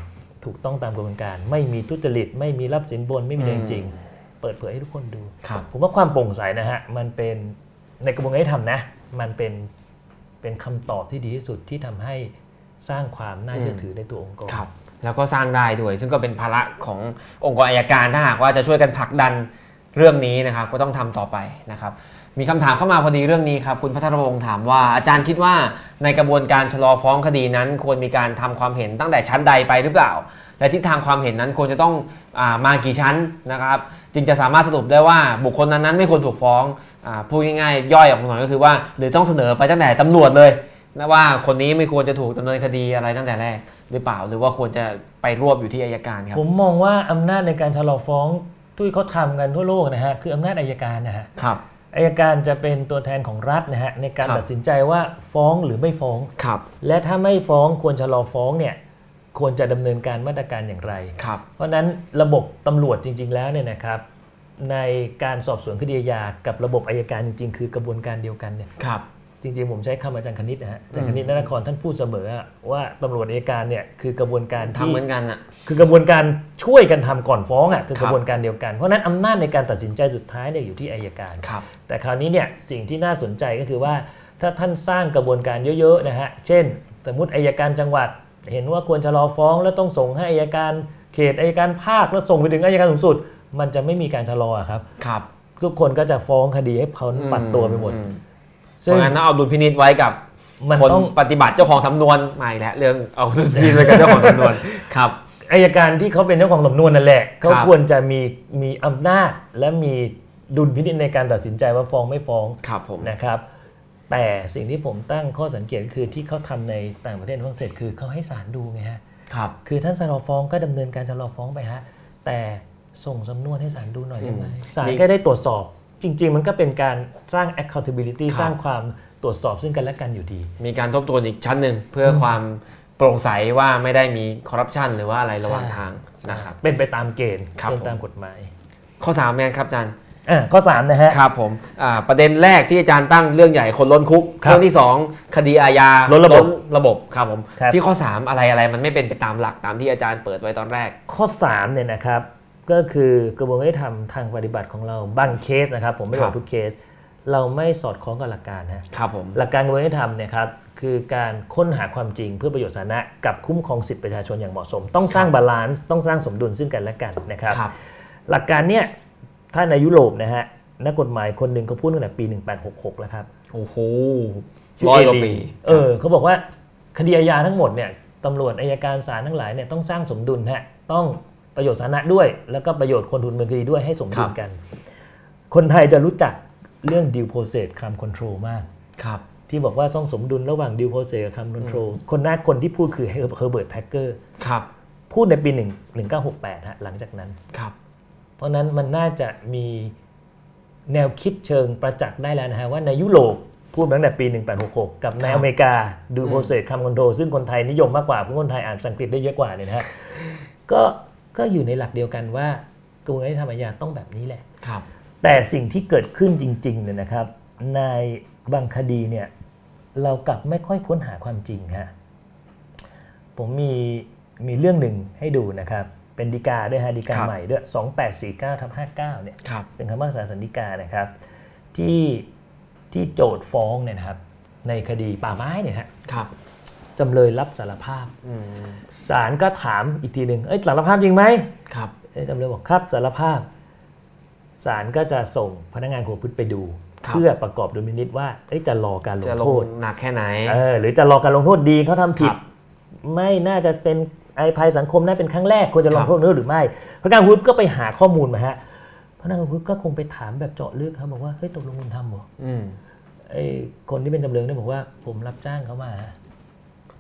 Speaker 2: ถูกต้องตามกระบวนการ ไม่มีทุจริต ไม่มีรับสินบนไม่มี
Speaker 1: อืม
Speaker 2: เรื่องจริง เปิดเผยให้ทุกคนดู
Speaker 1: ครับ
Speaker 2: ผมว่าความโปร่งใสนะฮะ มันเป็นในกระบวนการที่ทำนะ มันเป็นเป็นคำตอบที่ดีที่สุดที่ทำให้สร้างความน่าเชื่อถือในตัวองค์กร
Speaker 1: ครับ แล้วก็สร้างได้ด้วย ซึ่งก็เป็นภาระขององค์กรอายการถ้าหากว่าจะช่วยกันผลักดันเรื่องนี้นะครับ ก็ต้องทำต่อไปนะครับ มีคำถามเข้ามาพอดีเรื่องนี้ครับ คุณพัทรพงศ์ถามว่าอาจารย์คิดว่าในกระบวนการชะลอฟ้องคดีนั้น ควรมีการทำความเห็นตั้งแต่ชั้นใดไปหรือเปล่า และทิศทางความเห็นนั้นควรจะต้องอามากี่ชั้นนะครับ จึงจะสามารถสรุปได้ว่าบุคคลนั้นนั้นๆไม่ควรถูกฟ้องอาพูดง่ายๆ ย่อยออกมาหน่อยก็คือว่า หรือต้องเสนอไปตั้งแต่ตำรวจเลยนะว่าคนนี้ไม่ควรจะถูกดำเนินคดีอะไรตั้งแต่แรกหรือเปล่า หรือว่าควรจะไปรวบอยู่ที่อายการครับ
Speaker 2: ผมมองว่าอำนาจในการชะลอฟ้องที่เขาทำกันทั่วโลกนะฮะคืออำนาจอายการนะฮะ
Speaker 1: ครับ
Speaker 2: อายการจะเป็นตัวแทนของรัฐนะฮะในการ
Speaker 1: ครับ
Speaker 2: ตัดสินใจว่าฟ้องหรือไม่ฟ้อง
Speaker 1: ครับ
Speaker 2: และถ้าไม่ฟ้องควรชะลอฟ้องเนี่ยควรจะดำเนินการมาตรการอย่างไร
Speaker 1: ครับ
Speaker 2: เพราะฉะนั้นระบบตำรวจจริง ๆ แล้วเนี่ยนะครับ ในการสอบสวนคดีอาญากับระบบอายการจริง ๆ คือกระบวนการเดียวกันเนี่ย
Speaker 1: ครับ
Speaker 2: จริง ๆ ผมใช้คำอาจารย์คณิตนะฮะอาจาร
Speaker 1: อื
Speaker 2: ย์
Speaker 1: ม
Speaker 2: คณิตนนครท่านพูดเสมอว่าตำรวจอายการเนี่ยคือกระบวนการ
Speaker 1: ทำ
Speaker 2: ที่
Speaker 1: เหมือนกันอ่ะ
Speaker 2: คือกระบวนการช่วยกันทำก่อนฟ้องอ่ะคือ
Speaker 1: ครั
Speaker 2: ก
Speaker 1: บ
Speaker 2: ระบวนการเดียวกันเพราะฉะนั้นอำนาจในการตัดสินใจสุดท้ายเนี่ยอยู่ที่อายการ
Speaker 1: ครับ
Speaker 2: แต่คราวนี้เนี่ยสิ่งที่น่าสนใจก็คือว่าถ้าท่านสร้างกระบวนการเยอะๆนะฮะ เช่น สมมติอายการจังหวัด เห็นว่าควรชะลอฟ้อง แล้วต้องส่งให้อายการเขตอายการภาคแล้วส่งไปถึงอายการสูงสุด มันจะไม่มีการชะลออะครับ
Speaker 1: ครับ
Speaker 2: ทุกคนก็จะฟ้องคดีให้เขาปัดตัวไปหมด
Speaker 1: อืเพ
Speaker 2: ซึ่ง
Speaker 1: ราะงั้นต้องเอาดุลพินิจไว้กับ
Speaker 2: มัน
Speaker 1: คน
Speaker 2: ต้อง
Speaker 1: ปฏิบัติเจ้าของสำนวนใหม่แล้วเรื่องเอาเรื่องนี้เลยกับเจ้าของสำนวนค รับ
Speaker 2: อายการที่เขาเป็นเจ้าของสำนวนนั่นแหละเขา
Speaker 1: ครับ
Speaker 2: ควรจะมีมีอำนาจและมีดุลพินิจในการตัดสินใจว่าฟ้องไม่ฟ้อง
Speaker 1: ครับผม
Speaker 2: นะครับ แต่สิ่งที่ผมตั้งข้อสังเกตคือที่เขาทำในต่างประเทศฝรั่งเศสคือเขาให้ศาลดูไงฮะ
Speaker 1: ครับ
Speaker 2: คือท่านชะลอฟ้องก็ดำเนินการชะลอฟ้องไปฮะ แต่ส่งสำนวนให้ศาลดูหน่อยได้ไหม
Speaker 1: อืม
Speaker 2: ศาล
Speaker 1: นี่
Speaker 2: ก็ได้ตรวจสอบ จริง ๆ มันก็เป็นการสร้าง accountability สร้างความตรวจสอบซึ่งกันและกันอยู่ดี
Speaker 1: มีการทบทวนอีกชั้นหนึ่งเพื่อความโปร่งใสว่าไม่ได้มีคอร์รัปชันหรือว่าอะไรระหว่าง
Speaker 2: ใช่
Speaker 1: ทางนะครับ
Speaker 2: เป็นไปตามเกณฑ์
Speaker 1: ครับ
Speaker 2: เป็นตาม
Speaker 1: ผม
Speaker 2: กฎหมาย
Speaker 1: ข้อสามเนี่ยครับอาจารย์
Speaker 2: อ่ะข้อสามนะฮะ
Speaker 1: ครับผมอ่าประเด็นแรกที่อาจารย์ตั้งเรื่องใหญ่คนล้นคุก
Speaker 2: ครับ
Speaker 1: เรื่องที่ 2 คดีอาญา
Speaker 2: ล้นระบบ
Speaker 1: ระบบครับผม
Speaker 2: ครับ
Speaker 1: ที่ข้อ 3 อะไรอะไรมันไม่เป็นไปตามหลักตามที่อาจารย์เปิดไว้ตอนแรก
Speaker 2: ข้อ3เนี่ยนะครับก็คือกระบวนการยุติธรรมทางปฏิบัติของเราบางเคสนะครับ ผมไม่บ
Speaker 1: ครั
Speaker 2: อก
Speaker 1: บ
Speaker 2: ทุกเคส เราไม่สอดคล้องกับหลักการฮะ
Speaker 1: ครับผม
Speaker 2: หลักการกระบวนการยุติธรรมเนี่ยครับคือการค้นหาความจริงเพื่อประโยชน์สาธารณะกับคุ้มครองสิทธิประชาชนอย่างเหมาะสม ต้องสร้างบาลานซ์ต้องสร้างสมดุลซึ่งกันและกันนะครับ
Speaker 1: ครับ
Speaker 2: หลักการเนี่ยถ้าในยุโรปนะฮะ นักกฎหมายคนหนึ่งเขาพูดตั้งแต่ปี 1866 แล้วครับ
Speaker 1: โอ้โห
Speaker 2: ชื่
Speaker 1: ร้อยกว่า
Speaker 2: เดี
Speaker 1: ปี
Speaker 2: เออเขาบอกว่าคดีอาญาทั้งหมดเนี่ยตำรวจอายการศาลทั้งหลายเนี่ยต้องสร้างสมดุลฮะต้องประโยชน์สาธารณะด้วย แล้วก็ประโยชน์คนทุนเมืองคดีด้วยให้สมดุลกัน คนไทยจะรู้จักเรื่องดิวโพเซตคำคอนโทรมาก
Speaker 1: ครับ
Speaker 2: ที่บอกว่าต้องสมดุลระหว่างดิวโพเซตกับคำคอนโทรคนแรกคนที่พูดคือเฮอร์เบิร์ตแพคเกอร์
Speaker 1: ครับ
Speaker 2: พูดในปี 1 1968ฮะหลังจากนั้น
Speaker 1: ครับ
Speaker 2: เพราะฉะนั้นมันน่าจะมีแนวคิดเชิงประจักษ์ได้แล้วนะฮะว่าในยุโรปพูดมาตั้งแต่ปี 1866 กับใน
Speaker 1: ครับ
Speaker 2: อเมริกาดู
Speaker 1: อืม
Speaker 2: โปรเซสคำคอนโทรซึ่งคนไทยนิยมมากกว่าเพราะคนไทยอ่านภาษาอังกฤษได้เยอะกว่าเนี่ยนะฮะก็ก็อยู่ในหลักเดียวกันว่ากระบวนการยุติธรรมอาญาต้องแบบนี้แหละ
Speaker 1: ครับ
Speaker 2: แต่สิ่งที่เกิดขึ้นจริงๆเนี่ยนะครับ ในบางคดีเนี่ยเรากลับไม่ค่อยค้นหาความจริงฮะผมมีมีเรื่องหนึ่งให้ดูนะครับ เป็นดีกาด้วยฮะดีกาใหม่ด้วย 2849ทับ59เนี่ย
Speaker 1: ครับ
Speaker 2: เป็นคำพิพากษาสันฎีกานะครับ ที่ที่โจทย์ฟ้องเนี่ยนะครับ ในคดีป่าไม้เนี่ยฮะ
Speaker 1: ครับ
Speaker 2: จำเลยรับสารภาพ
Speaker 1: อืม
Speaker 2: ศาลก็ถามอีกทีหนึ่งเอ้ยสารภาพจริงไหม
Speaker 1: ครับ
Speaker 2: เอ้ยตำรวจบอกครับสารภาพศาลก็จะส่งพนักงานขวบพุทธไปดู เพื่อประกอบดุลพินิษว่าเอ้ยจะรอการลง
Speaker 1: จะล
Speaker 2: โท
Speaker 1: ง
Speaker 2: ษ
Speaker 1: หนักแค่ไหน
Speaker 2: เออหรือจะรอการลงโทษดีเขาทำผิ
Speaker 1: ค
Speaker 2: ด
Speaker 1: รับ
Speaker 2: ไม่น่าจะเป็นไอภัยสังคมน่าเป็นครั้งแรกควรจะล
Speaker 1: ครั
Speaker 2: ง
Speaker 1: บ
Speaker 2: โทษด้วยหรือไม่พนักงานขวบพุทธก็ไปหาข้อมูลมาฮะพนักงานขวบพุทธก็คงไปถามแบบเจาะลึกครับบอกว่าเฮ้ยตกลงคุณทำเหรอ
Speaker 1: อืม
Speaker 2: ไอคนที่เป็นจำเลยเนี่ยบอกว่าผมรับจ้างเขามาฮะ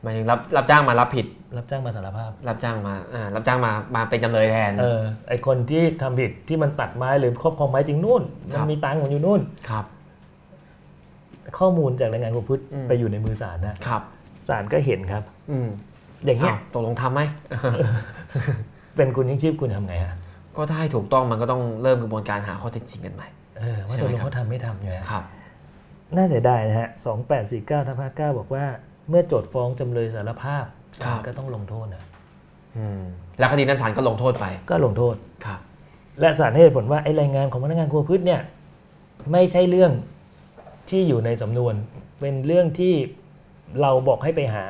Speaker 1: หมายถึงรับรับจ้างมารับผิด
Speaker 2: รับจ้างมาสารภาพ
Speaker 1: รับจ้างมาอ่ารับจ้างมามาเป็นจำเลยแทน
Speaker 2: เออไอคนที่ทำผิดที่มันตัดไม้หรือครอบครองไม้จริงนู่น
Speaker 1: ครั
Speaker 2: มัน
Speaker 1: บ
Speaker 2: มีตังค์มันอยู่นู่น
Speaker 1: ครับ
Speaker 2: ข้อมูลจากรายงานคุณพุทธ
Speaker 1: อืม
Speaker 2: ไปอยู่ในมือศาลนะครับ ศาลก็เห็นครับ
Speaker 1: อืม
Speaker 2: อย่างเงี้ย
Speaker 1: อ้าวตกลงทำไหม
Speaker 2: เป็นคุณยิ่งชีพคุณทำไงฮะ
Speaker 1: ก็ถ้าให้ถูกต้องมันก็ต้องเริ่มกระบวนการหาข้อเท็จจริงกันใหม่
Speaker 2: เออว่า
Speaker 1: ใช่
Speaker 2: ตก
Speaker 1: ไหม
Speaker 2: ลง
Speaker 1: ครับ
Speaker 2: เขาทำไม่ทำอยู่ฮะ
Speaker 1: ครับ
Speaker 2: น่าเสียดายนะฮะสองแปดสี่เก้าทับห้าเก้าบอกว่า เมื่อโจทย์ฟ้องจำเลยสารภาพ
Speaker 1: ครับ
Speaker 2: ศาลก็ต้องลงโทษนะ
Speaker 1: อืมแล้วคดีนั้นศาลก็ลงโทษไป
Speaker 2: ก็ลงโทษ
Speaker 1: ครับ
Speaker 2: และศาลให้เหตุผลว่าไอ้รายงานของพนักงานครัวพืชเนี่ยไม่ใช่เรื่องที่อยู่ในสำนวน เป็นเรื่องที่เราบอกให้ไปหา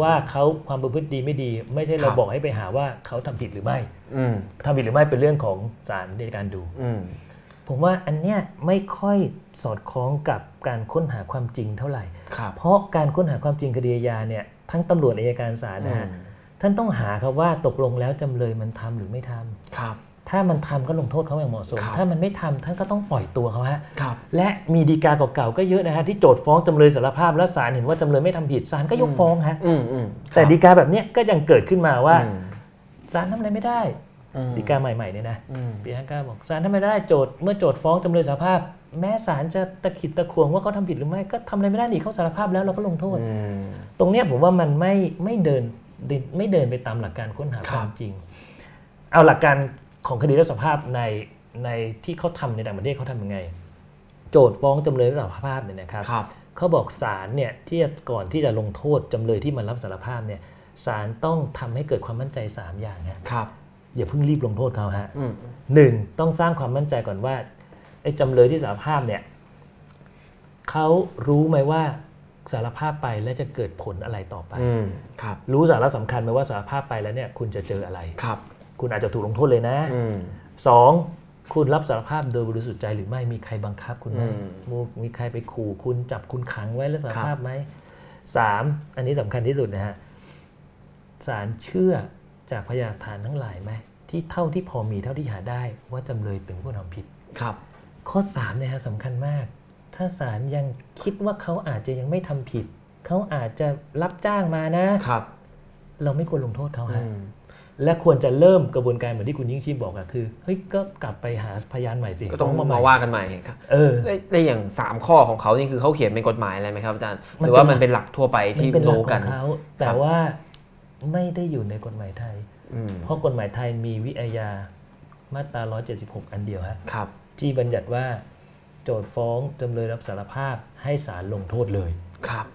Speaker 2: ว่าเขาความประพฤติดีไม่ดี ไม่ใช่เรา
Speaker 1: ครับ
Speaker 2: บอกให้ไปหาว่าเขาทำผิดหรือไม่
Speaker 1: อืม
Speaker 2: ทำผิดหรือไม่เป็นเรื่องของศาลในการดู
Speaker 1: อืม
Speaker 2: ผมว่าอันเนี้ยไม่ค่อยสอดคล้องกับการค้นหาความจริงเท่าไหร่
Speaker 1: ครับ
Speaker 2: เพราะการค้นหาความจริงคดีอาญาเนี่ยทั้งตำรวจอายการศาลนะฮะ
Speaker 1: อืม
Speaker 2: ท่านต้องหาครับว่าตกลงแล้วจำเลยมันทำหรือไม่ทำ
Speaker 1: ครับ
Speaker 2: ถ้ามันทำก็ลงโทษเขาอย่างเหมาะสม
Speaker 1: ครับ
Speaker 2: ถ้ามันไม่ทำท่านก็ต้องปล่อยตัวเขาฮะ
Speaker 1: ครับ
Speaker 2: และมีดีกาเก่าๆก็เยอะนะฮะที่โจทย์ฟ้องจำเลยสารภาพ แล้วศาลเห็นว่าจำเลยไม่ทำผิดศาลก็ยกฟ้องฮะ
Speaker 1: อืมอืม
Speaker 2: แต่ดีกาแบบเนี้ยก็ยังเกิดขึ้นมาว่า
Speaker 1: อืม
Speaker 2: ศาลทำอะไรไม่ได้
Speaker 1: อืม
Speaker 2: ดีกาใหม่ๆเนี่ยนะ
Speaker 1: อืม
Speaker 2: ปีห้าเก้าบอกศาลทำไมได้โจทย์เมื่อโจทย์ฟ้องจำเลยสารภาพ แม้ศาลจะตะขิดตะขวงว่าเขาทำผิดหรือไม่ก็ทำอะไรไม่ได้นี่เขาสารภาพแล้วเราก็ลงโทษ
Speaker 1: อืม
Speaker 2: ตรงเนี้ยผมว่ามันไม่ไม่เดินไม่เดินไปตามหลักการค้นหา
Speaker 1: ค
Speaker 2: ครับ วามจริง เอาหลักการของคดีรับสารภาพในในที่เขาทำในต่างประเทศเขาทำยังไง โจทย์ฟ้องจำเลยรับสารภาพเนี่ยนะครับ
Speaker 1: ครับ
Speaker 2: เขาบอกศาลเนี่ยที่จะก่อนที่จะลงโทษจำเลยที่มันรับสารภาพเนี่ยศาลต้องทำให้เกิดความมั่นใจสามอย่างฮะ
Speaker 1: ครับ
Speaker 2: อย่าเพิ่งรีบลงโทษเขาฮะ
Speaker 1: อืม
Speaker 2: หนึ่งต้องสร้างความมั่นใจก่อนว่าไอ้จำเลยที่สารภาพเนี่ยเขารู้ไหมว่าสารภาพไปแล้วจะเกิดผลอะไรต่อไป
Speaker 1: อืมครับ
Speaker 2: รู้สาระสำคัญไหมว่าสารภาพไปแล้วเนี่ยคุณจะเจออะไร
Speaker 1: ครับ
Speaker 2: คุณอาจจะถูกลงโทษเลยนะ
Speaker 1: อืม
Speaker 2: สองคุณรับสารภาพโดยบริสุทธิ์ใจหรือไม่มีใครบังคับคุณไหม
Speaker 1: อืม
Speaker 2: มีมีใครไปขู่คุณจับคุณขังไว้แล้วสาร
Speaker 1: ครับ
Speaker 2: ภาพไหมสามอันนี้สำคัญที่สุดนะฮะสารเชื่อจากพยานหลักฐานทั้งหลายไหมที่เท่าที่พอมีเท่าที่หาได้ว่าจำเลยเป็นผู้ทำผิด
Speaker 1: ครับ
Speaker 2: ข้อ3เนี่ยฮะสำคัญมาก ถ้าศาลยังคิดว่าเขาอาจจะยังไม่ทำผิด เขาอาจจะรับจ้างมานะ
Speaker 1: ครับ
Speaker 2: เราไม่ควรลงโทษเขา
Speaker 1: อื
Speaker 2: ฮะ
Speaker 1: ม
Speaker 2: และควรจะเริ่มกระบวนการเหมือนที่คุณยิ่งชีพบอกอะคือเฮ้ยก็กลับไปหาพยานใหม่สิ
Speaker 1: ก็ต้อง
Speaker 2: ฟ้
Speaker 1: มาว่ากันใหม่ครับ
Speaker 2: เออ
Speaker 1: ได้ได้อย่าง 3 ข้อของเขานี่คือเขาเขียนเป็นกฎหมายอะไรไหมครับอาจารย์ ห
Speaker 2: มันเป็น
Speaker 1: รือว่ามันเป็นหลักทั่วไป
Speaker 2: มัน
Speaker 1: ที่
Speaker 2: เป็นหลัก
Speaker 1: รู้
Speaker 2: ข
Speaker 1: กั
Speaker 2: อน งเขาแต่ว่าไม่ได้อยู่ในกฎหมายไทย
Speaker 1: อืม
Speaker 2: เพราะกฎหมายไทยมีวิอาญามาตรา 176 อันเดียวฮะ
Speaker 1: ครับ
Speaker 2: ที่บัญญัติว่าโจทย์ฟ้องจำเลยรับสารภาพให้ศาลลงโทษเลย
Speaker 1: ครับ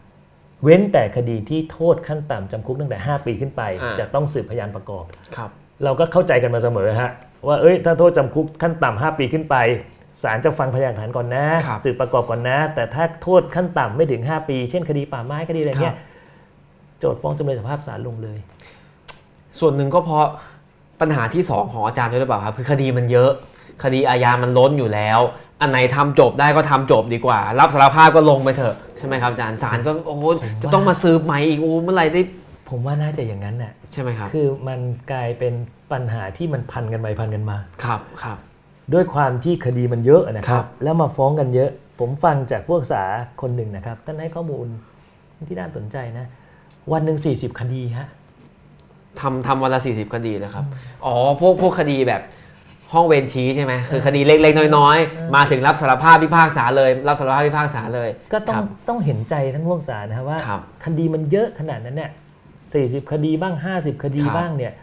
Speaker 2: เว้นแต่คดีที่โทษขั้นต่ำจำคุกตั้งแต่ 5 ปีขึ้นไป
Speaker 1: อ่า
Speaker 2: จะต้องสืบพยานประกอบ
Speaker 1: ครับ
Speaker 2: เราก็เข้าใจกันมาเสมอฮะว่าเอ้ยถ้าโทษจำคุกขั้นต่ำ5ปีขึ้นไปศาลจะฟังพยานหลักฐานก่อนนะ
Speaker 1: ครับ
Speaker 2: สืบประกอบก่อนนะ แต่ถ้าโทษขั้นต่ำไม่ถึง 5 ปี เช่นคดีป่าไม้คดีอะไรเงี้
Speaker 1: ค
Speaker 2: ย
Speaker 1: รับ
Speaker 2: โจทย์ฟ้องจำเลยสารภาพศาลลงเลย
Speaker 1: ส่วนหนึ่งก็เพราะปัญหาที่ 2 ของอาจารย์ด้วยหรือเปล่าครับ คือคดีมันเยอะ คดีอาญามันล้นอยู่แล้ว อันไหนทำจบได้ก็ทำจบดีกว่า รับสารภาพก็ลงไปเถอะใช่ไหมครับอาจารย์ศาลก็โอ้โหจะต้องมาสืบใหม่อีกโอ้เมื่อไหร่ได้
Speaker 2: ผมว่าน่าจะอย่างนั้นน่ะ
Speaker 1: ใช่ไหมครับ
Speaker 2: คือมันกลายเป็นปัญหาที่มันพันกันไปพันกันมา
Speaker 1: ครับครับ
Speaker 2: ด้วยความที่คดีมันเยอะนะค
Speaker 1: ครั
Speaker 2: รับ
Speaker 1: บ
Speaker 2: แล้วมาฟ้องกันเยอะ ผมฟังจากผู้รักษาคนหนึ่งนะครับ ท่านให้ข้อมูลที่น่าสนใจนะ วันหนึ่ง40 คดีฮะ
Speaker 1: ทำทำวันละสี่สิบคดีแล้วครับ อ๋อ พวกพวกคดีแบบห้องเวรชี้ใช่ไหม คือคดีเล็กๆ น้อยๆ มาถึงรับสารภาพพิพากษาเลย รับสารภาพพิพากษาเลย
Speaker 2: ก็ต้อง
Speaker 1: ครับ
Speaker 2: ต้องเห็นใจท่านผู้รักษานะครับว่า
Speaker 1: ครับ
Speaker 2: คดีมันเยอะขนาดนั้นเนี่ย40 คดีบ้าง 50 คดี
Speaker 1: ครับ
Speaker 2: บ้างเนี่ย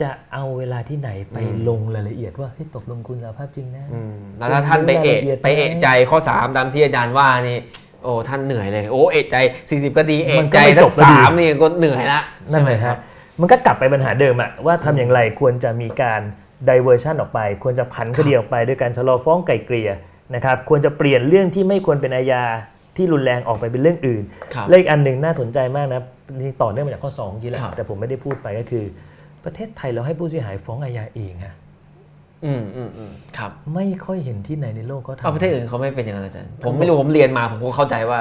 Speaker 2: จะเอาเวลาที่ไหนไป
Speaker 1: อืม
Speaker 2: ลงรายละเอียดว่าเฮ้ยตกลงคุณสารภาพจริงนะ
Speaker 1: อืมแล้วถ้าท่านไปเอะ
Speaker 2: รายละเอียด
Speaker 1: ไปเอะใจข้อสามตามที่อาจารย์ว่านี่ โอ้ ท่านเหนื่อยเลย โอ้ เอะใจสี่สิบคดี เอะใจทั้งสามนี่ก็เหนื่อยละ
Speaker 2: นั่นเลย
Speaker 1: ใช่ไหม
Speaker 2: ครับ มันก็กลับไปปัญหาเดิมอะว่าทำอย่างไรควรจะมีการดิเวอร์ชันออกไป ควรจะผันคดีออกไปด้วยการชะลอฟ้องไกลเกลี่ยนะครับควรจะเปลี่ยนเรื่องที่ไม่ควรเป็นอาญาที่รุนแรงออกไปเป็นเรื่องอื่น
Speaker 1: ครับ
Speaker 2: และอีกอันหนึ่งน่าสนใจมากนะนี่ต่อเนื่องมาจากข้อ2องทีแหละ
Speaker 1: ครับ
Speaker 2: แต่ผมไม่ได้พูดไปก็คือ ประเทศไทยเราให้ผู้เสียหายฟ้องอาญาเองอะ
Speaker 1: อืมอืมอืมครับ
Speaker 2: ไม่ค่อยเห็นที่ไหนในโลกก็
Speaker 1: เอา
Speaker 2: ทำ
Speaker 1: ประเทศอื่นเขาไม่เป็นอย่างนั้นอาจารย์ ผมไม่รู้ผมเรียนมาผมก็เข้าใจว่า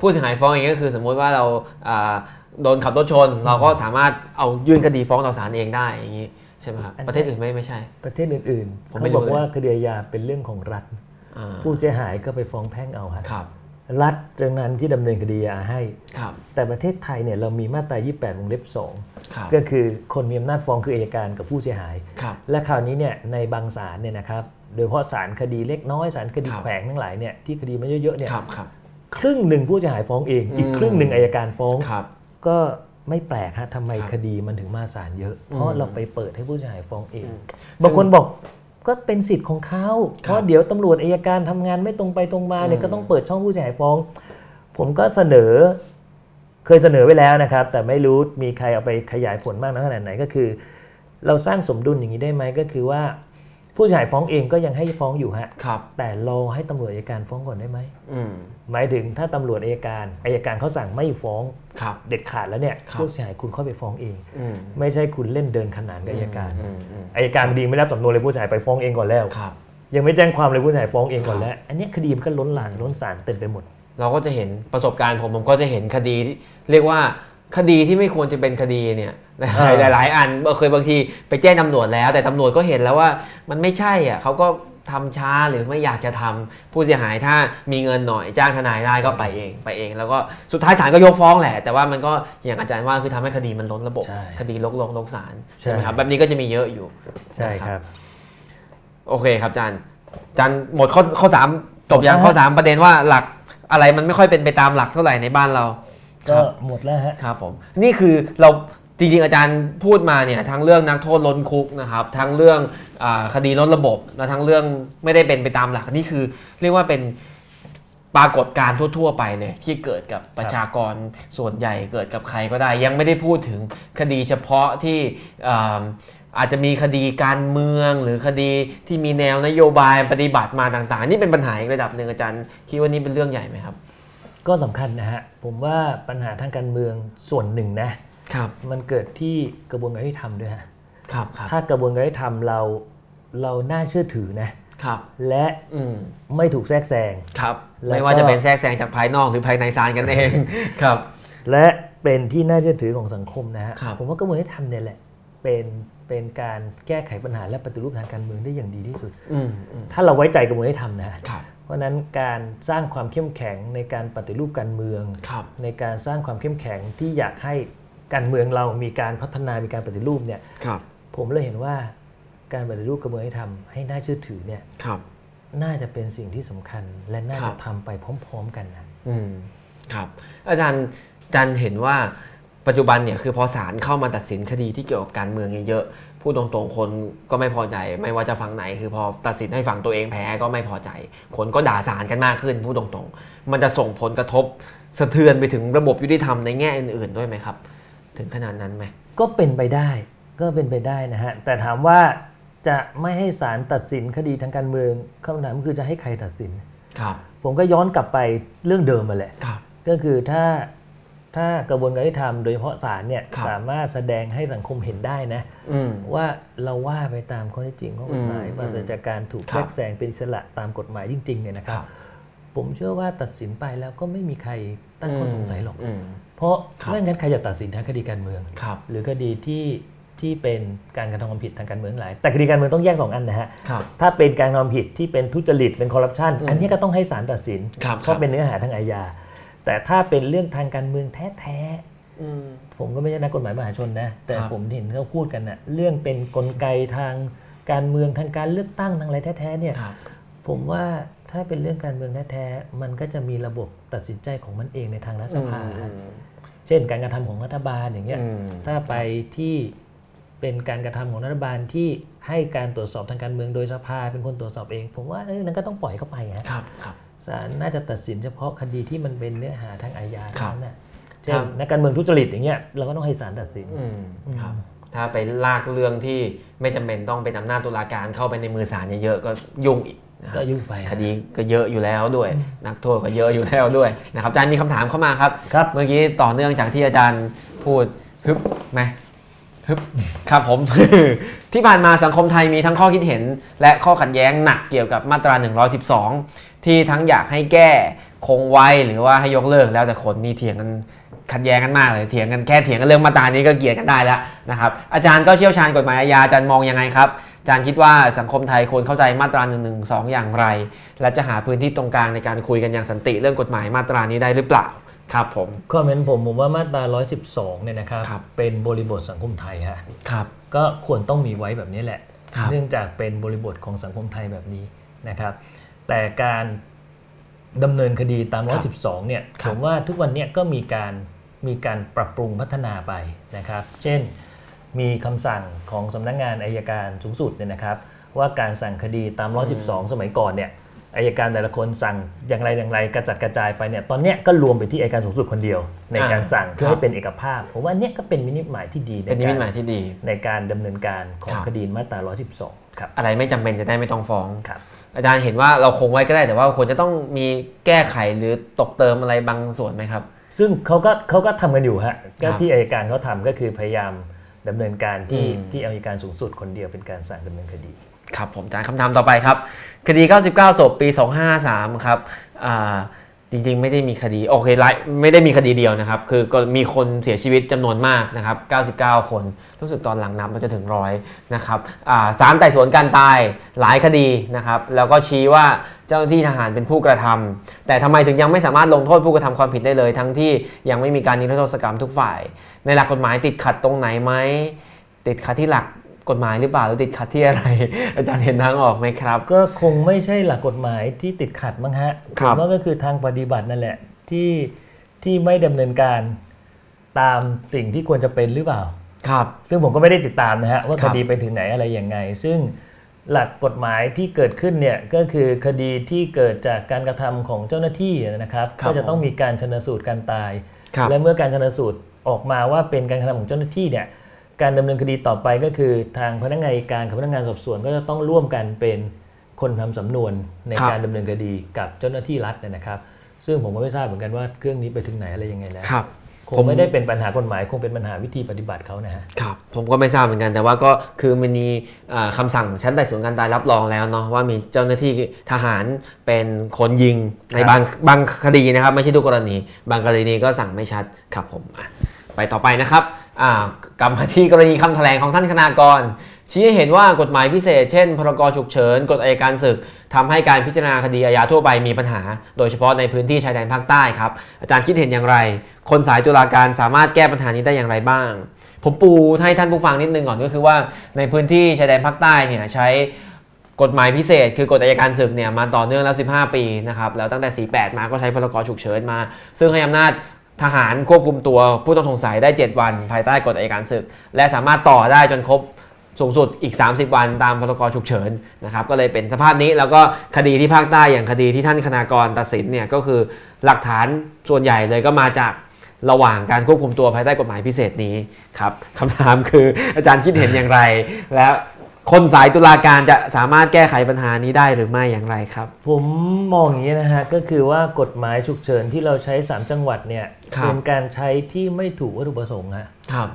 Speaker 1: ผู้เสียหายฟ้องอย่างนี้ยก็คือ สมมติว่าเราอ่าโดนขับรถชน เราก็สามารถเอายื่นคดีฟ้องต่อศาลเองได้อย่างนี้ใช่ไหมครับ
Speaker 2: อันนั้น
Speaker 1: ประเทศอื่นไม่ไม่ใช่
Speaker 2: ประเทศอื่นๆ
Speaker 1: ผม
Speaker 2: เขา
Speaker 1: ไม่รู้
Speaker 2: บอก
Speaker 1: เลย
Speaker 2: ว่าคดีอาญาเป็นเรื่องของรัฐ
Speaker 1: อ่า
Speaker 2: ผู้เสียหายก็ไปฟ้องแพ่งเอาครับ
Speaker 1: ครับ
Speaker 2: รัฐจากนั้นที่ดำเนินคดีอาญาให้
Speaker 1: ครับ
Speaker 2: แต่ประเทศไทยเนี่ยเรามีมาตรา 28 วงเล็บ
Speaker 1: ครับ
Speaker 2: 2 ก็คือคนมีอำนาจฟ้องคืออัยการกับผู้เสียหาย
Speaker 1: ครับ
Speaker 2: และคราวนี้เนี่ยในบางศาลเนี่ยนะครับ โดยเฉพาะศาลคดีเล็กน้อยศาลคดี
Speaker 1: ครับ
Speaker 2: แขวงทั้งหลายเนี่ยที่คดีมันเยอะๆเนี่ย
Speaker 1: ครับครับ
Speaker 2: ครึ่งหนึ่งผู้เสียหายฟ้องเอง อีก
Speaker 1: อืม
Speaker 2: ครึ่งหนึ่งอัยการฟ้อง
Speaker 1: ครับ
Speaker 2: ก็ไม่แปลกฮะทำไม
Speaker 1: ครับ
Speaker 2: คดีมันถึงมาศาลเยอะ
Speaker 1: อืม
Speaker 2: เพราะเราไปเปิดให้ผู้เสียหายฟ้องเอง
Speaker 1: อืม
Speaker 2: บางคนบอกก็เป็นสิทธิ์ของเขาเพราะเดี๋ยวตำรวจอายการทำงานไม่ตรงไปตรงมาเนี่
Speaker 1: อื
Speaker 2: ย
Speaker 1: ม
Speaker 2: ก็ต้องเปิดช่องผู้เสียหายฟ้อง ผมก็เสนอ เคยเสนอไว้แล้วนะครับ แต่ไม่รู้มีใครเอาไปขยายผลมากน้อยขนาดไหนก็คือ เราสร้างสมดุลอย่างนี้ได้ไหมก็คือว่า ผู้เสียหายฟ้องเองก็ยังให้ฟ้องอยู่ฮะ
Speaker 1: ครับ
Speaker 2: แต่รอให้ตำรวจอายการฟ้องก่อนได้ไหม
Speaker 1: อืม
Speaker 2: หมายถึงถ้าตำรวจอายการอายการเขาสั่งไม่ฟ้อง
Speaker 1: ครับ
Speaker 2: เด็ดขาดแล้วเนี่ย
Speaker 1: ครับ
Speaker 2: ผู้เสียหายคุณค่อยไปฟ้องเอง
Speaker 1: อืม
Speaker 2: ไม่ใช่คุณเล่นเดินขนานกับอายการ
Speaker 1: อืมอืม
Speaker 2: อายการดีไม่รับสำนวนเลยผู้เสียหายไปฟ้องเองก่อนแล้ว
Speaker 1: ครับ
Speaker 2: ยังไม่แจ้งความเลยผู้เสียหายฟ้องเองก่อนแล้ว อันเนี้ยคดีมันก็ล้นหลามล้นศาลเต็มไปหมด
Speaker 1: เราก็จะเห็นประสบการณ์ผมผมก็จะเห็นคดีที่เรียกว่าคดีที่ไม่ควรจะเป็นคดีเนี่ยห
Speaker 2: เออ
Speaker 1: ลายหลายๆอันเคยบางทีไปแจ้งตำรวจแล้ว แต่ตำรวจก็เห็นแล้วว่ามันไม่ใช่อ่ะเขาก็ทำช้าหรือไม่อยากจะทำผู้เสียหายถ้ามีเงินหน่อยจ้างทนายได้ก็ไปเองไปเอง แล้วก็สุดท้ายศาลก็ยกฟ้องแหละ แต่ว่ามันก็อย่างอาจารย์ว่าคือทำให้คดีมันล้นระบบ
Speaker 2: ใช่
Speaker 1: คดีลกลงลกศาล
Speaker 2: ใช่
Speaker 1: ใช่ไหมครับแบบนี้ก็จะมีเยอะอยู่นะโอเคครับอาจารย์อาจารย์หมดข้อข้อสามจบยังข้อสามประเด็นว่าหลักอะไรมันไม่ค่อยเป็นไปตามหลักเท่าไหร่ในบ้านเรา
Speaker 2: ก็หมดแล้วฮะ
Speaker 1: ครับผมนี่คือเราจริงๆอาจารย์พูดมาเนี่ยทั้งเรื่องนักโทษล้นคุกนะครับทั้งเรื่องอาคดีล้นระบบและทั้งเรื่องไม่ได้เป็นไปตามหลักนี่คือ เรียกว่าเป็นปรากฏการณ์ทั่ว ๆ ไปเลยที่เกิดกับประชากรส่วนใหญ่เกิดกับใครก็ได้ ยังไม่ได้พูดถึงคดีเฉพาะที่อ่าอาจจะมีคดีการเมืองหรือคดีที่มีแนวนโยบายปฏิบัติมาต่างๆ นี่เป็นปัญหาอีกระดับหนึ่งอาจารย์คิดว่านี่เป็นเรื่องใหญ่ไหมครับ
Speaker 2: ก็สำคัญนะฮะ ผมว่าปัญหาทางการเมืองส่วนหนึ่งนะ
Speaker 1: ครับ
Speaker 2: มันเกิดที่กระบวนการยุติธรรมด้วยฮะ
Speaker 1: ครับครับ
Speaker 2: ถ้ากระบวนการยุติธรรมเราเราน่าเชื่อถือนะ
Speaker 1: ครับ
Speaker 2: และ
Speaker 1: อืม
Speaker 2: ไม่ถูกแทรกแซง
Speaker 1: ครับ
Speaker 2: แล้ว
Speaker 1: ไม่ว่า
Speaker 2: ก็
Speaker 1: จะเป็นแทรกแซงจากภายนอกหรือภายในศาลกันเอง ครับ
Speaker 2: และเป็นที่น่าเชื่อถือของสังคมนะฮะ
Speaker 1: ครับ
Speaker 2: ผมว่ากระบวนการยุติธรรมเนี่ยแหละ เป็นเป็นการแก้ไขปัญหาและปฏิรูปทางการเมืองได้อย่างดีที่สุด
Speaker 1: อืมอืม
Speaker 2: ถ้าเราไว้ใจกระบวนการยุติธรรมนะฮะ
Speaker 1: ครับ
Speaker 2: เพราะฉะนั้นการสร้างความเข้มแข็งในการปฏิรูปการเมือง
Speaker 1: ครับ
Speaker 2: ในการสร้างความเข้มแข็งที่อยากให้การเมืองเรามีการพัฒนามีการปฏิรูปเนี่ย
Speaker 1: ครับ
Speaker 2: ผมเลยเห็นว่าการปฏิรูปกระบวนการยุติธรรมให้น่าเชื่อถือเนี่ย
Speaker 1: ครับ
Speaker 2: น่าจะเป็นสิ่งที่สำคัญ และน่า
Speaker 1: ครั
Speaker 2: จะ
Speaker 1: บ
Speaker 2: ทำไปพร้อม ๆ กันนะ
Speaker 1: อืมครับ อาจารย์อาจารย์เห็นว่าปัจจุบันเนี่ยคือพอศาลเข้ามาตัดสินคดีที่เกี่ยวกับการเมืองเยอะๆพูดตรงๆคนก็ไม่พอใจ ไม่ว่าจะฝั่งไหน คือพอตัดสินให้ฝั่งตัวเองแพ้ก็ไม่พอใจ คนก็ด่าศาลกันมากขึ้นพูดตรงๆ มันจะส่งผลกระทบสะเทือนไปถึงระบบยุติธรรมในแง่อื่นๆด้วยไหมครับ ถึงขนาดนั้นไหม
Speaker 2: ก็เป็นไปได้ก็เป็นไปได้นะฮะ แต่ถามว่าจะไม่ให้ศาลตัดสินคดีทางการเมืองคำถามคือจะให้ใครตัดสิน
Speaker 1: ครับ
Speaker 2: ผมก็ย้อนกลับไปเรื่องเดิมมาแหละ
Speaker 1: ครับ
Speaker 2: ก็คือถ้า ถ้ากระบวนการยุติธรรมโดยเฉพาะศาลเนี่ย
Speaker 1: ครับ
Speaker 2: สามารถแสดงให้สังคมเห็นได้นะ
Speaker 1: อืม
Speaker 2: ว่าเราว่าไปตามข้อเท็จจริงของกฎหมาย
Speaker 1: อืม
Speaker 2: ปราศจากการถูก
Speaker 1: ครับ
Speaker 2: แทรกแซงเป็นอิสระตามกฎหมายจริงๆเนี่ยนะครับ ผมเชื่อว่าตัดสินไปแล้วก็ไม่มีใครตั้งข้อสงสัยหรอก
Speaker 1: ม
Speaker 2: เพราะ
Speaker 1: ครับ
Speaker 2: ไม่งั้นใครจะตัดสินทางคดีการเมือง
Speaker 1: ครับ
Speaker 2: หรือคดีที่ที่เป็นการกระทำความผิดทางการเมืองหลาย แต่คดีการเมืองต้องแยกสองอันนะฮะ
Speaker 1: ครับ
Speaker 2: ถ้าเป็นการกระทำผิดที่เป็นทุจริตเป็นคอร์รัปชัน
Speaker 1: อืม
Speaker 2: อันนี้ก็ต้องให้ศาลตัดสิน
Speaker 1: ครับ
Speaker 2: เพ
Speaker 1: ครั
Speaker 2: ราะ
Speaker 1: บ
Speaker 2: เป็นเนื้อหาทางอาญาแต่ถ้าเป็นเรื่องทางการเมืองแท้
Speaker 1: อืม
Speaker 2: ๆผมก็ไม่ใช่นักกฎหมายมหาชนนะแต่
Speaker 1: ครับ
Speaker 2: ผมเห็นเขาพูดกันนะเรื่องเป็นกลไกทางการเมืองทางการเลือกตั้งทางอะไรแท้ๆเนี่ย
Speaker 1: ครับ
Speaker 2: ผมว่าถ้าเป็นเรื่องการเมืองแท้ๆมันก็จะมีระบบตัดสินใจของมันเองในทางรัฐสภา เช่น การกระทำของรัฐบาลอย่างเงี้ย
Speaker 1: อืม
Speaker 2: ถ้าไปที่เป็นการกระทำของรัฐบาลที่ให้การตรวจสอบทางการเมืองโดยสภาเป็นคนตรวจสอบเอง ผมว่าเอ้ยนั้นก็ต้องปล่อยเข้าไปฮะ
Speaker 1: ครับ ครับ
Speaker 2: ศาลน่าจะตัดสินเฉพาะคดีที่มันเป็นเนื้อหาทางอาญา
Speaker 1: ครับ
Speaker 2: เท่านั้นนะเช่
Speaker 1: ครั
Speaker 2: น
Speaker 1: บ
Speaker 2: นักการเมืองทุจริตอย่างเงี้ยเราก็ต้องให้ศาลตัดสิน
Speaker 1: อืมครับ ถ้าไปลากเรื่องที่ไม่จำเป็นต้องเป็นอำนาจตุลาการเข้าไปในมือศาลเยอะๆก็ยุ่งอีกนะค
Speaker 2: ก็
Speaker 1: รับ
Speaker 2: ยุ่งไป
Speaker 1: คดีก็เยอะอยู่แล้วด้วย นักโทษก็เยอะอยู่แล้วด้วยนะครับอาจารย์มีคำถามเข้ามาครับ
Speaker 2: ครับ
Speaker 1: เมื่อกี้ต่อเนื่องจากที่อาจารย์พูดฮึบไหมฮึบครับผม ที่ผ่านมาสังคมไทยมีทั้งข้อคิดเห็น และข้อขัดแย้งหนักเกี่ยวกับมาตรา 112 ที่ทั้งอยากให้แก้คงไว้หรือว่าให้ยกเลิกแล้วแต่คนมีเถียงกันขัดแย้งกันมากเลยเถียงกันแค่เถียงกันเรื่องมาตรานี้ก็เกลียดกันได้แล้วนะครับอาจารย์ก็เชี่ยวชาญกฎหมายอาญาอาจารย์มองยังไงครับอาจารย์คิดว่าสังคมไทยควรเข้าใจมาตรา1นึอย่างไร และจะหาพื้นที่ตรงกลางในการคุยกันอย่างสันติเรื่องกฎหมายมาตรานี้ได้หรือเปล่าครับผม
Speaker 2: ข้อเมนต์ผมผมว่ามาตรา 112 เนี่ยนะครับ
Speaker 1: ครับ
Speaker 2: เป็นบริบทสังคมไทยฮะ
Speaker 1: ครับ
Speaker 2: ก็ควรต้องมีไว้แบบนี้แหละ
Speaker 1: ครับ
Speaker 2: เนื่องจากเป็นบริบทของสังคมไทยแบบนี้นะครับ แต่การดำเนินคดีตาม
Speaker 1: ครับ
Speaker 2: 112 เนี่ย
Speaker 1: ค
Speaker 2: ผ
Speaker 1: รับ
Speaker 2: มว่าทุกวันเนี่ยก็มีการมีการปรับปรุงพัฒนาไปนะครับ เช่น มีคำสั่งของสำนักงานอายการสูงสุดเนี่ยนะครับ ว่าการสั่งคดีตาม 112 สมัยก่อนเนี่ย อายการแต่ละคนสั่งอย่างไรอย่างไรกระจัดกระจายไปเนี่ย ตอนเนี้ยก็รวมไปที่อายการสูงสุดคนเดียว ในการสั่งเพื่อ
Speaker 1: ครับ
Speaker 2: ให้เป็นเอกภาพ ผมว่าเนี่ยก็เป็นมินิหมายที่ดีใน
Speaker 1: เป็นนิ
Speaker 2: กา
Speaker 1: มิ
Speaker 2: ร
Speaker 1: ตหมายที่ดี
Speaker 2: ในการดำเนินการของ
Speaker 1: ครับ
Speaker 2: คดีมาตรา 112 ครับ
Speaker 1: อะไรไม่จำเป็นจะได้ไม่ต้องฟ้อง
Speaker 2: ครับ
Speaker 1: อาจารย์เห็นว่าเราคงไว้ก็ได้แต่ว่าควรจะต้องมีแก้ไขหรือตกเติมอะไรบางส่วนไหมครับ
Speaker 2: ซึ่งเขาก็เขาก็ทำกันอยู่ฮะ ก็
Speaker 1: ครับ
Speaker 2: ที่อายการเขาทำก็คือพยายามดำเนินการที่
Speaker 1: อืม
Speaker 2: ที่อายการสูงสุดคนเดียวเป็นการสั่งดำเนินคดี
Speaker 1: ครับผมอาจารย์คำถามต่อไปครับ คดี 99ศพปี 253 ครับอ่าจริงๆ ไม่ได้มีคดีโอเคไลไม่ได้มีคดีเดียวนะครับ คือก็มีคนเสียชีวิตจำนวนมากนะครับ 99 คนรู้สึกตอนหลังนับมันจะถึงร้อยนะครับอ่าศาลไต่สวนการตายหลายคดีนะครับ แล้วก็ชี้ว่าเจ้าหน้าที่ทหารเป็นผู้กระทำแต่ทำไมถึงยังไม่สามารถลงโทษผู้กระทำความผิดได้เลย ทั้งที่ยังไม่มีการนิรโทษกรรมทุกฝ่าย ในหลักกฎหมายติดขัดตรงไหนไหม ติดขัดที่หลักกฎหมายหรือเปล่าหรือติดขัดที่อะไร อาจารย์เห็นทางออกไหมครับ
Speaker 2: ก็คงไม่ใช่หลักกฎหมายที่ติดขัดมั้งฮะ
Speaker 1: ครับ
Speaker 2: ผมว่าก็คือทางปฏิบัตินั่นแหละที่ที่ไม่ดำเนินการตามสิ่งที่ควรจะเป็นหรือเปล่า
Speaker 1: ครับ
Speaker 2: ซึ่งผมก็ไม่ได้ติดตามนะฮะว่า
Speaker 1: ค
Speaker 2: ครับ ดีไปถึงไหนอะไรยังไง ซึ่งหลักกฎหมายที่เกิดขึ้นเนี่ยก็คือคดีที่เกิดจากการกระทำของเจ้าหน้าที่นะครับ
Speaker 1: ครับ
Speaker 2: ก็จะต้อง
Speaker 1: ผม
Speaker 2: มีการชนสูตรการตาย
Speaker 1: ครับ
Speaker 2: และเมื่อการชนสูตรออกมาว่าเป็นการกระทำของเจ้าหน้าที่เนี่ยการดำเนินคดีต่อไปก็คือทางพนักงานอัยการกับพนักงานสอบสวนก็จะต้องร่วมกันเป็นคนทำสำนวนใน
Speaker 1: ครับ
Speaker 2: การดำเนินคดีกับเจ้าหน้าที่รัฐเนยนะครับ ซึ่งผมก็ไม่ทราบเหมือนกันว่าเครื่องนี้ไปถึงไหนอะไรยังไงแล้ว
Speaker 1: ครับ
Speaker 2: คงไม่ได้เป็นปัญหากฎหมายคงเป็นปัญหาวิธีปฏิบัติเขานะฮะ
Speaker 1: ครับ ผมก็ไม่ทราบเหมือนกันแต่ว่าก็คือมันมีอ่าคำสั่งชั้นไต่สวนการตายรับรองแล้วเนาะว่ามีเจ้าหน้าที่ทหารเป็นคนยิงในบางบางคดีนะครับ ไม่ใช่ทุกกรณี บางกรณีก็สั่งไม่ชัดครับผมอ่ะไปต่อไปนะครับอ่ากลับมาที่กรณีคำแถลงของท่านคณากร ชี้ให้เห็นว่ากฎหมายพิเศษ เช่น พรกฉุกเฉิน กฎอัยการศึกทำให้การพิจารณาคดีอาญาทั่วไปมีปัญหา โดยเฉพาะในพื้นที่ชายแดนภาคใต้ครับ อาจารย์คิดเห็นอย่างไร คนสายตุลาการสามารถแก้ปัญหานี้ได้อย่างไรบ้าง ผมปูให้ท่านผู้ฟังนิดนึงก่อนก็คือว่าในพื้นที่ชายแดนภาคใต้เนี่ยใช้กฎหมายพิเศษ คือกฎอัยการศึกเนี่ยมาต่อเนื่องแล้ว 15 ปีนะครับแล้วตั้งแต่ 48 มาก็ใช้พรกฉุกเฉินมา ซึ่งให้อำนาจทหารควบคุมตัวผู้ต้องสงสัยได้ 7 วัน ภายใต้กฎอัยการศึก และสามารถต่อได้จนครบ สูงสุดอีก 30 วันตามพรกฉุกเฉินนะครับก็เลยเป็นสภาพนี้แล้วก็คดีที่ภาคใต้อย่างคดีที่ท่านคณากรตัดสินเนี่ยก็คือหลักฐานส่วนใหญ่เลยก็มาจากระหว่างการควบ คุมตัวภายใต้กฎหมายพิเศษนี้ครับคำถามคืออาจารย์คิดเห็นอย่างไร และ คนสายตุลาการจะสามารถแก้ไขปัญหานี้ได้หรือไม่อย่างไรครับ
Speaker 2: ผมมองอย่างนี้นะฮะก็คือว่ากฎหมายฉุกเฉินที่เราใช้ 3 จังหวัดเนี่ย
Speaker 1: ครับ
Speaker 2: เป็นการใช้ที่ไม่ถูกวัตถุประสงค์ฮะ
Speaker 1: ครับ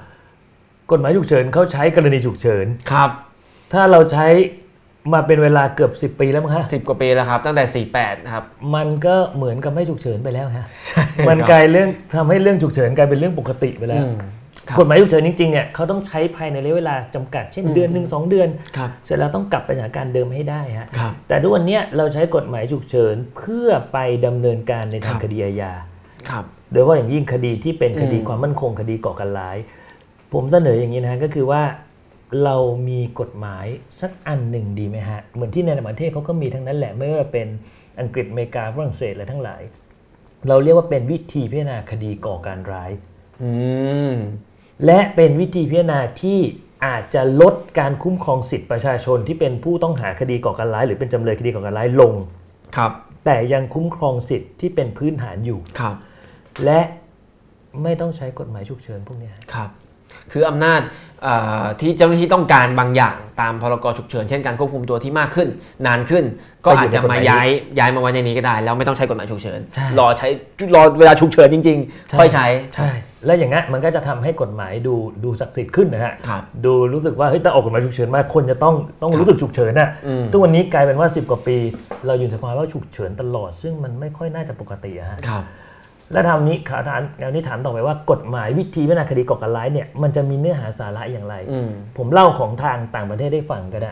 Speaker 2: กฎหมายฉุกเฉินเขาใช้กรณีฉุกเฉิน
Speaker 1: ครับ
Speaker 2: ถ้าเราใช้มาเป็นเวลาเกือบ 10 ปีแล้วมั้งฮะ
Speaker 1: สิบกว่าปีแล้วครับ ตั้งแต่ 48นะครับ
Speaker 2: มันก็เหมือนกับไม่ฉุกเฉินไปแล้วฮะมันกลายเรื่องทำให้เรื่องฉุกเฉินกลายเป็นเรื่องปกติไปแล้ว
Speaker 1: อืมครับ
Speaker 2: กฎหมายฉุกเฉินจริงๆเนี่ยเขาต้องใช้ภายในระยะเวลาจำกัด เช่นเดือนหนึ่งสองเดือน
Speaker 1: ครับ
Speaker 2: เสร็จแล้วต้องกลับไปสถานการณ์เดิมให้ได้ฮะ
Speaker 1: ครับ
Speaker 2: แต่ทุกวันเนี้ยเราใช้กฎหมายฉุกเฉินเพื่อไปดำเนินการในทา
Speaker 1: ค
Speaker 2: ง
Speaker 1: รับ
Speaker 2: คดีอาญา
Speaker 1: ครับ
Speaker 2: โดยเฉพาะอย่างยิ่งคดีที่เป็นคดี
Speaker 1: อืม
Speaker 2: ความมั่นคงคดีก่อการร้าย ผมเสนออย่างนี้นะฮะก็คือว่าเรามีกฎหมายสักอันหนึ่งดีไหมฮะ เหมือนที่ในต่างประเทศเขาก็มีทั้งนั้นแหละ ไม่ว่าเป็นอังกฤษอเมริกาฝรั่งเศสอะไรทั้งหลาย เราเรียกว่าเป็นวิธีพิจารณาคดีก่อการร้าย
Speaker 1: อืม
Speaker 2: และเป็นวิธีพิจารณาที่อาจจะลดการคุ้มครองสิทธิประชาชนที่เป็นผู้ต้องหาคดีก่อการร้าย หรือเป็นจำเลยคดีก่อการร้ายลง
Speaker 1: ครับ
Speaker 2: แต่ยังคุ้มครองสิทธิ์ที่เป็นพื้นฐานอยู่
Speaker 1: ครับ
Speaker 2: และไม่ต้องใช้กฎหมายฉุกเฉินพวกเนี้ยฮะ
Speaker 1: ครับ คืออำนาจเอ่อที่เจ้าหน้าที่ต้องการบางอย่างตามพรกฉุกเฉินเช่นการควบคุมตัวที่มากขึ้น นานขึ้น ก็อาจจะมาย้ายย้ายมาไว้ในนี้ก็ได้ แล้วไม่ต้องใช้กฎหมายฉุกเฉินรอใช้รอเวลาฉุกเฉินจริงๆค่อยใช้
Speaker 2: ใช่ และอย่างงั้นมันก็จะทำให้กฎหมายดูดูศักดิ์สิทธิ์ขึ้นนะฮะ
Speaker 1: ครับ
Speaker 2: ดูรู้สึกว่าเฮ้ยถ้าออกกฎหมายฉุกเฉินมาคนจะต้องต้องรู้สึกฉุกเฉินน่ะ
Speaker 1: อืม
Speaker 2: ทุกวันนี้กลายเป็นว่า 10 กว่าปี เราอยู่ในภาวะฉุกเฉินตลอด ซึ่งมันไม่ค่อยน่าจะปกติอะฮะ
Speaker 1: ครับ
Speaker 2: และทำนี้ขาถามแนวนี้ถามต่อไปว่ากฎหมายวิธีพิจารณาคดีก่อการร้ายเนี่ยมันจะมีเนื้อหาสาระอย่างไร
Speaker 1: อืม
Speaker 2: ผมเล่าของทางต่างประเทศได้ฟังก็ได้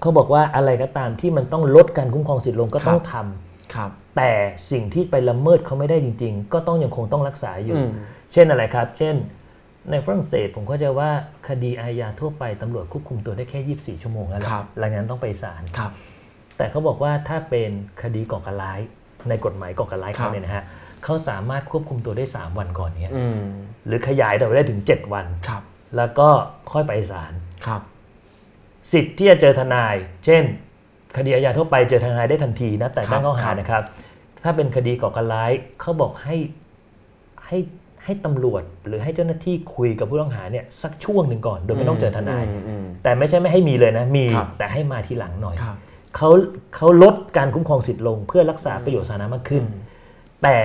Speaker 2: เขาบอกว่าอะไรก็ตามที่มันต้องลดการคุ้มครองสิทธิ์ลงก็ต้องทำ
Speaker 1: ครับ
Speaker 2: แต่สิ่งที่ไปละเมิดเขาไม่ได้จริง ๆ ก็ต้องยังคงต้องรักษาอยู่
Speaker 1: อืม
Speaker 2: เช่นอะไรครับ เช่น ในฝรั่งเศสผมเข้าใจว่าคดีอาญาทั่วไปตำรวจควบคุมตัวได้แค่ 24 ชั่วโมงแล้วแหละ
Speaker 1: ครับ
Speaker 2: หลังจากนั้นต้องไปศาล
Speaker 1: ครับ
Speaker 2: แต่เขาบอกว่าถ้าเป็นคดีก่อการร้าย ในกฎหมายก่อการร้าย
Speaker 1: ครับ
Speaker 2: เขาเนี่ยนะฮะเขาสามารถควบคุมตัวได้ 3 วันก่อนเนี่ย
Speaker 1: อืม
Speaker 2: หรือขยายต่อไปได้ถึง 7 วัน
Speaker 1: ครับ
Speaker 2: แล้วก็ค่อยไปศาล
Speaker 1: ครับ
Speaker 2: สิทธิ์ที่จะเจอทนาย เช่น คดีอาญาทั่วไปเจอทนายได้ทันทีนะแต่ตั้งข้อหานะครับ ถ้าเป็นคดีก่อการร้ายเขาบอกให้ให้ให้ตำรวจหรือให้เจ้าหน้าที่คุยกับผู้ต้องหาเนี่ยสักช่วงหนึ่งก่อนโดยไม่ต้องเจอทนาย
Speaker 1: มอืม
Speaker 2: แต่ไม่ใช่ไม่ให้มีเลยนะมี
Speaker 1: ครับ
Speaker 2: แต่ให้มาทีหลังหน่อย
Speaker 1: ครับ
Speaker 2: เขาเขาลดการคุ้มครองสิทธิ์ลงเพื่อรักษาประโยชน์สาธารณะมากขึ้น
Speaker 1: อืม
Speaker 2: แต่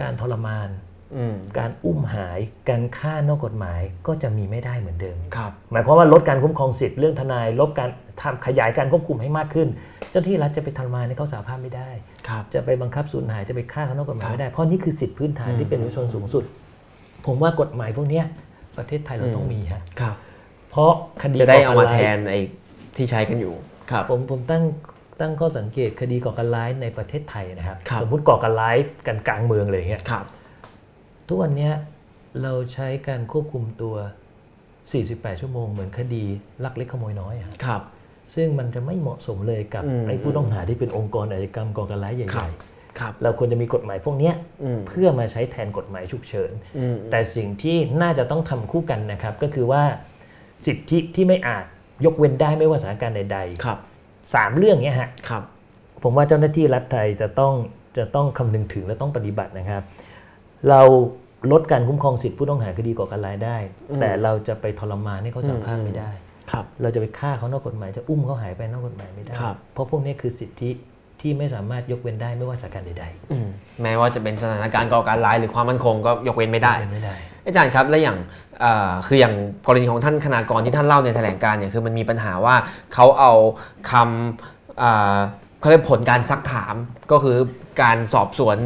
Speaker 2: การทรมาน
Speaker 1: อืม
Speaker 2: การอุ้มหาย การฆ่านอกกฎหมายก็จะมีไม่ได้เหมือนเดิม
Speaker 1: ครับ
Speaker 2: หมายความว่าลดการคุ้มครองสิทธิ์เรื่องทนาย ลดการทำขยายการควบคุมให้มากขึ้น เจ้าหน้าที่รัฐจะไปทรมานให้เขาสาภาพไม่ได้
Speaker 1: ครับ
Speaker 2: จะไปบังคับสูญหายจะไปฆ่าเขานอกกฎหมา
Speaker 1: ค
Speaker 2: ย
Speaker 1: รับ
Speaker 2: ไม่ได้ เพราะนี่คือสิทธิพื้นฐาน
Speaker 1: อืม
Speaker 2: ที่เป็นมนุษยชนสูงสุด ผมว่ากฎหมายพวกเนี้ยประเทศไทยเราต้องมีฮะ
Speaker 1: ครับ
Speaker 2: เพราะคดี
Speaker 1: จะได้เอา
Speaker 2: ก่
Speaker 1: มาก
Speaker 2: ร
Speaker 1: แท
Speaker 2: ร้ย
Speaker 1: นไอ้ที่ใช้กันอยู่ ครับ
Speaker 2: ผมผมตั้งตั้งข้อสังเกตคดีก่อการร้ายในประเทศไทยนะครับ
Speaker 1: ครับ
Speaker 2: สมมติก่อการร้ายกันกลางเมืองเลยอยางเงี้ย
Speaker 1: ครับ
Speaker 2: ทุกวันเนี้ยเราใช้การควบคุมตัว 48 ชั่วโมงเหมือนคดีลักเล็กขโมยน้อยอะครับ
Speaker 1: ครับ
Speaker 2: ซึ่งมันจะไม่เหมาะสมเลยกับ
Speaker 1: อืม
Speaker 2: ไอ้ผู้ต้องหาที่เป็นองค์กรอาชญากรรมก่อการร้ายให
Speaker 1: ครั
Speaker 2: ญ่
Speaker 1: บ ครับ
Speaker 2: ๆเราควรจะมีกฎหมายพวกเนี้ย
Speaker 1: อืม
Speaker 2: เพื่อมาใช้แทนกฎหมายฉุกเฉิน
Speaker 1: อืม
Speaker 2: แต่สิ่งที่น่าจะต้องทำคู่กันนะครับก็คือว่าสิทธิที่ไม่อาจยกเว้นได้ไม่ว่าสถานการณ์ใด
Speaker 1: ครับ
Speaker 2: ๆสามเรื่องเนี้ยฮะ
Speaker 1: ครับ
Speaker 2: ผมว่าเจ้าหน้าที่รัฐไทยจะต้องจะต้องคำนึงถึงและต้องปฏิบัตินะครับ เราลดการคุ้มครองสิทธิผู้ต้องหาคดีก่อการร้ายได้
Speaker 1: อืม
Speaker 2: แต่เราจะไปทรมานให้เขาสารภาพ
Speaker 1: อืม
Speaker 2: ไม่ได้
Speaker 1: ครับ
Speaker 2: เราจะไปฆ่าเขานอกกฎหมายจะอุ้มเขาหายไปนอกกฎหมายไม่ได้
Speaker 1: ครับ
Speaker 2: เพราะพวกนี้คือสิทธิที่ไม่สามารถยกเว้นได้ไม่ว่าสถานการณ์ใด
Speaker 1: อืมแม้ว่าจะเป็นสถานการณ์ก่อการร้ายหรือความมั่นคงก็ยกเว้นไม่
Speaker 2: ๆ
Speaker 1: ได้
Speaker 2: ยกเว้นไม่ได้
Speaker 1: อาจารย์ครับและอย่างเอ่อคืออย่างกรณีของท่านคณากรที่ท่านเล่าในแถลงการณ์เนี่ยคือมันมีปัญหาว่าเขาเอาคำเอ่อเขาเรียกผลการซักถามก็คือการสอบสวน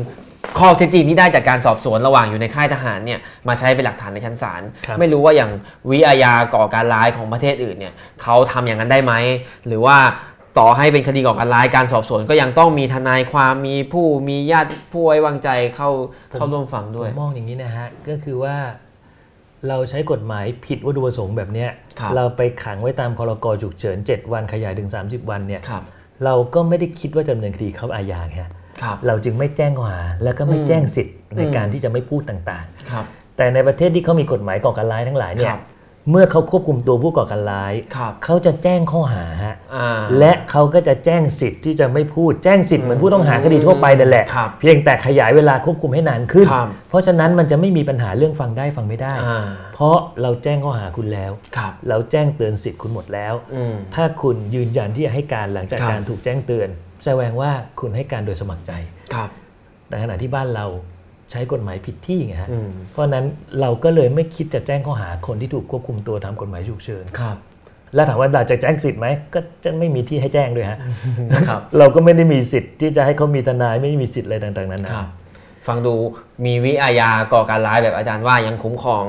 Speaker 1: ข้อเท็จจริงที่ได้จากการสอบสวนระหว่างอยู่ในค่ายทหารเนี่ยมาใช้เป็นหลักฐานในชั้นศาล
Speaker 2: ครับ
Speaker 1: ไม่รู้ว่าอย่างวิอาญาก่อการร้ายของประเทศอื่นเนี่ยเขาทำอย่างนั้นได้ไหมหรือว่าต่อให้เป็นคดีก่อการร้ายการสอบสวนก็ยังต้องมีทนายความมีผู้มีญาติผู้ไว้วางใจเข้าเข้าร่วมฟัง
Speaker 2: ผ
Speaker 1: ด้วย
Speaker 2: มมองอย่างนี้นะฮะ ก็คือว่าเราใช้กฎหมายผิดวัตถุประสงค์แบบเนี้ย
Speaker 1: ครับ
Speaker 2: เราไปขังไว้ตามพรกฉุกเฉิน 7 วันขยายถึง 30 วันเนี่ย
Speaker 1: ครับ
Speaker 2: เราก็ไม่ได้คิดว่าจะดำเนินคดีเขาอาญาไงฮะ
Speaker 1: ครับ
Speaker 2: เราจึงไม่แจ้งข้อหา แล้วก็ไม่
Speaker 1: อืม
Speaker 2: แจ้งสิทธิ์ใน
Speaker 1: อืม
Speaker 2: การที่จะไม่พูดต่าง
Speaker 1: ครับ
Speaker 2: ๆ แต่ในประเทศที่เขามีกฎหมายก่อการร้ายทั้งหลายเนี่
Speaker 1: ค
Speaker 2: ย
Speaker 1: รับ
Speaker 2: เมื่อเขาควบคุมตัวผู้ก่อการร้าย
Speaker 1: ครับ
Speaker 2: เขาจะแจ้งข้อหาฮะ
Speaker 1: อ่า
Speaker 2: และเขาก็จะแจ้งสิทธิ์ที่จะไม่พูดแจ้งสิทธิ์เหมือนผู้ต้องหาคดีทั่วไปนั่นแหละ
Speaker 1: ครับ
Speaker 2: เพียงแต่ขยายเวลาควบคุมให้นานขึ้น
Speaker 1: ครับ
Speaker 2: เพราะฉะนั้นมันจะไม่มีปัญหาเรื่องฟังได้ฟังไม่ได้
Speaker 1: อ่า
Speaker 2: เพราะเราแจ้งข้อหาคุณแล้ว
Speaker 1: ครับ
Speaker 2: เราแจ้งเตือนสิทธิ์คุณหมดแล้ว
Speaker 1: อืม
Speaker 2: ถ้าคุณยืนยันที่จะให้การหลังจาก
Speaker 1: ครับ
Speaker 2: การถูกแจ้งเตือน แสดงว่าคุณให้การโดยสมัครใจ
Speaker 1: ครับ
Speaker 2: แต่ขณะที่บ้านเราใช้กฎหมายผิดที่ไงฮะ
Speaker 1: อืม
Speaker 2: เพราะฉะนั้นเราก็เลยไม่คิดจะแจ้งข้อหาคนที่ถูกควบคุมตัวตามกฎหมายฉุกเฉิน
Speaker 1: ครับ
Speaker 2: แล้วถามว่าเราจะแจ้งสิทธิ์ไหม ก็จะไม่มีที่ให้แจ้งด้วยฮะ
Speaker 1: ครับ
Speaker 2: เราก็ไม่ได้มีสิทธิ์ที่จะให้เขามีทนายไม่มีสิทธิ์อะไรต่างๆนั้นนะครับ
Speaker 1: ฟังดูมีวิอาญาก่อการร้ายแบบอาจารย์ว่ายังคุ้มครอง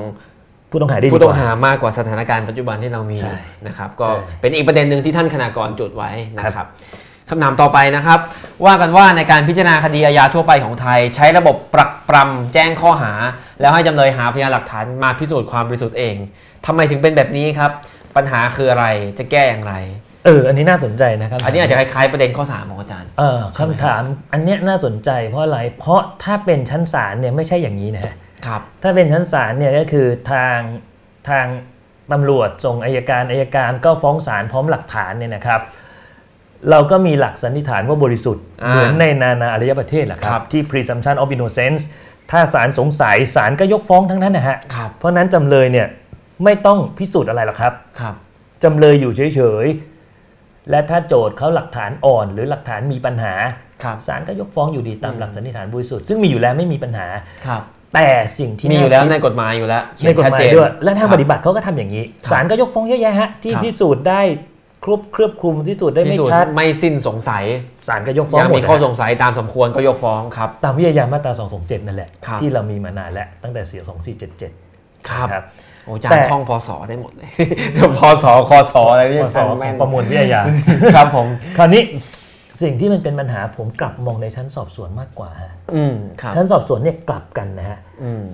Speaker 2: ผู้ต้องหาได้ดีกว่า
Speaker 1: ผู้ต้องหามากกว่าสถานการณ์ปัจจุบันที่เรามี
Speaker 2: ใช่
Speaker 1: นะครับก็
Speaker 2: ใช่
Speaker 1: เป็นอีกประเด็นหนึ่งที่ท่านคณากรจุดไว้นะครับคำถามต่อไปนะครับ ว่ากันว่าในการพิจารณาคดีอาญาทั่วไปของไทย ใช้ระบบปรักปรำแจ้งข้อหา แล้วให้จำเลยหาพยานหลักฐานมาพิสูจน์ความบริสุทธิ์เองทำไมถึงเป็นแบบนี้ครับ ปัญหาคืออะไรจะแก้อย่างไร
Speaker 2: เอออันนี้น่าสนใจนะครับ
Speaker 1: อันนี้อาจจะคล้ายๆประเด็นข้อสามของอาจารย์
Speaker 2: เออคำถามอันเนี้ยน่าสนใจเพราะอะไรเพราะถ้าเป็นชั้นศาลเนี่ยไม่ใช่อย่างนี้นะฮะ
Speaker 1: ครับ
Speaker 2: ถ้าเป็นชั้นศาลเนี่ยก็คือทางทางตำรวจส่งอายการอายการก็ฟ้องศาลพร้อมหลักฐานเนี่ยนะครับ เราก็มีหลักสันนิษฐานว่าบริสุทธิ์
Speaker 1: อ่า
Speaker 2: เหมือนในนานาอารยประเทศแหละค
Speaker 1: ครั
Speaker 2: รับ
Speaker 1: บ
Speaker 2: ที่ presumption of innocence ถ้าศาลสงสัยศาลก็ยกฟ้องทั้งนั้นนะฮะ
Speaker 1: ครับ
Speaker 2: เพราะฉะนั้นจำเลยเนี่ยไม่ต้องพิสูจน์อะไรหรอกครับ
Speaker 1: ครับ
Speaker 2: จำเลยอยู่เฉยๆ และถ้าโจทย์เขาหลักฐานอ่อน หรือหลักฐานมีปัญหา
Speaker 1: ครับ
Speaker 2: ศาลก็ยกฟ้องอยู่ดีตาม
Speaker 1: อืม
Speaker 2: หลักสันนิษฐานบริสุทธิ์ซึ่งมีอยู่แล้วไม่มีปัญหา
Speaker 1: ครับ
Speaker 2: แต่สิ่งที่
Speaker 1: มีอ
Speaker 2: น่า
Speaker 1: ยู่แล้ว
Speaker 2: คิด
Speaker 1: ในกฎหมายอยู่แล้วเขี
Speaker 2: ใน
Speaker 1: ยน
Speaker 2: กฎ
Speaker 1: ชัด
Speaker 2: หมาย
Speaker 1: เจน
Speaker 2: ด้วย และทาง
Speaker 1: ครับ
Speaker 2: ปฏิบัติเขาก็ทำอย่างนี้
Speaker 1: ครับ
Speaker 2: ศาลก็ยกฟ้องเยอะแยะฮะที่
Speaker 1: ครับ
Speaker 2: พิสูจน์ได้ครบเครือบคลุมที่สุดได้
Speaker 1: พิ
Speaker 2: ไม่
Speaker 1: สูจ
Speaker 2: ชัด
Speaker 1: น์ไม่สิ้นสงสัย
Speaker 2: ศาลก็ยกฟ้อง
Speaker 1: ยัง
Speaker 2: หมด
Speaker 1: มี
Speaker 2: นะ
Speaker 1: ข้อส
Speaker 2: ฮะ
Speaker 1: งสัยตามสมควรก็ยกฟ้องครับ
Speaker 2: ตามวิทยามาตรา227 นั่นแหละ
Speaker 1: ครับ
Speaker 2: ที่เรามีมานานแล้วตั้งแต่เสีย2477 ครับ
Speaker 1: โอ้อาจาร
Speaker 2: แต่
Speaker 1: ย์ท่องพศได้หมดเลย พศคศอะไร
Speaker 2: พ
Speaker 1: เนี่ย
Speaker 2: ศของประมวลวิทยา
Speaker 1: ครับผม
Speaker 2: คราวนี้สิ่งที่มันเป็นปัญหาผมกลับมองในชั้นสอบสวนมากกว่าฮะ
Speaker 1: อืมครับ
Speaker 2: ชั้นสอบสวนเนี่ยกลับกันนะฮะ
Speaker 1: อืม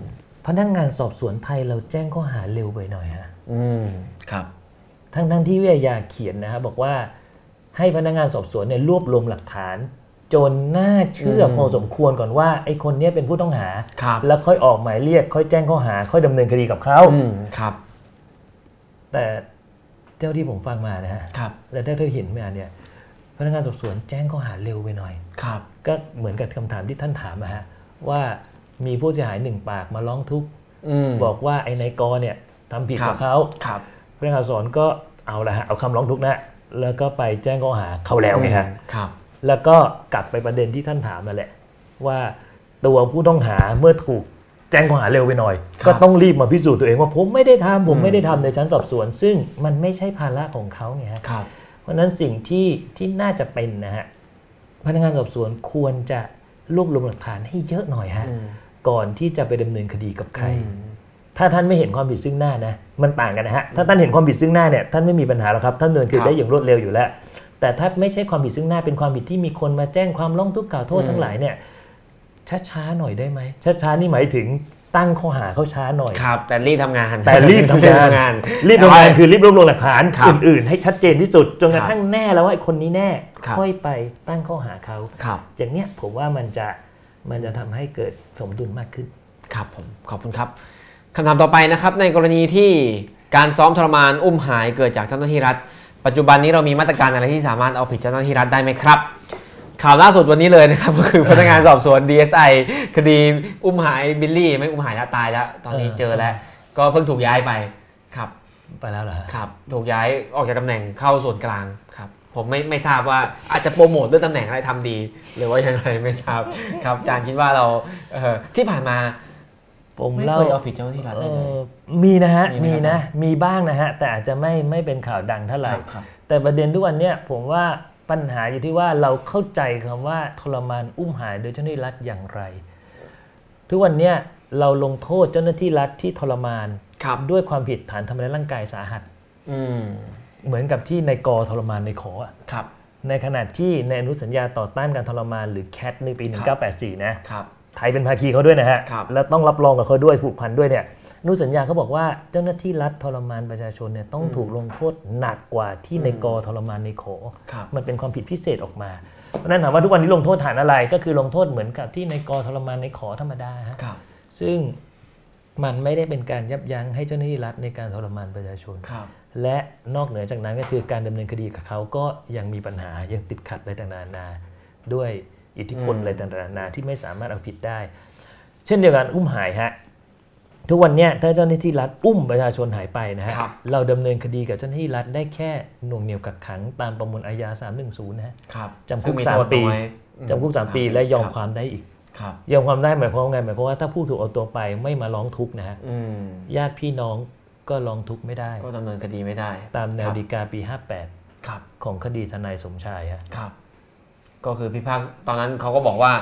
Speaker 2: พนักงานสอบสวนไทยเราแจ้งข้อหาเร็วไปหน่อยฮะ
Speaker 1: อืมครับ
Speaker 2: ทั้งทั้งที่วิทยาเขียนนะครับบอกว่าให้พนักงานสอบสวนเนี่ยรวบรวมหลักฐาน จนน่าเชื่ออพอสมควรก่อนว่าไอ้คนเนี้ยเป็นผู้ต้องหา
Speaker 1: ครับ
Speaker 2: แล้วค่อยออกหมายเรียก ค่อยแจ้งข้อหา ค่อยดำเนินคดีกับเขา
Speaker 1: อืมครับ
Speaker 2: แต่เท่าที่ผมฟังมานะฮะ
Speaker 1: ครับ
Speaker 2: และเท่าที่เห็นมาเนี่ยพนักงานสอบสวนแจ้งข้อหาเร็วไปหน่อย
Speaker 1: ครับ
Speaker 2: ก็เหมือนกับคำถามที่ท่านถามนะฮะว่ามีผู้เสียหายหนึ่งปากมาร้องทุกข์
Speaker 1: อืม
Speaker 2: บอกว่าไอ้นายกอเนี่ยทำผิด
Speaker 1: ครั
Speaker 2: กับบ เขา
Speaker 1: ครับ
Speaker 2: พนักงานสอบสวนก็เอาละฮะเอาคำร้องทุกข์นะ แล้วก็ไปแจ้งข้อหาเขาแล้วไงฮะ
Speaker 1: ครับ
Speaker 2: แล้วก็กลับไปประเด็นที่ท่านถามนั่นแหละ ว่าตัวผู้ต้องหาเมื่อถูกแจ้งข้อหาเร็วไปหน่อย
Speaker 1: ครับ
Speaker 2: ก็ต้องรีบมาพิสูจน์ตัวเองว่าผมไม่ได้ทำผม
Speaker 1: อืม
Speaker 2: ไม่ได้ทำในชั้นสอบสวน ซึ่งมันไม่ใช่ภาระของเขาไงฮะ
Speaker 1: ครับ
Speaker 2: เพราะฉะนั้นสิ่งที่ที่น่าจะเป็นนะฮะพนักงานสอบสวนควรจะรวบรวมหลักฐานให้เยอะหน่อยฮะ
Speaker 1: อืม
Speaker 2: ก่อนที่จะไปดำเนินคดีกับใคร
Speaker 1: อืม
Speaker 2: ถ้าท่านไม่เห็นความผิดซึ่งหน้านะ มันต่างกันนะฮะ ถ้าท่านเห็นความผิดซึ่งหน้าเนี่ยท่านไม่มีปัญหาหรอกครับท่านดำเนินคดีได้อย่างรวดเร็วอยู่แล้ว แต่ถ้าไม่ใช่ความผิดซึ่งหน้าเป็นความผิดที่มีคนมาแจ้งความร้องทุกข์กล่าวโทษทั้งหลายเนี่ยช้าๆหน่อยได้ไหมช้าๆนี่หมายถึงตั้งข้อหาเขาช้าหน่อย
Speaker 1: ครับแต่รีบทำงาน
Speaker 2: แต่รีบทำงาน รีบทำงานคือรีบรวบรวมหลักฐาน
Speaker 1: ครับ
Speaker 2: อื่นๆให้ชัดเจนที่สุดจนก
Speaker 1: ค
Speaker 2: ระ
Speaker 1: รับ
Speaker 2: ทั่งแน่แล้วว่าไอ้คนนี้แน่
Speaker 1: ครับ
Speaker 2: ค่อยไปตั้งข้อหาเขา
Speaker 1: ครับ
Speaker 2: อย่างเนี้ยผมว่ามันจะมันจะทำให้เกิดสมดุลมากขึ้น
Speaker 1: ครับผมขอบคุณครับคำถามต่อไปนะครับ ในกรณีที่การซ้อมทรมานอุ้มหายเกิดจากเจ้าหน้าที่รัฐ ปัจจุบันนี้เรามีมาตรการอะไรที่สามารถเอาผิดเจ้าหน้าที่รัฐได้ไหมครับ ข่าวล่าสุดวันนี้เลยนะครับ ก็คือพนักงานสอบสวน DSI คดีอุ้มหายบิลลี่ ไม่อุ้มหายแล้วตายแล้ว ตอนนี้
Speaker 2: เออ
Speaker 1: เจอแล้ว ก็เพิ่งถูกย้ายไปครับ
Speaker 2: ไปแล้วเหรอฮะ
Speaker 1: ครับ ถูกย้ายออกจากตำแหน่งเข้าส่วนกลางครับ ผมไม่ไม่ทราบว่าอาจจะโปรโมทเรื่องตำแหน่งอะไรทำดี หรือว่ายังไงไม่ทราบครับอาจารย์คิดว่าเราเอ่อที่ผ่านมา
Speaker 2: ผม
Speaker 1: ไม่
Speaker 2: เล่า
Speaker 1: เคยเอาผิดเจ้าหน้าที่รัฐได้เลย
Speaker 2: เอ่อมีนะฮะ
Speaker 1: มี
Speaker 2: มี
Speaker 1: ไหมครับ
Speaker 2: นะ มีบ้างนะฮะ แต่อาจจะไม่ไม่เป็นข่าวดังเท่าไหร่
Speaker 1: ครับ
Speaker 2: แต่ประเด็นทุกวันเนี่ยผมว่าปัญหาอยู่ที่ว่าเราเข้าใจคำว่าทรมานอุ้มหายโดยเจ้าหน้าที่รัฐอย่างไร ทุกวันเนี่ยเราลงโทษเจ้าหน้าที่รัฐที่ทรมาน
Speaker 1: ครับ
Speaker 2: ด้วยความผิดฐานทำร้ายร่างกายสาหัส
Speaker 1: อืม
Speaker 2: เหมือนกับที่ในายกอทรมานในายขออะ
Speaker 1: ครับ
Speaker 2: ในขณะที่ในอนุสัญญาต่อต้านการทรมานหรือแคทในปี 1984 นะ
Speaker 1: ครับ
Speaker 2: ไทยเป็นภาคีเขาด้วยนะฮะ
Speaker 1: ครับ
Speaker 2: และต้องรับรองกับเขาด้วยผูกพันด้วยเนี่ยอนุสัญญาเขาบอกว่าเจ้าหน้าที่รัฐทรมานประชาชนเนี่ยต้องถูกลงโทษหนักกว่าที่ในกอทรมานในขอ
Speaker 1: ครับ
Speaker 2: มันเป็นความผิดพิเศษออกมา เพราะฉะนั้นถามว่าทุกวันนี้ลงโทษฐานอะไร ก็คือลงโทษเหมือนกับที่ในกอทรมานในขอธรรมดาฮะ
Speaker 1: ครับ
Speaker 2: ซึ่ง มันไม่ได้เป็นการยับยั้งให้เจ้าหน้าที่รัฐในการทรมานประชาชน
Speaker 1: ครับ
Speaker 2: และนอกเหนือจากนั้นก็คือการดำเนินคดีกับเขาก็ยังมีปัญหายังติดขัดอะไรต่างๆนานาด้วยอิทธิพล
Speaker 1: อืม
Speaker 2: อะไรต่างๆนานาที่ไม่สามารถเอาผิดได้ เช่นเดียวกันอุ้มหายฮะทุกวันเนี้ยถ้าเจ้าหน้าที่รัฐอุ้มประชาชนหายไปนะฮะ
Speaker 1: ครับ
Speaker 2: เราดำเนินคดีกับเจ้าหน้าที่รัฐได้แค่หน่วงเหนี่ยวกักขังตามประมวลอาญา 310 นะฮะ
Speaker 1: ครับ
Speaker 2: จำคุก
Speaker 1: ซึ่ง
Speaker 2: สาม
Speaker 1: โทษ
Speaker 2: ปี
Speaker 1: น้อย
Speaker 2: จำคุก 3 ปีและยอมความได้อีก
Speaker 1: ครับ
Speaker 2: ยอมความได้หมายความว่าไงหมายความว่าถ้าผู้ถูกเอาตัวไปไม่มาร้องทุกข์นะฮะ
Speaker 1: อืม
Speaker 2: ญาติพี่น้องก็ร้องทุกข์ไม่ได้
Speaker 1: ก็ดำเนินคดีไม่ได้
Speaker 2: ตามแน
Speaker 1: ค
Speaker 2: ว
Speaker 1: รับ
Speaker 2: ฎีกาปี
Speaker 1: ครับ
Speaker 2: 58 ของคดีทนายสมชายฮะ
Speaker 1: ครับ ก็คือพิพากษตอนนั้นเขาก็บอกว่า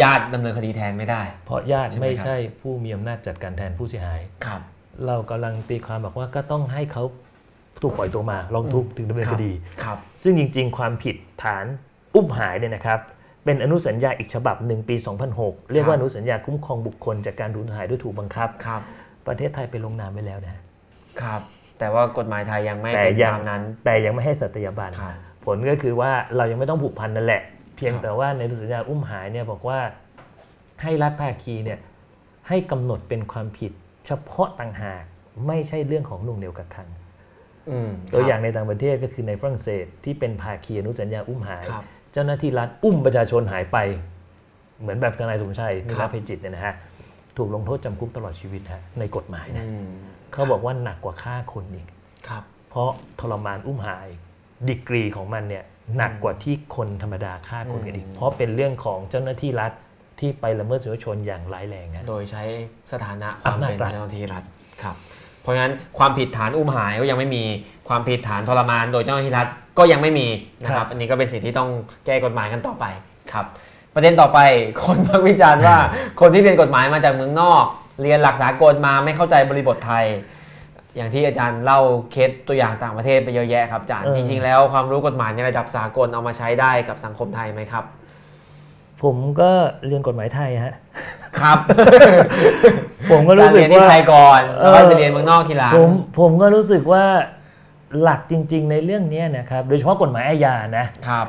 Speaker 1: ญาติดำเนินคดีแทนไม่ได้
Speaker 2: เพราะญาติ
Speaker 1: ใช่ไหมครับ
Speaker 2: ไม่ใช่ผู้มีอำนาจจัดการแทนผู้เสียหาย
Speaker 1: ครับ
Speaker 2: เรากำลังตีความบอกว่าก็ต้องให้เขาถูกปล่อยตัวมาร้องทุกข์ถึงดำเนินคดี
Speaker 1: ครับ
Speaker 2: ซึ่งจริงๆ ความผิดฐานอุ้มหายเนี่ยนะครับ เป็นอนุสัญญาอีกฉบับหนึ่งปี 2006 เรียกว่าอนุสัญญาคุ้มครองบุคคลจากการดูหายด้วยถูกบังคับ
Speaker 1: ครับ
Speaker 2: ประเทศไทยไปลงนามไว้แล้วนะฮะ
Speaker 1: ครับ แต่ว่ากฎหมายไทยยังไม่
Speaker 2: แต่
Speaker 1: เป็น
Speaker 2: ยัง
Speaker 1: ตามนั้น
Speaker 2: แต่ยังไม่ให้สัตยาบัน
Speaker 1: ครับ
Speaker 2: ผลก็คือว่าเรายังไม่ต้องผูกพันนั่นแหละ เพียง
Speaker 1: ครับ
Speaker 2: แต่ว่าในรัฐสัญญาอุ้มหายเนี่ยบอกว่าให้รัฐภาคีเนี่ยให้กำหนดเป็นความผิด เฉพาะต่างหากไม่ใช่เรื่องของหนุ่วงเหนียวกักขัง
Speaker 1: อืม
Speaker 2: ตัวอย่าง
Speaker 1: ครับ
Speaker 2: ในต่างประเทศก็คือในฝรั่งเศสที่เป็นภาคีอนุสัญญาอุ้มหาย
Speaker 1: ครับ
Speaker 2: เจ้าหน้าที่รัฐอุ้มประชาชนหายไป เหมือนแบบทนายสมชัยนิ
Speaker 1: ครั
Speaker 2: รับ เพจิตเนี่ยนะฮะถูกลงโทษจำคุกตลอดชีวิตฮะในกฎหมายนะ
Speaker 1: อืม
Speaker 2: เขาบอกว่าหนักกว่าฆ่าคนอีก
Speaker 1: ครับ
Speaker 2: เพราะทรมานอุ้มหายดีกรีของมันเนี่ยหนักกว่าที่คนธรรมดาฆ่าคนกันอีก
Speaker 1: อืม
Speaker 2: เพราะเป็นเรื่องของเจ้าหน้าที่รัฐที่ไปละเมิดสิทธิชนอย่างร้ายแรงนะ
Speaker 1: โดยใช้สถานะความเป็น
Speaker 2: อำนาจรัฐ
Speaker 1: เจ้าหน้าที่รัฐครับ เพราะงั้นความผิดฐานอุ้มหายก็ยังไม่มีความผิดฐานทรมานโดยเจ้าหน้าที่รัฐก็ยังไม่มีนะครับ อันนี้ก็เป็นสิ่งที่ต้องแก้กฎหมายกันต่อไปครับ ประเด็นต่อไป คนพักวิจารณ์ว่า คนที่เรียนกฎหมายมาจากเมืองนอก เรียนหลักสากลมาไม่เข้าใจบริบทไทย อย่างที่อาจารย์เล่าเคสตัวอย่างต่างประเทศไปเยอะแยะครับอาจารย์
Speaker 2: เออ
Speaker 1: จริงๆแล้วความรู้กฎหมายในระดับสากลเอามาใช้ได้กับสังคมไทยไหมครับ
Speaker 2: ผมก็เรียนกฎหมายไทยฮะ
Speaker 1: ครับ
Speaker 2: ผมก็
Speaker 1: อาจา
Speaker 2: รู้
Speaker 1: รย์
Speaker 2: สึ
Speaker 1: เรี
Speaker 2: ก
Speaker 1: ยนที่
Speaker 2: ว่า
Speaker 1: ไทยก่อนแล้วก็ไป
Speaker 2: เออ
Speaker 1: เรียนเมืองนอกทีหลัง
Speaker 2: ผมผมก็รู้สึกว่าหลักจริง ๆ ในเรื่องเนี้ยนะครับ โดยเฉพาะกฎหมายอาญานะ
Speaker 1: ครับ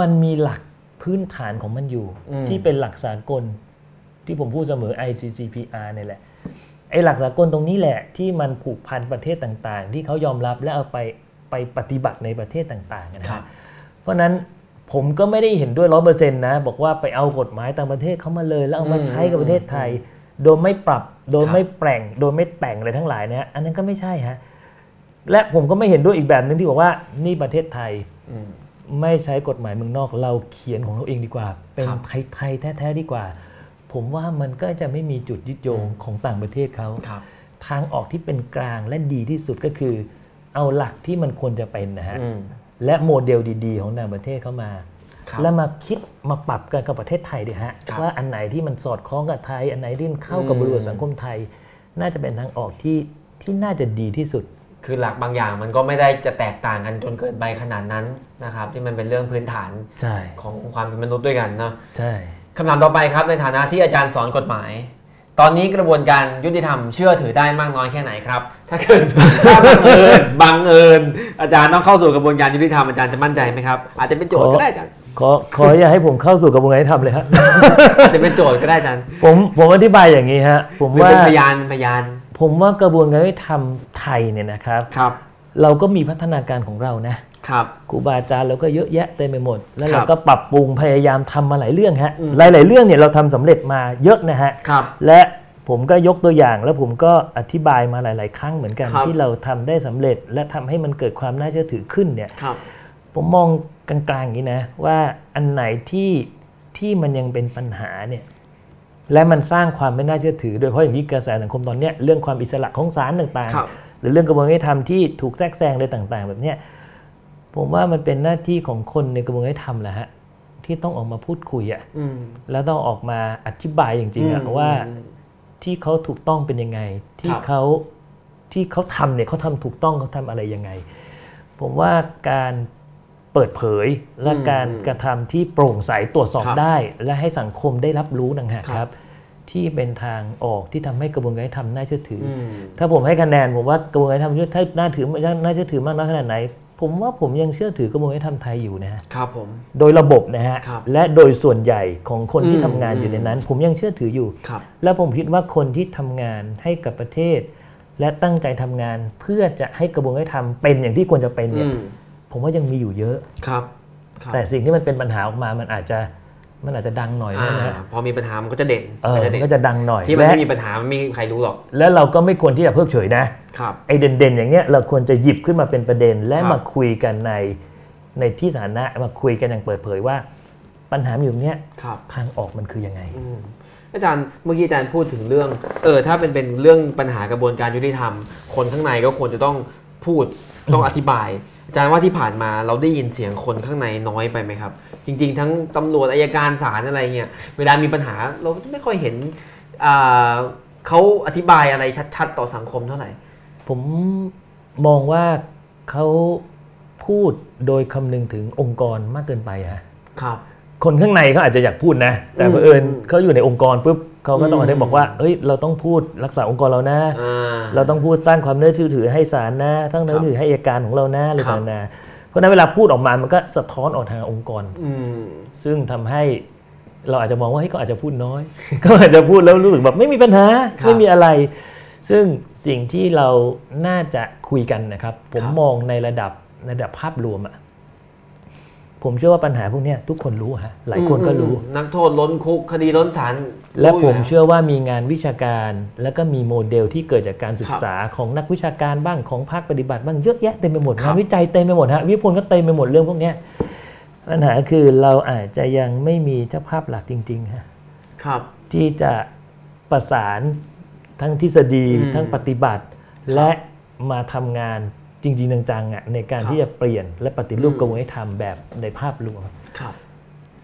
Speaker 2: มันมีหลักพื้นฐานของมันอยู่
Speaker 1: อืม
Speaker 2: ที่เป็นหลักสากลที่ผมพูดเสมอ ICCPR เนี่ยแหละไอ้หลักสากลตรงนี้แหละที่มันผูกพันประเทศต่างๆ ที่เขายอมรับและเอาไปไปปฏิบัติในประเทศต่างๆนะฮะเพราะฉะนั้นผมก็ไม่ได้เห็นด้วยร้อเปอร์เซ็นต์นะบอกว่าไปเอากฎหมายต่างประเทศเข้ามาเลย แล้วเอามา
Speaker 1: อืม
Speaker 2: ใช้กับประเทศไทย โดยไม่ปรับโดย
Speaker 1: ครับ
Speaker 2: ไม่แปลงโดยไม่แต่งอะไรทั้งหลายนะฮะอันนั้นก็ไม่ใช่ฮะและผมก็ไม่เห็นด้วยอีกแบบหนึ่งที่บอกว่านี่ประเทศไทย
Speaker 1: อืม
Speaker 2: ไม่ใช้กฎหมายเมืองนอกเราเขียนของเราเองดีกว่า เป็น
Speaker 1: ครับ
Speaker 2: ไทยๆแท้ๆดีกว่า ผมว่ามันก็จะไม่มีจุดยึดโยง
Speaker 1: อืม
Speaker 2: ของต่างประเทศเขา
Speaker 1: ครับ
Speaker 2: ทางออกที่เป็นกลางและดีที่สุดก็คือ เอาหลักที่มันควรจะเป็นนะฮะ
Speaker 1: อืม
Speaker 2: และโมเดลดีๆ ของต่างประเทศเข้ามา
Speaker 1: ครับ
Speaker 2: แล้วมาคิดมาปรับกันกับประเทศไทยดีฮะ
Speaker 1: ครับ
Speaker 2: ว่าอันไหนที่มันสอดคล้องกับไทย อันไหนที่มันเข้ากับ
Speaker 1: อืม
Speaker 2: บริบทสังคมไทย น่าจะเป็นทางออกที่ที่น่าจะดีที่สุด
Speaker 1: คือหลักบางอย่างมันก็ไม่ได้จะแตกต่างกันจนเกินไปขนาดนั้นนะครับ ที่มันเป็นเรื่องพื้นฐาน
Speaker 2: ใช่
Speaker 1: ของความเป็นมนุษย์ด้วยกันเนาะ
Speaker 2: ใช่
Speaker 1: คำถามต่อไปครับในฐานะที่อาจารย์สอนกฎหมาย ตอนนี้กระบวนการยุติธรรมเชื่อถือได้มากน้อยแค่ไหนครับ ถ้าเกิด ถ้ าบังเอิญบังเอิญอาจารย์ต้องเข้าสู่กระบวนการยุติธรรมอาจารย์จะมั่นใจไหมครับอาจจะเป็นโจทย์ก็ได้อาจารย์
Speaker 2: ขอขออย่าให้ผมเข้าสู่กระบวนการยุติธรรมเลยฮะ
Speaker 1: อาจจะเป็นโจทย์ก็ได้อาจารย์
Speaker 2: ผมผมอธิบายอย่างนี้ฮะผม
Speaker 1: หรือ
Speaker 2: ว่า
Speaker 1: เป็นพยานพยาน
Speaker 2: ผมว่ากระบวนการยุติธรรมไทยเนี่ยนะครับ
Speaker 1: ครับ
Speaker 2: เราก็มีพัฒนาการของเรานะครับ ครูบาอาจารย์เราก็เยอะแยะเต็มไปหมด แล้วเรา
Speaker 1: ครับ
Speaker 2: ก็ปรับปรุงพยายามทำมาหลายเรื่องฮะ
Speaker 1: อืม
Speaker 2: หลาย ๆ เรื่องเนี่ยเราทำสำเร็จมาเยอะนะฮะ
Speaker 1: ครับ
Speaker 2: และผมก็ยกตัวอย่างแล้วผมก็อธิบายมาหลาย ๆ ครั้งเหมือนกัน
Speaker 1: ครับ
Speaker 2: ที่เราทำได้สำเร็จ และทำให้มันเกิดความน่าเชื่อถือขึ้นเนี่ย
Speaker 1: ครับ
Speaker 2: ผมมองกลางๆอย่างนี้นะ ว่าอันไหนที่ที่มันยังเป็นปัญหาเนี่ยและมันสร้างความไม่น่าเชื่อถือ โดยเฉพาะอย่างที่งกระแสสังคมตอนเนี้ยเรื่องความอิสระของศาลต่าง
Speaker 1: ครับ
Speaker 2: ๆ หรือเรื่องกระบวนการยุติธรรมที่ถูกแทรกแซงอะไรต่าง ๆ แบบเนี้ยผมว่ามันเป็นหน้าที่ของคนในกระบวนการยุติธรรมแหละฮะที่ต้องออกมาพูดคุยอะ
Speaker 1: อืม
Speaker 2: แล้วต้องออกมาอธิบายจริงๆอะว่าที่เขาถูกต้องเป็นยังไง ที่
Speaker 1: ครับ
Speaker 2: เขาที่เขาทำเนี่ยเขาทำถูกต้องเขาทำอะไรยังไง ผมว่าการเปิดเผยและ
Speaker 1: อืม
Speaker 2: การกระทำที่โปร่งใสตรวจสอบ
Speaker 1: ครับ
Speaker 2: ได้ และให้สังคมได้รับรู้นะฮะ
Speaker 1: ค
Speaker 2: ค
Speaker 1: รั
Speaker 2: รับ บ ที่เป็นทางออกที่ทำให้กระบวนการยุติธรรมน่าเชื่อถืออ
Speaker 1: อืม
Speaker 2: ถ้าผมให้คะแนนผมว่ากระบวนการยุติธรรมน่าเชื่อถือน่าเชื่อถือมากน้อยขนาดไหน ผมว่าผมยังเชื่อถือกระบวนการยุติธรรมไทยอยู่นะฮะ
Speaker 1: ครับผม
Speaker 2: โดยระบบนะฮะ
Speaker 1: ครับ
Speaker 2: และโดยส่วนใหญ่ของคนที่
Speaker 1: อืม
Speaker 2: ทำงานอยู่ในนั้น ผมยังเชื่อถืออยู่
Speaker 1: ครับ
Speaker 2: และผมคิดว่าคนที่ทำงานให้กับประเทศ และตั้งใจทำงานเพื่อจะให้กระบวนการยุติธรรมเป็นอย่างที่ควรจะเป็นเนี่ย
Speaker 1: อืม
Speaker 2: ผมว่ายังมีอยู่เยอะ
Speaker 1: ครับครับ
Speaker 2: แต่สิ่งที่มันเป็นปัญหาออกมามันอาจจะมันอาจจะดังหน่อย
Speaker 1: อ่า
Speaker 2: นะฮะ
Speaker 1: พอมีปัญหามันก็จะเด่น
Speaker 2: เออ
Speaker 1: มันจะ
Speaker 2: มั
Speaker 1: เด่
Speaker 2: น
Speaker 1: น
Speaker 2: ก็จะดังหน่อย
Speaker 1: ที่มัน
Speaker 2: และ
Speaker 1: ไม่มีปัญหามันไม่มีใครรู้หรอก
Speaker 2: และเราก็ไม่ควรที่จะเพิกเฉยนะครับ ไอเด่นๆอย่างเนี้ยเราควรจะหยิบขึ้นมาเป็นประเด็น และ
Speaker 1: ครับ
Speaker 2: มาคุยกันในในที่สาธารณะมาคุยกันอย่างเปิดเผยว่า ปัญหาอยู่เนี้ย
Speaker 1: ครับ
Speaker 2: ทางออกมันคือยังไง
Speaker 1: อืมอาจารย์เมื่อกี้อาจารย์พูดถึงเรื่องเออถ้าเป็นเป็นเรื่องปัญหากระบวนการยุติธรรม คนข้างในก็ควรจะต้องพูดต้องอธิบาย อาจารย์ว่าที่ผ่านมาเราได้ยินเสียงคนข้างในน้อยไปไหมครับ จริง ๆ ทั้งตำรวจอายการศาลอะไรเงี้ยเวลามีปัญหาเราไม่ค่อยเห็นอ่าเขาอธิบายอะไรชัด ๆ ต่อสังคมเท่าไหร่
Speaker 2: ผมมองว่าเขาพูดโดยคำนึงถึงองค์กรมากเกินไปฮะ
Speaker 1: ครับ
Speaker 2: คนข้างในเขาอาจจะอยากพูดนะ แต่
Speaker 1: อืม
Speaker 2: เผอิญเขาอยู่ในองค์กรปุ๊บเขาก็ต้อง
Speaker 1: อืม
Speaker 2: ได้บอกว่า เอ้ย เราต้องพูดรักษาองค์กรเรานะ
Speaker 1: อ่า
Speaker 2: เราต้องพูดสร้างความน่าเชื่อถือให้ศาลนะทั้ง
Speaker 1: ครั
Speaker 2: นั้
Speaker 1: บ
Speaker 2: นหรือให้อัยการของเรานะอะไร
Speaker 1: ครับ
Speaker 2: ต่างๆนาเพราะฉะนั้นเวลาพูดออกมามันก็สะท้อนออกทางองค์กร
Speaker 1: อืม
Speaker 2: ซึ่งทำให้เราอาจจะมองว่าเฮ้ยเขาอาจจะพูดน้อย ก็อาจจะพูดแล้วรู้สึกแบบไม่มีปัญหา
Speaker 1: ครับ
Speaker 2: ไม่มีอะไร ซึ่งสิ่งที่เราน่าจะคุยกันนะครับ ผม
Speaker 1: ครับ
Speaker 2: มองในระดับในระดับภาพรวมอะผมเชื่อว่าปัญหาพวกเนี้ยทุกคนรู้ฮะหลายคนก็รู้
Speaker 1: อืมนักโทษล้นคุกคดีล้นศาล
Speaker 2: และ
Speaker 1: รู้
Speaker 2: ผ
Speaker 1: ยู่
Speaker 2: ม
Speaker 1: ล้ว
Speaker 2: เชื่อว่ามีงานวิชาการ แล้วก็มีโมเดลที่เกิดจากการศึกษาของนักวิชาการบ้างของภาคปฏิบัติบ้างเยอะแยะเต็มไปหมด
Speaker 1: ครับ
Speaker 2: งานวิจัยเต็มไปหมดฮะวิพลก็เต็มไปหมดเรื่องพวกเนี้ยปัญหาคือเราอาจจะยังไม่มีเจ้าภาพหลักจริงๆฮะ
Speaker 1: ครับ
Speaker 2: ที่จะประสานทั้งทฤษฎี
Speaker 1: อืม
Speaker 2: ทั้งปฏิบัติ และมาทำงานจริง ๆ จังๆอ่ะในการ
Speaker 1: ครับ
Speaker 2: ที่จะเปลี่ยนและปฏิรูป
Speaker 1: อืม
Speaker 2: กระบวนการยุติธรรมแบบในภาพรวม
Speaker 1: ครับ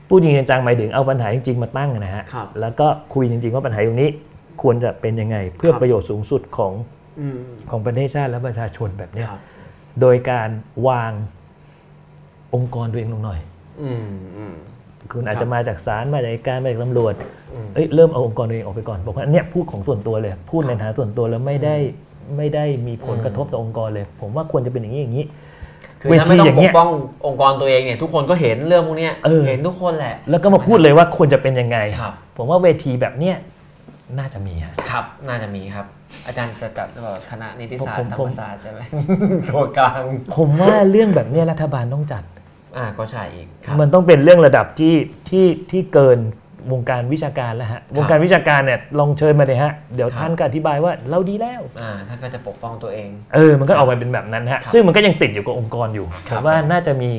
Speaker 2: พูดจริงๆจังๆหมายถึงเอาปัญหาจริงๆมาตั้งนะฮะ
Speaker 1: ครับ
Speaker 2: แล้วก็คุยจริงๆว่าปัญหาอยู่นี้ควรจะเป็นยังไง เพื่อ
Speaker 1: ครับ
Speaker 2: ประโยชน์สูงสุดของ
Speaker 1: อืม
Speaker 2: ของประเทศชาติและประชาชนแบบเนี้ย
Speaker 1: ครับ
Speaker 2: โดยการวางองค์กรตัวเองลงหน่อย
Speaker 1: อืมอืม
Speaker 2: คุณอาจ
Speaker 1: ครั
Speaker 2: จะ
Speaker 1: บ
Speaker 2: มาจากศาลมาจากอัยการมาจากตำรวจ
Speaker 1: อืม
Speaker 2: เอ้ยเริ่มเอาองค์กรตัวเองออกไปก่อนบอกว่าเนี่ยพูดของส่วนตัวเลย พูดในฐานะส่วนตัวแล้วไม่ได้ไม่ได้มีผล
Speaker 1: อืม
Speaker 2: กระทบต่อองค์กรเลย ผมว่าควรจะเป็นอย่างนี้อย่างนี้
Speaker 1: คือถ้าไม่
Speaker 2: เว
Speaker 1: ต้อป
Speaker 2: ทีอง ย่างเงี้
Speaker 1: ก
Speaker 2: ย
Speaker 1: ป้ององค์กรตัวเองเนี่ยทุกคนก็เห็นเรื่องพวกเนี้ย
Speaker 2: เออ
Speaker 1: เห็นทุกคนแหละ
Speaker 2: แล้วก็มาพูดเลยว่าควรจะเป็นยังไง
Speaker 1: ครับ
Speaker 2: ผมว่าเวทีแบบเนี้ยน่าจะมีฮะ
Speaker 1: ครับ น่าจะมีครับ อาจารย์จะจัดหรือเปล่าคณะนิติศาสต
Speaker 2: ผม
Speaker 1: ร์ธร
Speaker 2: ผ
Speaker 1: รม
Speaker 2: ม
Speaker 1: ศาสตร์ใช่ไหม ตัวกลาง
Speaker 2: ผมว่าเรื่องแบบเนี้ยรัฐบาลต้องจัด
Speaker 1: อ่าก็ใช่อีกครับ
Speaker 2: มันต้องเป็นเรื่องระดับที่ที่ที่เกินวงการวิชาการแล้วฮะ วงการวิชาการเนี่ยลองเชิญมาเลยฮะ เดี๋ยว
Speaker 1: ครับ
Speaker 2: ท่านก็อธิบายว่าเราดีแล้ว
Speaker 1: อ่าท่านก็จะปกป้องตัวเอง
Speaker 2: เออ มันก็ออกมาเป็นแบบนั้นฮะ
Speaker 1: ครับ
Speaker 2: ซึ่งมันก็ยังติดอยู่กับองค์กรอยู่
Speaker 1: ครั
Speaker 2: แต่
Speaker 1: บ
Speaker 2: ว่าน่าจะมี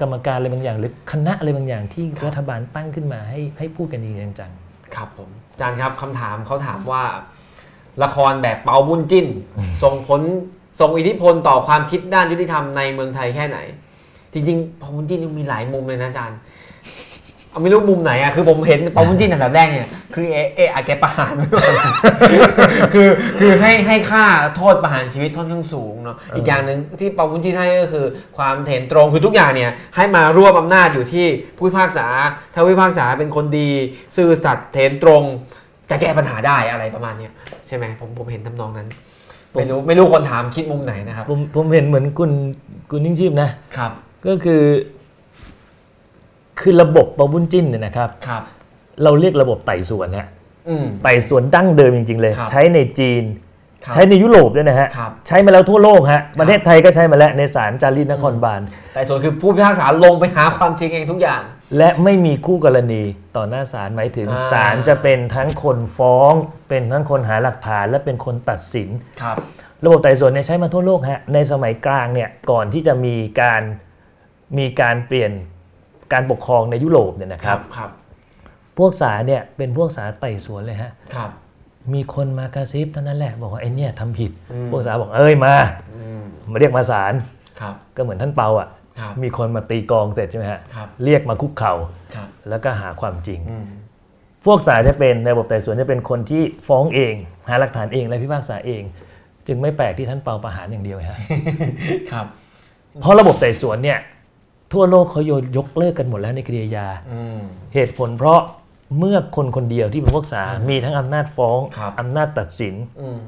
Speaker 2: กรรมการอะไรบางอย่าง หรือคณะอะไรบางอย่างที่
Speaker 1: ครับ
Speaker 2: รัฐบาลตั้งขึ้นมาให้ให้พูดกันจริงๆจัง
Speaker 1: ครับผมอาจารย์ครับคำถามเขาถามว่า ละครแบบเปาบุญ จิ้น ส่งผลส่งอิทธิพลต่อความคิดด้านยุติธรรมในเมืองไทยแค่ไหน จริงๆเปาบุญจิ้นยังมีหลายมุมเลยนะอาจารย์เอาไม่รู้มุมไหนอะคือผมเห็นเปาบุญจิ้นอันดับแรกเนี่ยคือเอเออาจแกประหารไว้ก่อน คือคือให้ให้ค่าโทษประหารชีวิตค่อนข้างสูงเนาะอีกอย่างหนึ่งที่เปาบุญจิ้นให้ก็คือ ความเห็นตรงคือทุกอย่างเนี่ยให้มารวบอำนาจอยู่ที่ผู้พิพากษา ถ้าผู้พิพากษาเป็นคนดี ซื่อสัตย์เห็นตรง จะแก้ปัญหาได้อะไรประมาณเนี้ยใช่ไหมผมผมเห็นทำนองนั้น ไม่รู้ไม่รู้คนถามคิดมุมไหนนะครับ
Speaker 2: ๆผมผมเห็นเหมือนคุณคุณนิ่งชีพนะ
Speaker 1: ครับ
Speaker 2: ก็คือ คือระบบประบุญจิ้นเนี่ยนะครับ
Speaker 1: ครับ
Speaker 2: เราเรียกระบบไต่สวนฮะ
Speaker 1: อืม
Speaker 2: ไต่สวนดั้งเดิมจริง ๆ เลย
Speaker 1: ครับ
Speaker 2: ใช้ในจีน
Speaker 1: ครับ
Speaker 2: ใช้ในยุโรปด้วยนะฮะ
Speaker 1: ครับ
Speaker 2: ใช้มาแล้วทั่วโลกฮะ ประเทศไทยก็ใช้มาแล้วในศาลจารีตนคร
Speaker 1: อืม
Speaker 2: บาล
Speaker 1: แต่ส่วนคือผู้พิพากษาลงไปหาความจริงเองทุกอย่าง
Speaker 2: และไม่มีคู่กรณีต่อหน้าศาลหมายถึง
Speaker 1: อ่า
Speaker 2: ศาลจะเป็นทั้งคนฟ้อง เป็นทั้งคนหาหลักฐานและเป็นคนตัดสิน
Speaker 1: ครับ
Speaker 2: ระบบไต่สวนเนี่ยใช้มาทั่วโลกฮะในสมัยกลางเนี่ยก่อนที่จะมีการมีการเปลี่ยนการปกครองในยุโรปเนี่ยนะครับ
Speaker 1: ครับ
Speaker 2: พวกศาลเนี่ยเป็นพวกศาลไต่สวนเลยฮะ
Speaker 1: ครับ
Speaker 2: มีคนมากระซิบเท่านั้นแหละบอกว่าไอ้เนี่ยทำผิด
Speaker 1: อืม
Speaker 2: พวกสาวบอกเอ้ยมา
Speaker 1: อืม
Speaker 2: มาเรียกมาศาล
Speaker 1: ครับ
Speaker 2: ก็เหมือนท่านเปาอ่ะ
Speaker 1: ครับ
Speaker 2: มีคนมาตีกลองเสร็จใช่ไหมฮะ
Speaker 1: ครับ
Speaker 2: เรียกมาคุกเข่า
Speaker 1: ครับ
Speaker 2: แล้วก็หาความจริง
Speaker 1: อืม
Speaker 2: พวกศาลจะเป็นในระบบไต่สวนจะเป็นคนที่ฟ้องเอง หาหลักฐานเองและพิพากษาเอง จึงไม่แปลกที่ท่านเปาประหารอย่างเดียวฮะ
Speaker 1: ครับ
Speaker 2: เพราะระบบไต่สวนเนี่ยทั่วโลกเขายยกเลิกกันหมดแล้วในคดีอาญา
Speaker 1: อืม
Speaker 2: เหตุผลเพราะเมื่อคนคนเดียวที่เป็นพวกศาลมีทั้งอำนาจฟ้อง
Speaker 1: ครับ
Speaker 2: อำนาจตัดสิน
Speaker 1: อืม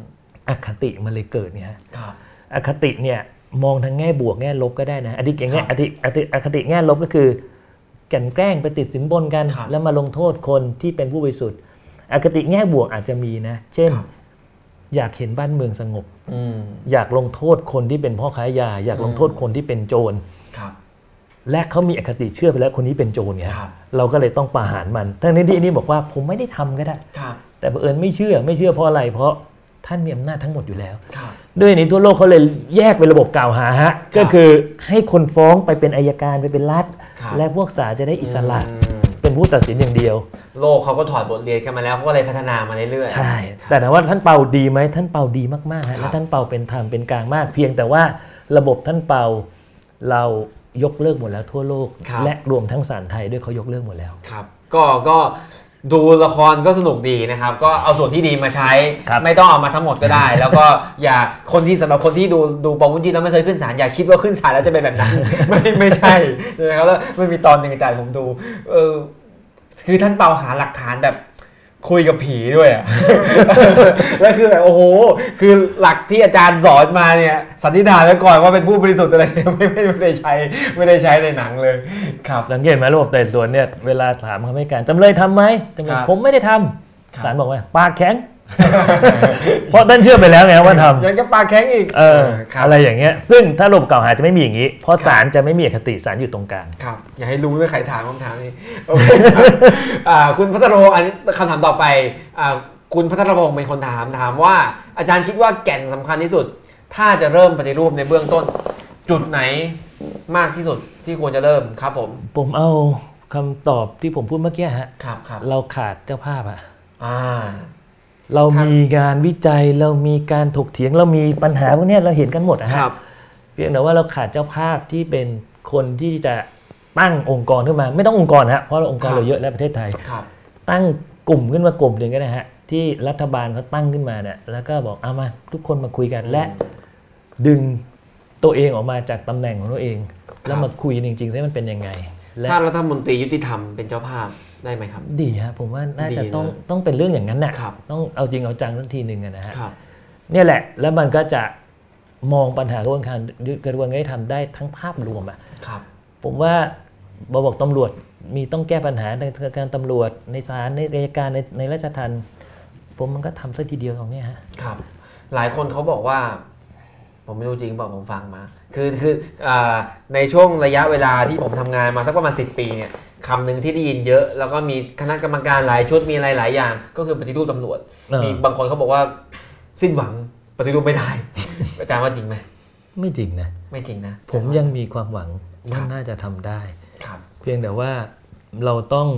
Speaker 2: อคติมันเลยเกิดเนี่ยฮะ
Speaker 1: ครับ
Speaker 2: อคติเนี่ย มองทางแง่บวกแง่ลบก็ได้นะอดีตอย่างเงี้
Speaker 1: ค
Speaker 2: ย
Speaker 1: รั
Speaker 2: อบ ธิอธิอคติแง่ลบก็คือแกลันแกล้งไปติดสินบนกัน
Speaker 1: ครับ
Speaker 2: แล้วมาลงโทษคนที่เป็นผู้บริสุทธิ์อคติแง่บวกอาจจะมีนะ เช่น
Speaker 1: ครับ
Speaker 2: อยากเห็นบ้านเมืองสงบ
Speaker 1: อืม
Speaker 2: อยากลงโทษคนที่เป็นพ่อค้ายา อยากลงโทษคนที่เป็นโจร
Speaker 1: ครับ
Speaker 2: และเขามีอคติเชื่อไปแล้วคนนี้เป็นโจรเนี่ย
Speaker 1: ครับ
Speaker 2: เราก็เลยต้องประหารมันทั้งนี้ที่อันนี้บอกว่าผมไม่ได้ทำก็ได้
Speaker 1: ครับ
Speaker 2: แต่บังเอิญไม่เชื่อไม่เชื่อเพราะอะไร เพราะท่านมีอำนาจทั้งหมดอยู่แล้ว
Speaker 1: ครับ
Speaker 2: ด้วยนี้ทั่วโลกเขาเลยแยกเป็นระบบกล่าวหาฮะ
Speaker 1: ครับ
Speaker 2: ก็คือให้คนฟ้องไปเป็นอายการไปเป็นรัฐ
Speaker 1: ครับ
Speaker 2: และพวกศาลจะได้อิสระ
Speaker 1: อืม
Speaker 2: เป็นผู้ตัดสินอย่างเดียว
Speaker 1: โลกเขาก็ถอดบทเรียนกันมาแล้วเขาก็เลยพัฒนามาเรื่อยๆ
Speaker 2: ใช่
Speaker 1: ครับ
Speaker 2: แต่ถามว่าท่านเปาดีไหมท่านเปาดีมากๆ
Speaker 1: ครั
Speaker 2: ฮะ
Speaker 1: บ
Speaker 2: และท่านเปาเป็นธรรมเป็นกลางมาก เพียงแต่ว่าระบบท่านเปาเรายกเลิกหมดแล้วทั่วโลก และรวมทั้งศาลไทยด้วยเขายกเลิกหมดแล้ว
Speaker 1: ครับ ก็ ก็ดูละครก็สนุกดีนะครับ ก็เอาส่วนที่ดีมาใช้
Speaker 2: ครับ
Speaker 1: ไม่ต้องเอามาทั้งหมดก็ได้ แล้วก็อย่า คนที่สำหรับคนที่ดู ดูปอวุ้นจีแล้วไม่เคยขึ้นศาล อย่าคิดว่าขึ้นศาลแล้วจะเป็นแบบนั้น ไม่ ไม่ใช่นะครับแล้วมันมีตอนหนึ่งอาจารย์ผมดู เออ คือท่านเปาหาหลักฐานแบบคุยกับผีด้วยอะ แล้วคือแบบโอ้โห คือหลักที่อาจารย์สอนมาเนี่ยสันนิษฐานไว้ก่อนว่าเป็นผู้บริสุทธิ์อะไรเนี่ย ไม่ไม่ไม่ได้ใช้ ไม่ได้ใช้ในหนังเลย ครับ
Speaker 2: ังเกตไหมระบบไต่สวนเนี่ยเวลาถามคำให้การจำเลยทำไหมจำเล
Speaker 1: ค
Speaker 2: ย
Speaker 1: รับ
Speaker 2: ผมไม่ได้
Speaker 1: ค
Speaker 2: ท
Speaker 1: รับ
Speaker 2: ำศาลบอกว่าปากแข็ง เพราะท่านเชื่อไปแล้วไงว่าทำ
Speaker 1: ยังจะปากแข็งอีก
Speaker 2: เออ
Speaker 1: ครับ
Speaker 2: อะไรอย่างเงี้ย ซึ่งถ้าระบบกล่าวหาจะไม่มีอย่างนี้ เพราะศาลจะไม่มีอคติศาลอยู่ตรงกลาง
Speaker 1: ครับ อย่าให้รู้ด้วยใครถามคำถามนี้ โอเคครับอ่าคุณพัทรพงศ์อันนี้คำถามต่อไปอ่าคุณพัทรพงศ์เป็นคนถามถามว่า อาจารย์คิดว่าแก่นสำคัญที่สุด ถ้าจะเริ่มปฏิรูปในเบื้องต้น จุดไหนมากที่สุดที่ควรจะเริ่มครับผม
Speaker 2: ผมเอาคำตอบที่ผมพูดเมื่อกี้ฮะ
Speaker 1: ครับครับ
Speaker 2: เราขาดเจ้าภาพอะ
Speaker 1: อ่า
Speaker 2: เรามีงานวิจัยเรามีการถกเถียงเรามีปัญหาพวกเนี้ยเราเห็นกันหมดอะฮะเพียงแต่ว่าเราขาดเจ้าภาพที่เป็นคนที่จะตั้งองค์กรขึ้นมา ไม่ต้ององค์กรฮะเพราะเราองค์กร
Speaker 1: ครับ
Speaker 2: เราเยอะแล้วประเทศไทย
Speaker 1: ครับ
Speaker 2: ตั้งกลุ่มขึ้นมากลุ่มหนึ่งก็ได้ฮะที่รัฐบาลเขาตั้งขึ้นมาเนี่ยแล้วก็บอกเอามาทุกคนมาคุยกันและ ดึงตัวเองออกมาจากตำแหน่งของตัวเอง แล้วมาคุยจริงๆว่ามันเป็นยังไง และ
Speaker 1: ถ้ารัฐมนตรียุติธรรมเป็นเจ้าภาพได้ไหมครับ
Speaker 2: ดีฮะผมว่าน่าจะ
Speaker 1: ดีนะ
Speaker 2: ต้องต้องเป็นเรื่องอย่างนั้นนะครับ ต้องเอาจริงเอาจังสักทีหนึ่งอะนะฮะ
Speaker 1: ครับ
Speaker 2: เนี่ยแหละ แล้วมันก็จะมองปัญหากระบวนการกระบวนการยุติธรรมได้ทั้งภาพรวมอะ
Speaker 1: ครับ
Speaker 2: ผมว่าบบอกตำรวจมีต้องแก้ปัญหาในการตำรวจในศาลในอัยการในในราชทัณฑ์ผมมันก็ทำสักทีเดียวตรงเนี้ยฮะ
Speaker 1: ครับ หลายคนเขาบอกว่า ผมไม่รู้จริงบอกผมฟังมา คือคืออาในช่วงระยะเวลาที่ผมทำงานมาสักประมาณ10 ปีเนี่ยคำหนึ่งที่ได้ยินเยอะ แล้วก็มีคณะกรรมการหลายชุดมีอะไรหลายอย่าง ก็คือปฏิรูปตำรวจ
Speaker 2: เออ
Speaker 1: มีบางคนเขาบอกว่า สิ้นหวังปฏิรูปไม่ได้ อาจารย์ว่าจริงไหม
Speaker 2: ไม่จริงนะ
Speaker 1: ไม่จริงนะ
Speaker 2: ผมยังมีความหวังว่าน่าจะทำได้
Speaker 1: ครับ
Speaker 2: เพียงแต่ว่าเราต้อง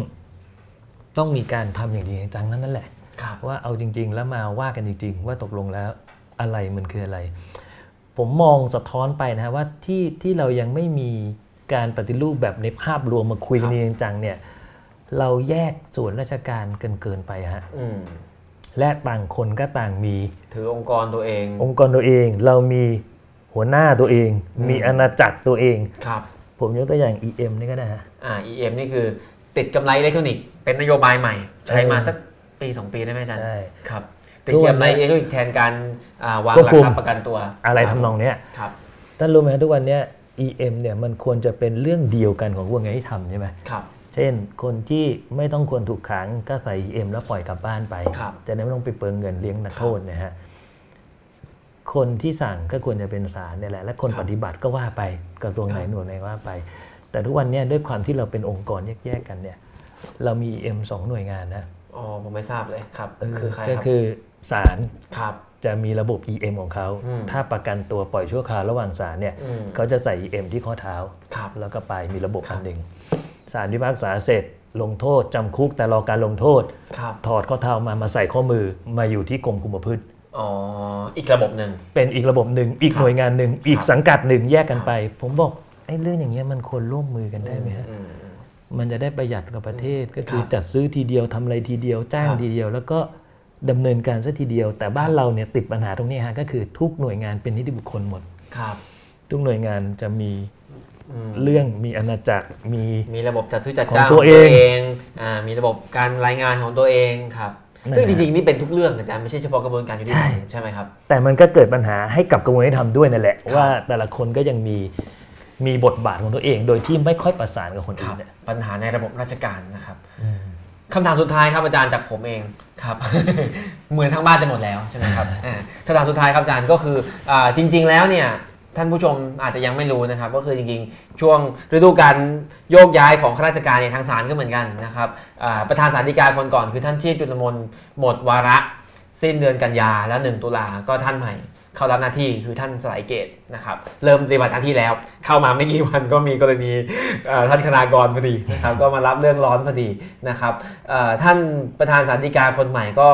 Speaker 2: ต้องมีการทำอย่างจริงจังนั่นนั่นแหละ
Speaker 1: ครับ
Speaker 2: ว่าเอาจริง ๆ แล้วมาว่ากันจริง ๆ ว่าตกลงแล้วอะไรมันคืออะไร ผมมองสะท้อนไปนะฮะว่าที่ที่เรายังไม่มีการปฏิรูปแบบในภาพรวมมาคุยกัน
Speaker 1: ครับ
Speaker 2: จริงจังๆเนี่ยเราแยกส่วนราชการกันเกินไปฮะ
Speaker 1: อืม
Speaker 2: และต่างคนก็ต่างมี
Speaker 1: ถือองค์กรตัวเอง
Speaker 2: องค์กรตัวเองเรามีหัวหน้าตัวเอง
Speaker 1: อืม
Speaker 2: มีอาณาจักรตัวเอง
Speaker 1: ครับ
Speaker 2: ผมยกตัวอย่าง EM นี่ก็ได้ฮะ
Speaker 1: อ่า EM นี่คือติดกำไรอิเล็กทรอนิกส์เป็นนโยบายใหม่ ใช้มา
Speaker 2: เออ
Speaker 1: สักปีสองปีได้ไหมอาจารย์
Speaker 2: ใช่
Speaker 1: ครับติดเกมในเอก็อีกแทนการอ่าวางหลัก
Speaker 2: ควบคุม
Speaker 1: ทรัพย์ประกันตัว
Speaker 2: อะไรทำนองเนี้ย
Speaker 1: ครับ
Speaker 2: ท่านรู้ไหมทุกวันเนี้ย EM เนี่ยมันควรจะเป็นเรื่องเดียวกันของกระบวนการยุติธรรมใช่ไหม
Speaker 1: ครับ
Speaker 2: เช่น คนที่ไม่ต้องควรถูกขังก็ใส่ EM แล้วปล่อยกลับบ้านไป
Speaker 1: ครับ
Speaker 2: จะได้ไม่ต้องไปเปลืองเงินเลี้ยงนักโทษนะฮะ คนที่สั่งก็ควรจะเป็นศาลเนี่ยแหละ และคน
Speaker 1: ครับ
Speaker 2: ปฏิบัติก็ว่าไปกระทรวงไหน
Speaker 1: ครับ
Speaker 2: หน่วยไหนว่าไป แต่ทุกวันเนี้ยด้วยความที่เราเป็นองค์กรแยกๆกันเนี่ย เรามี EM สองหน่วยงานนะ
Speaker 1: อ๋อผมไม่ทราบเลยครับ
Speaker 2: เ
Speaker 1: คือใคร
Speaker 2: ก็
Speaker 1: ครับ
Speaker 2: คือศาล
Speaker 1: ครับ
Speaker 2: จะมีระบบ EM ของเขา
Speaker 1: อืม
Speaker 2: ถ้าประกันตัวปล่อยชั่วคราวระหว่างศาลเนี่ย
Speaker 1: อืม
Speaker 2: เขาจะใส่ EM ที่ข้อเท้า
Speaker 1: ครับ
Speaker 2: แล้วก็ไปมีระบบ
Speaker 1: ครับ
Speaker 2: อันหนึ่งสารพิพากษาเสร็จ ลงโทษ จำคุกแต่รอการลงโทษ
Speaker 1: ครับ
Speaker 2: ถอดข้อเท้ามามาใส่ข้อมือมาอยู่ที่กรมคุมประพฤติ
Speaker 1: อ๋ออีกระบบหนึ่ง
Speaker 2: เป็นอีกระบบหนึ่ง อีก
Speaker 1: ครับ
Speaker 2: หน่วยงานหนึ่ง อีก
Speaker 1: ครับ
Speaker 2: สังกัดหนึ่งแยกกันไป ผมบอกไอ้เรื่องอย่างเงี้ยมันควรร่วมมือกันได้ไหมฮะ
Speaker 1: อืมอืม
Speaker 2: มันจะได้ประหยัดกับประเทศก็คือ
Speaker 1: ครับ
Speaker 2: จัดซื้อทีเดียวทำอะไรทีเดียวจ้าง
Speaker 1: ครับ
Speaker 2: ทีเดียว แล้วก็ดำเนินการซะทีเดียว แต่บ้านเราเนี่ยติดปัญหาตรงนี้ฮะก็คือทุกหน่วยงานเป็นนิติบุคคลหมด
Speaker 1: ครับ
Speaker 2: ทุกหน่วยงานจะมี
Speaker 1: อืม
Speaker 2: เรื่องมีอาณาจักรมี
Speaker 1: มีระบบจัดซื้อจัด
Speaker 2: ของ
Speaker 1: จ้าง
Speaker 2: ตัวเอง
Speaker 1: อ่ามีระบบการรายงานของตัวเองครับ
Speaker 2: นั่นแหละ
Speaker 1: ซึ่งจริงๆนี่เป็นทุกเรื่องอาจารย์ไม่ใช่เฉพาะกระบวนการยุติธรรม
Speaker 2: ใช่
Speaker 1: ใช่ไหมครับ
Speaker 2: แต่มันก็เกิดปัญหาให้กับกระบวนการยุติธรรมด้วยนั่นแหละ
Speaker 1: ครับ
Speaker 2: ว่าแต่ละคนก็ยังมีมีบทบาทของตัวเอง โดยที่ไม่ค่อยประสานกับคน
Speaker 1: ค
Speaker 2: อื่
Speaker 1: รั
Speaker 2: น
Speaker 1: บ
Speaker 2: เนี่ย
Speaker 1: ปัญหาในระบบราชการนะครับ
Speaker 2: อืม
Speaker 1: คำถามสุดท้ายครับอาจารย์จากผมเองครับ เหมือนทั้งบ้านจะหมดแล้วใช่ไหมครับอ่าคำถามสุดท้ายครับอาจารย์ก็คืออาจริง ๆ แล้วเนี่ยท่านผู้ชมอาจจะยังไม่รู้นะครับ ก็คือจริงๆ ช่วงฤดูการโยกย้ายของข้าราชการเนี่ยทางศาลก็เหมือนกันนะครับอ่าประธานศาลฎีกาคนก่อนคือท่านชีพจุลมนต์หมดวาระ สิ้นเดือนกันยาแล้ว1ตุลาก็ท่านใหม่ เข้ารับหน้าที่คือท่านสลายเกตนะครับเริ่มปฏิบัติหน้าที่แล้ว เข้ามาไม่กี่วันก็มีกรณีเอ่อท่านคณากรพอดีนะครับ ก็มารับเรื่องร้อนพอดีนะครับเอ่อท่านประธานสารดีกาคนใหม่ก็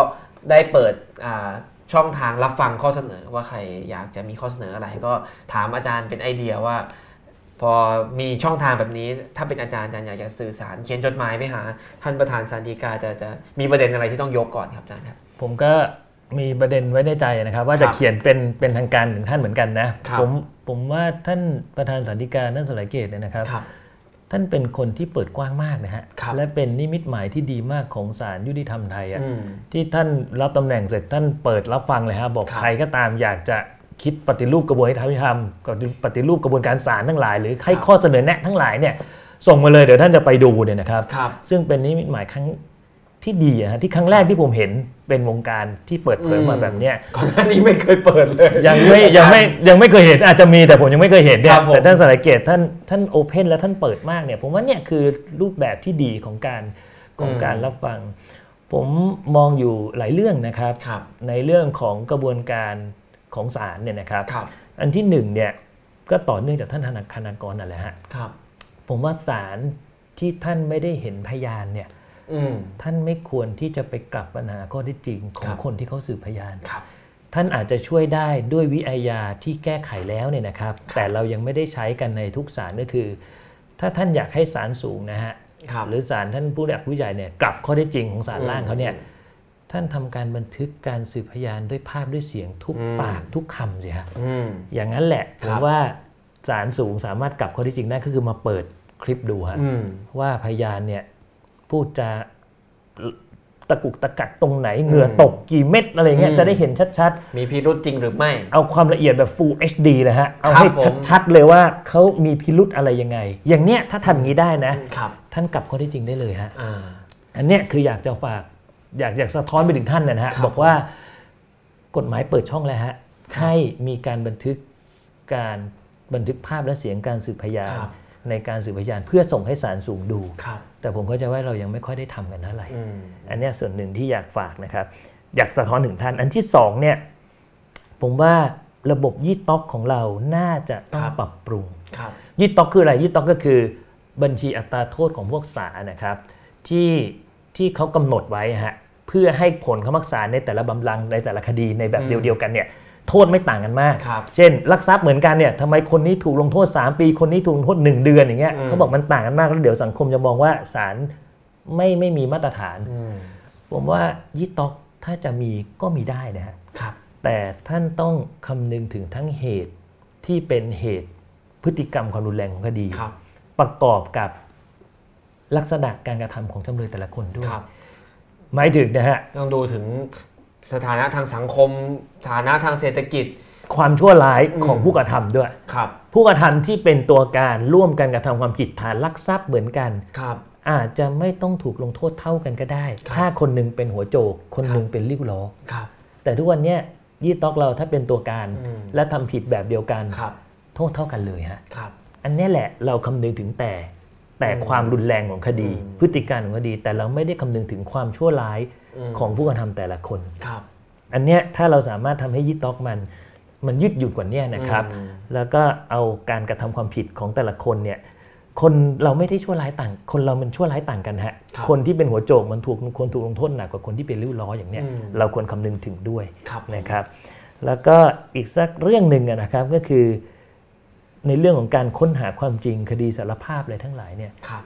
Speaker 1: ได้เปิดอ่าช่องทางรับฟังข้อเสนอว่าใครอยากจะมีข้อเสนออะไร ก็ถามอาจารย์เป็นไอเดียว่า พอมีช่องทางแบบนี้ ถ้าเป็นอาจารย์อาจารย์อยากจะสื่อสารเขียนจดหมายไปหา ท่านประธานสารดีกาจะจะมีประเด็นอะไรที่ต้องยกก่อนครับอาจารย์ครับ
Speaker 2: ผมก็มีประเด็นไว้ในใจนะครับ ว่า
Speaker 1: ครั
Speaker 2: จะ
Speaker 1: บ
Speaker 2: เขียนเป็นเป็นทางการถึงท่านเหมือนกันนะครับ ผมผมว่าท่านประธานสาธิการท่านสลายเกตเนี่ยนะครับ
Speaker 1: ครับ
Speaker 2: ท่านเป็นคนที่เปิดกว้างมากนะฮะ
Speaker 1: ครับ
Speaker 2: และเป็นนิมิตหมายที่ดีมากของศาลยุติธรรมไทยอะ
Speaker 1: อืม
Speaker 2: ที่ท่านรับตำแหน่งเสร็จท่านเปิดรับฟังเลยฮะบอก
Speaker 1: ครับ
Speaker 2: ใครก็ตามอยากจะคิดปฏิรูปกระบวนการยุติธรรมปฏิรูปกระบวนการศาลทั้งหลาย หรือให้ข้อเสนอแนะทั้งหลายเนี่ยส่งมาเลยเดี๋ยวท่านจะไปดูเนี่ยนะครับ
Speaker 1: ครับ
Speaker 2: ซึ่งเป็นนิมิตหมายครั้งที่ดีอะฮะที่ครั้งแรกที่ผมเห็นเป็นวงการที่เปิดเผยมา
Speaker 1: อืม
Speaker 2: แบบเนี้ย
Speaker 1: ก่อนหน้านี้ไม่เคยเปิดเลย
Speaker 2: ยังไม่ยังไม่ยังไม่เคยเห็นอาจจะมีแต่ผมยังไม่เคยเห็นเนี่
Speaker 1: ครั
Speaker 2: ย
Speaker 1: บผม
Speaker 2: แต่ท่านสลายเกตท่านท่านโอเพนและท่านเปิดมากเนี่ยผมว่าเนี่ยคือรูปแบบที่ดีของการของการรับฟัง ผมมองอยู่หลายเรื่องนะครับ
Speaker 1: ครับ
Speaker 2: ในเรื่องของกระบวนการของศาลเนี่ยนะครับ
Speaker 1: ครับ
Speaker 2: อันที่หนึ่งเนี่ยก็ต่อเนื่องจากท่านธนาคารกรนั่นแหละฮะ
Speaker 1: ครับ
Speaker 2: ผมว่าศาลที่ท่านไม่ได้เห็นพยานเนี่ย
Speaker 1: อืม
Speaker 2: ท่านไม่ควรที่จะไปกลับปัญหาข้อเที่จริงของ
Speaker 1: ครับ
Speaker 2: คนที่เขาสืบพยาน
Speaker 1: ครับ
Speaker 2: ท่านอาจจะช่วยได้ด้วยวิอาญาที่แก้ไขแล้วเนี่ยนะครับ แต่เรายังไม่ได้ใช้กันในทุกศาลก็คือ ถ้าท่านอยากให้ศาลสูงนะฮะ
Speaker 1: ครับ
Speaker 2: หรือศาลท่านผู้หลักผู้ใหญ่เนี่ยกลับข้อเที่จริงของศาล
Speaker 1: อืม
Speaker 2: ล่างเขาเนี่ยท่านทำการบันทึกการสืบพยานด้วยภาพด้วยเสียงทุก
Speaker 1: อืม
Speaker 2: ปากทุกคำสิฮะ
Speaker 1: อืม
Speaker 2: อย่างนั้นแหละผ
Speaker 1: ครั
Speaker 2: ม
Speaker 1: บ
Speaker 2: ว่าศาลสูงสามารถกลับข้อเที่จริงได้ก็คือมาเปิดคลิปดูฮะ
Speaker 1: อืม
Speaker 2: ว่าพยานเนี่ยพูดจะตะกุกตะกักตรงไหนเหงื่อ
Speaker 1: ม
Speaker 2: ตกกี่เม็ดอะไรเงี้ย
Speaker 1: อืม
Speaker 2: จะได้เห็นชัด
Speaker 1: มีพิรุษจริงหรือไม่
Speaker 2: ๆ เอาความละเอียดแบบ Full HD นะฮะ เอาให้
Speaker 1: ครับผม
Speaker 2: ชัดๆเลยว่าเขามีพิรุธอะไรยังไง อย่างเนี้ยถ้าทำอย่างนี้ได้นะ
Speaker 1: ครับ
Speaker 2: ท่านกลับข้อที่จริงได้เลยฮะ
Speaker 1: อ่า
Speaker 2: อันเนี้ยคืออยากจะฝากอยากอยากสะท้อนไปถึงท่านนะฮะ
Speaker 1: ครับ
Speaker 2: บอกว่ากฎหมายเปิดช่องแล้วฮะ
Speaker 1: ครับ
Speaker 2: ให้มีการบันทึกการบันทึกภาพและเสียงการสืบพยาน
Speaker 1: ครับ
Speaker 2: ในการสืบพยานเพื่อส่งให้ศาลสูงดู
Speaker 1: ครับ
Speaker 2: แต่ผมเข้าใจว่าเรายังไม่ค่อยได้ทำกันเท่าไหร่
Speaker 1: อืม
Speaker 2: อันเนี้ยส่วนหนึ่งที่อยากฝากนะครับ อยากสะท้อนถึงท่าน อันที่สองเนี่ยผมว่าระบบยี่ต๊อกของเราน่าจะต้อง
Speaker 1: ครับ
Speaker 2: ปรับปรุง
Speaker 1: ครับ
Speaker 2: ยี่ต๊อกคืออะไรยี่ต๊อกก็คือบัญชีอัตราโทษของพวกสานะครับ ที่ที่เขากำหนดไว้ฮะเพื่อให้ผลคำพิพักษาในแต่ละบำลังในแต่ละคดีในแบบ
Speaker 1: อืม
Speaker 2: เดียวๆกันเนี่ยโทษไม่ต่างกันมาก
Speaker 1: ครับ
Speaker 2: เช่น ลักทรัพย์เหมือนกันเนี่ยทำไมคนนี้ถูกลงโทษ 3 ปีคนนี้ถูกลงโทษ 1 เดือนอย่างเงี้ย
Speaker 1: อืม
Speaker 2: เขาบอกมันต่างกันมากแล้วเดี๋ยวสังคมจะมองว่าศาลไม่ไม่มีมาตรฐาน
Speaker 1: อืม
Speaker 2: ผมว่ายี่ต๊อกถ้าจะมีก็มีได้นะฮะ
Speaker 1: ครับ
Speaker 2: แต่ท่านต้องคำนึงถึงทั้งเหตุที่เป็นเหตุพฤติกรรมความรุนแรงของคดี
Speaker 1: ครับ
Speaker 2: ประกอบกับลักษณะการกระทำของจำเลยแต่ละคนด้วย
Speaker 1: ครับ
Speaker 2: หมายถึงนะฮะ
Speaker 1: ต้องดูถึงสถานะทางสังคม ฐานะทางเศรษฐกิจ
Speaker 2: ความชั่วร้ายของ
Speaker 1: อืม
Speaker 2: ผู้กระทำด้วย
Speaker 1: ครับ
Speaker 2: ผู้กระทำที่เป็นตัวการร่วมกันกระทำความผิดฐานลักทรัพย์เหมือนกัน
Speaker 1: ครับ
Speaker 2: อาจจะไม่ต้องถูกลงโทษเท่ากันก็ได้
Speaker 1: ครับ
Speaker 2: ถ้าคนหนึงเป็นหัวโจก คน
Speaker 1: ครับ
Speaker 2: หนึงเป็นริ้วล้อ
Speaker 1: ครับ
Speaker 2: แต่ทุกวันเนี้ยยี่ต๊อกเราถ้าเป็นตัวการ
Speaker 1: อืม
Speaker 2: และทำผิดแบบเดียวกัน
Speaker 1: ครับ
Speaker 2: โทษเท่ากันเลยฮะ
Speaker 1: ครับ
Speaker 2: อันเนี้ยแหละเราคำนึงถึงแต่แต่
Speaker 1: อืม
Speaker 2: ความรุนแรงของคดี
Speaker 1: อืม
Speaker 2: พฤติการของคดี แต่เราไม่ได้คำนึงถึงความชั่วร้าย
Speaker 1: ม
Speaker 2: ของผู้กระทำแต่ละคน
Speaker 1: ครับ
Speaker 2: อันเนี้ยถ้าเราสามารถทำให้ยี่ต๊อกมัน มันยืดหยุ่นกว่าเนี้ยนะครับ
Speaker 1: อืม
Speaker 2: แล้วก็เอาการกระทำความผิดของแต่ละคนเนี่ยคนเราไม่ได้ชั่วร้ายต่าง คนเรามันชั่วร้ายต่างกันฮะ
Speaker 1: ครับ
Speaker 2: นที่เป็นหัวโจกมันถูกคนถูกลงโทษหนักกว่าคนที่เป็นริ้วล้ออย่างเนี้ย
Speaker 1: อืม
Speaker 2: เราควรคำนึงถึงด้วย
Speaker 1: ครับ
Speaker 2: นะครับแล้วก็อีกสักเรื่องหนึ่งอะนะครับก็คือ ในเรื่องของการค้นหาความจริงคดีสารภาพอะไรทั้งหลายเนี่ย
Speaker 1: ครับ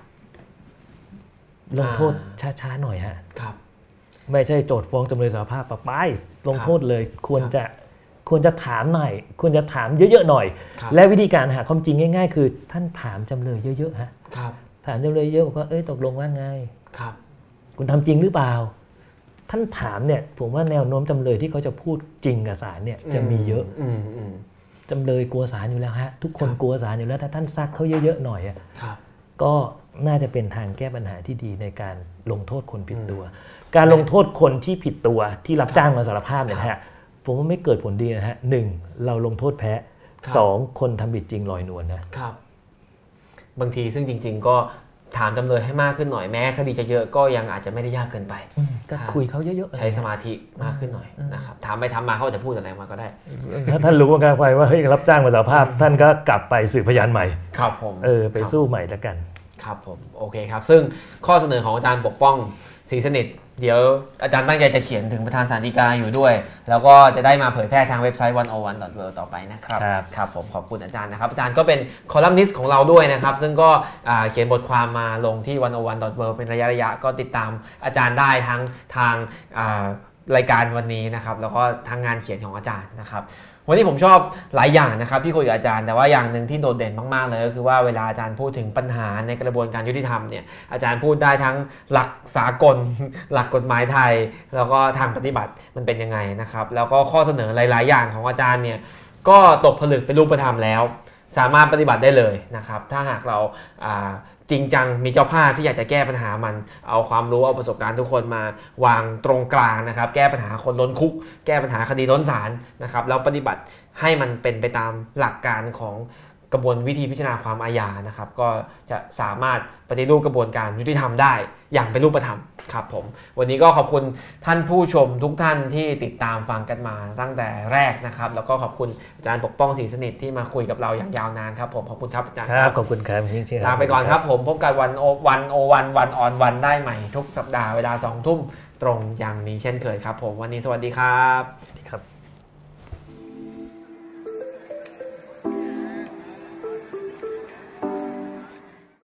Speaker 2: ลงโทษ
Speaker 1: อ่า
Speaker 2: ช้าๆหน่อยฮะ
Speaker 1: ครับ
Speaker 2: ไม่ใช่โจทย์ฟ้องจำเลยสารภาพปะป้ายลงโทษเลยควรจะควรจะถามหน่อยควรจะถามเยอะๆหน่อย
Speaker 1: ครับ
Speaker 2: และวิธีการหาความจริงง่าย ๆ คือท่านถามจำเลยเยอะๆฮะ
Speaker 1: ครับ
Speaker 2: ถามจำเลยเยอะบอกว่าเอ้ยตกลงว่าไง
Speaker 1: ครับ
Speaker 2: คุณทำจริงหรือเปล่า ท่านถามเนี่ยผมว่าแนวโน้มจำเลยที่เขาจะพูดจริงกับศาลเนี่ยจะมีเยอะ
Speaker 1: มอืม
Speaker 2: จำเลยกลัวศาลอยู่แล้วฮะทุกคนกลัวศาลอยู่แล้วถ้าท่านซักเขาเยอะๆหน่อยอะ
Speaker 1: ครับ
Speaker 2: ก็น่าจะเป็นทางแก้ปัญหาที่ดีในการลงโทษคนผิดตัว การลงโทษคนที่ผิดตัวที่รับจ้างมาสารภาพเนี่ยนะฮะผมว่าไม่เกิดผลดีนะฮะหนึ่งเราลงโทษแพ้
Speaker 1: ครับ
Speaker 2: สองคนทำผิดจริงลอยนวลนะครับ
Speaker 1: บางทีซึ่งจริง ๆ ก็ถามจำเลยให้มากขึ้นหน่อยแม้คดีจะเยอะก็ยังอาจจะไม่ได้ยากเกินไป
Speaker 2: อืมก็
Speaker 1: ครับ
Speaker 2: คุยเขาเยอะๆ
Speaker 1: ใช้สมาธิมากขึ้นหน่อยนะครับถามไปถามมาเขาอาจจะพูดอะไรมาก็ได้
Speaker 2: ถ้าท่านรู้ว่าการไฟว่าเฮ้ยรับจ้างมาสารภาพ ท่านก็กลับไปสืบพยานใหม่
Speaker 1: ครับผม
Speaker 2: เออไปสู้ใหม่แล้วกัน
Speaker 1: ครับผมโอเคครับ ซึ่งข้อเสนอของอาจารย์ปกป้องศรีสนิท เดี๋ยวอาจารย์ตั้งใจจะเขียนถึงประธานสารดีกาอยู่ด้วย แล้วก็จะได้มาเผยแพร่ทางเว็บไซต์ one o one world ต่อไปนะครับ
Speaker 2: ครับ
Speaker 1: ครับผมขอบคุณอาจารย์นะครับ อาจารย์ก็เป็นคอลัมนิสต์ของเราด้วยนะครับ ซึ่งก็อ่าเขียนบทความมาลงที่ one o one world เป็นระยะระยะก็ติดตามอาจารย์ได้ทั้งทางอ่ารายการวันนี้นะครับแล้วก็ทางงานเขียนของอาจารย์นะครับ วันนี้ผมชอบหลายอย่างนะครับที่คุยกับอาจารย์แต่ว่าอย่างหนึ่งที่โดดเด่นมากๆเลยก็คือว่าเวลาอาจารย์พูดถึงปัญหาในกระบวนการยุติธรรมเนี่ยอาจารย์พูดได้ทั้งหลักสากล หลักกฎหมายไทย แล้วก็ทางปฏิบัติมันเป็นยังไงนะครับ แล้วก็ข้อเสนอหลาย ๆ อย่างของอาจารย์เนี่ยก็ตกผลึกเป็นรูปธรรมแล้ว สามารถปฏิบัติได้เลยนะครับ ถ้าหากเราอ่าจริงจังมีเจ้าภาพที่อยากจะแก้ปัญหามัน เอาความรู้เอาประสบการณ์ทุกคนมาวางตรงกลางนะครับ แก้ปัญหาคนล้นคุก แก้ปัญหาคดีล้นศาลนะครับแล้วปฏิบัติให้มันเป็นไปตามหลักการของกระบวนวิธีพิจารณาความอาญานะครับ ก็จะสามารถปฏิรูปกระบวนการยุติธรรมได้ อย่างเป็นรูปธรรมครับผม วันนี้ก็ขอบคุณท่านผู้ชมทุกท่านที่ติดตามฟังกันมาตั้งแต่แรกนะครับ แล้วก็ขอบคุณอาจารย์ปกป้องศรีสนิทที่มาคุยกับเราอย่างยาวนานครับผมขอบคุณครับอาจารย์
Speaker 2: ค
Speaker 1: ค
Speaker 2: รั
Speaker 1: รั
Speaker 2: บบ ขอบคุณครับยิ่งเชื่อ
Speaker 1: ลาไปก่อนครับผมพบกันวันโอวันโอวันวันออนวันได้ใหม่ทุกสัปดาห์เวลา2ทุ่มตรงอย่างนี้เช่นเคยครับผมวันนี้สวัสดีครับ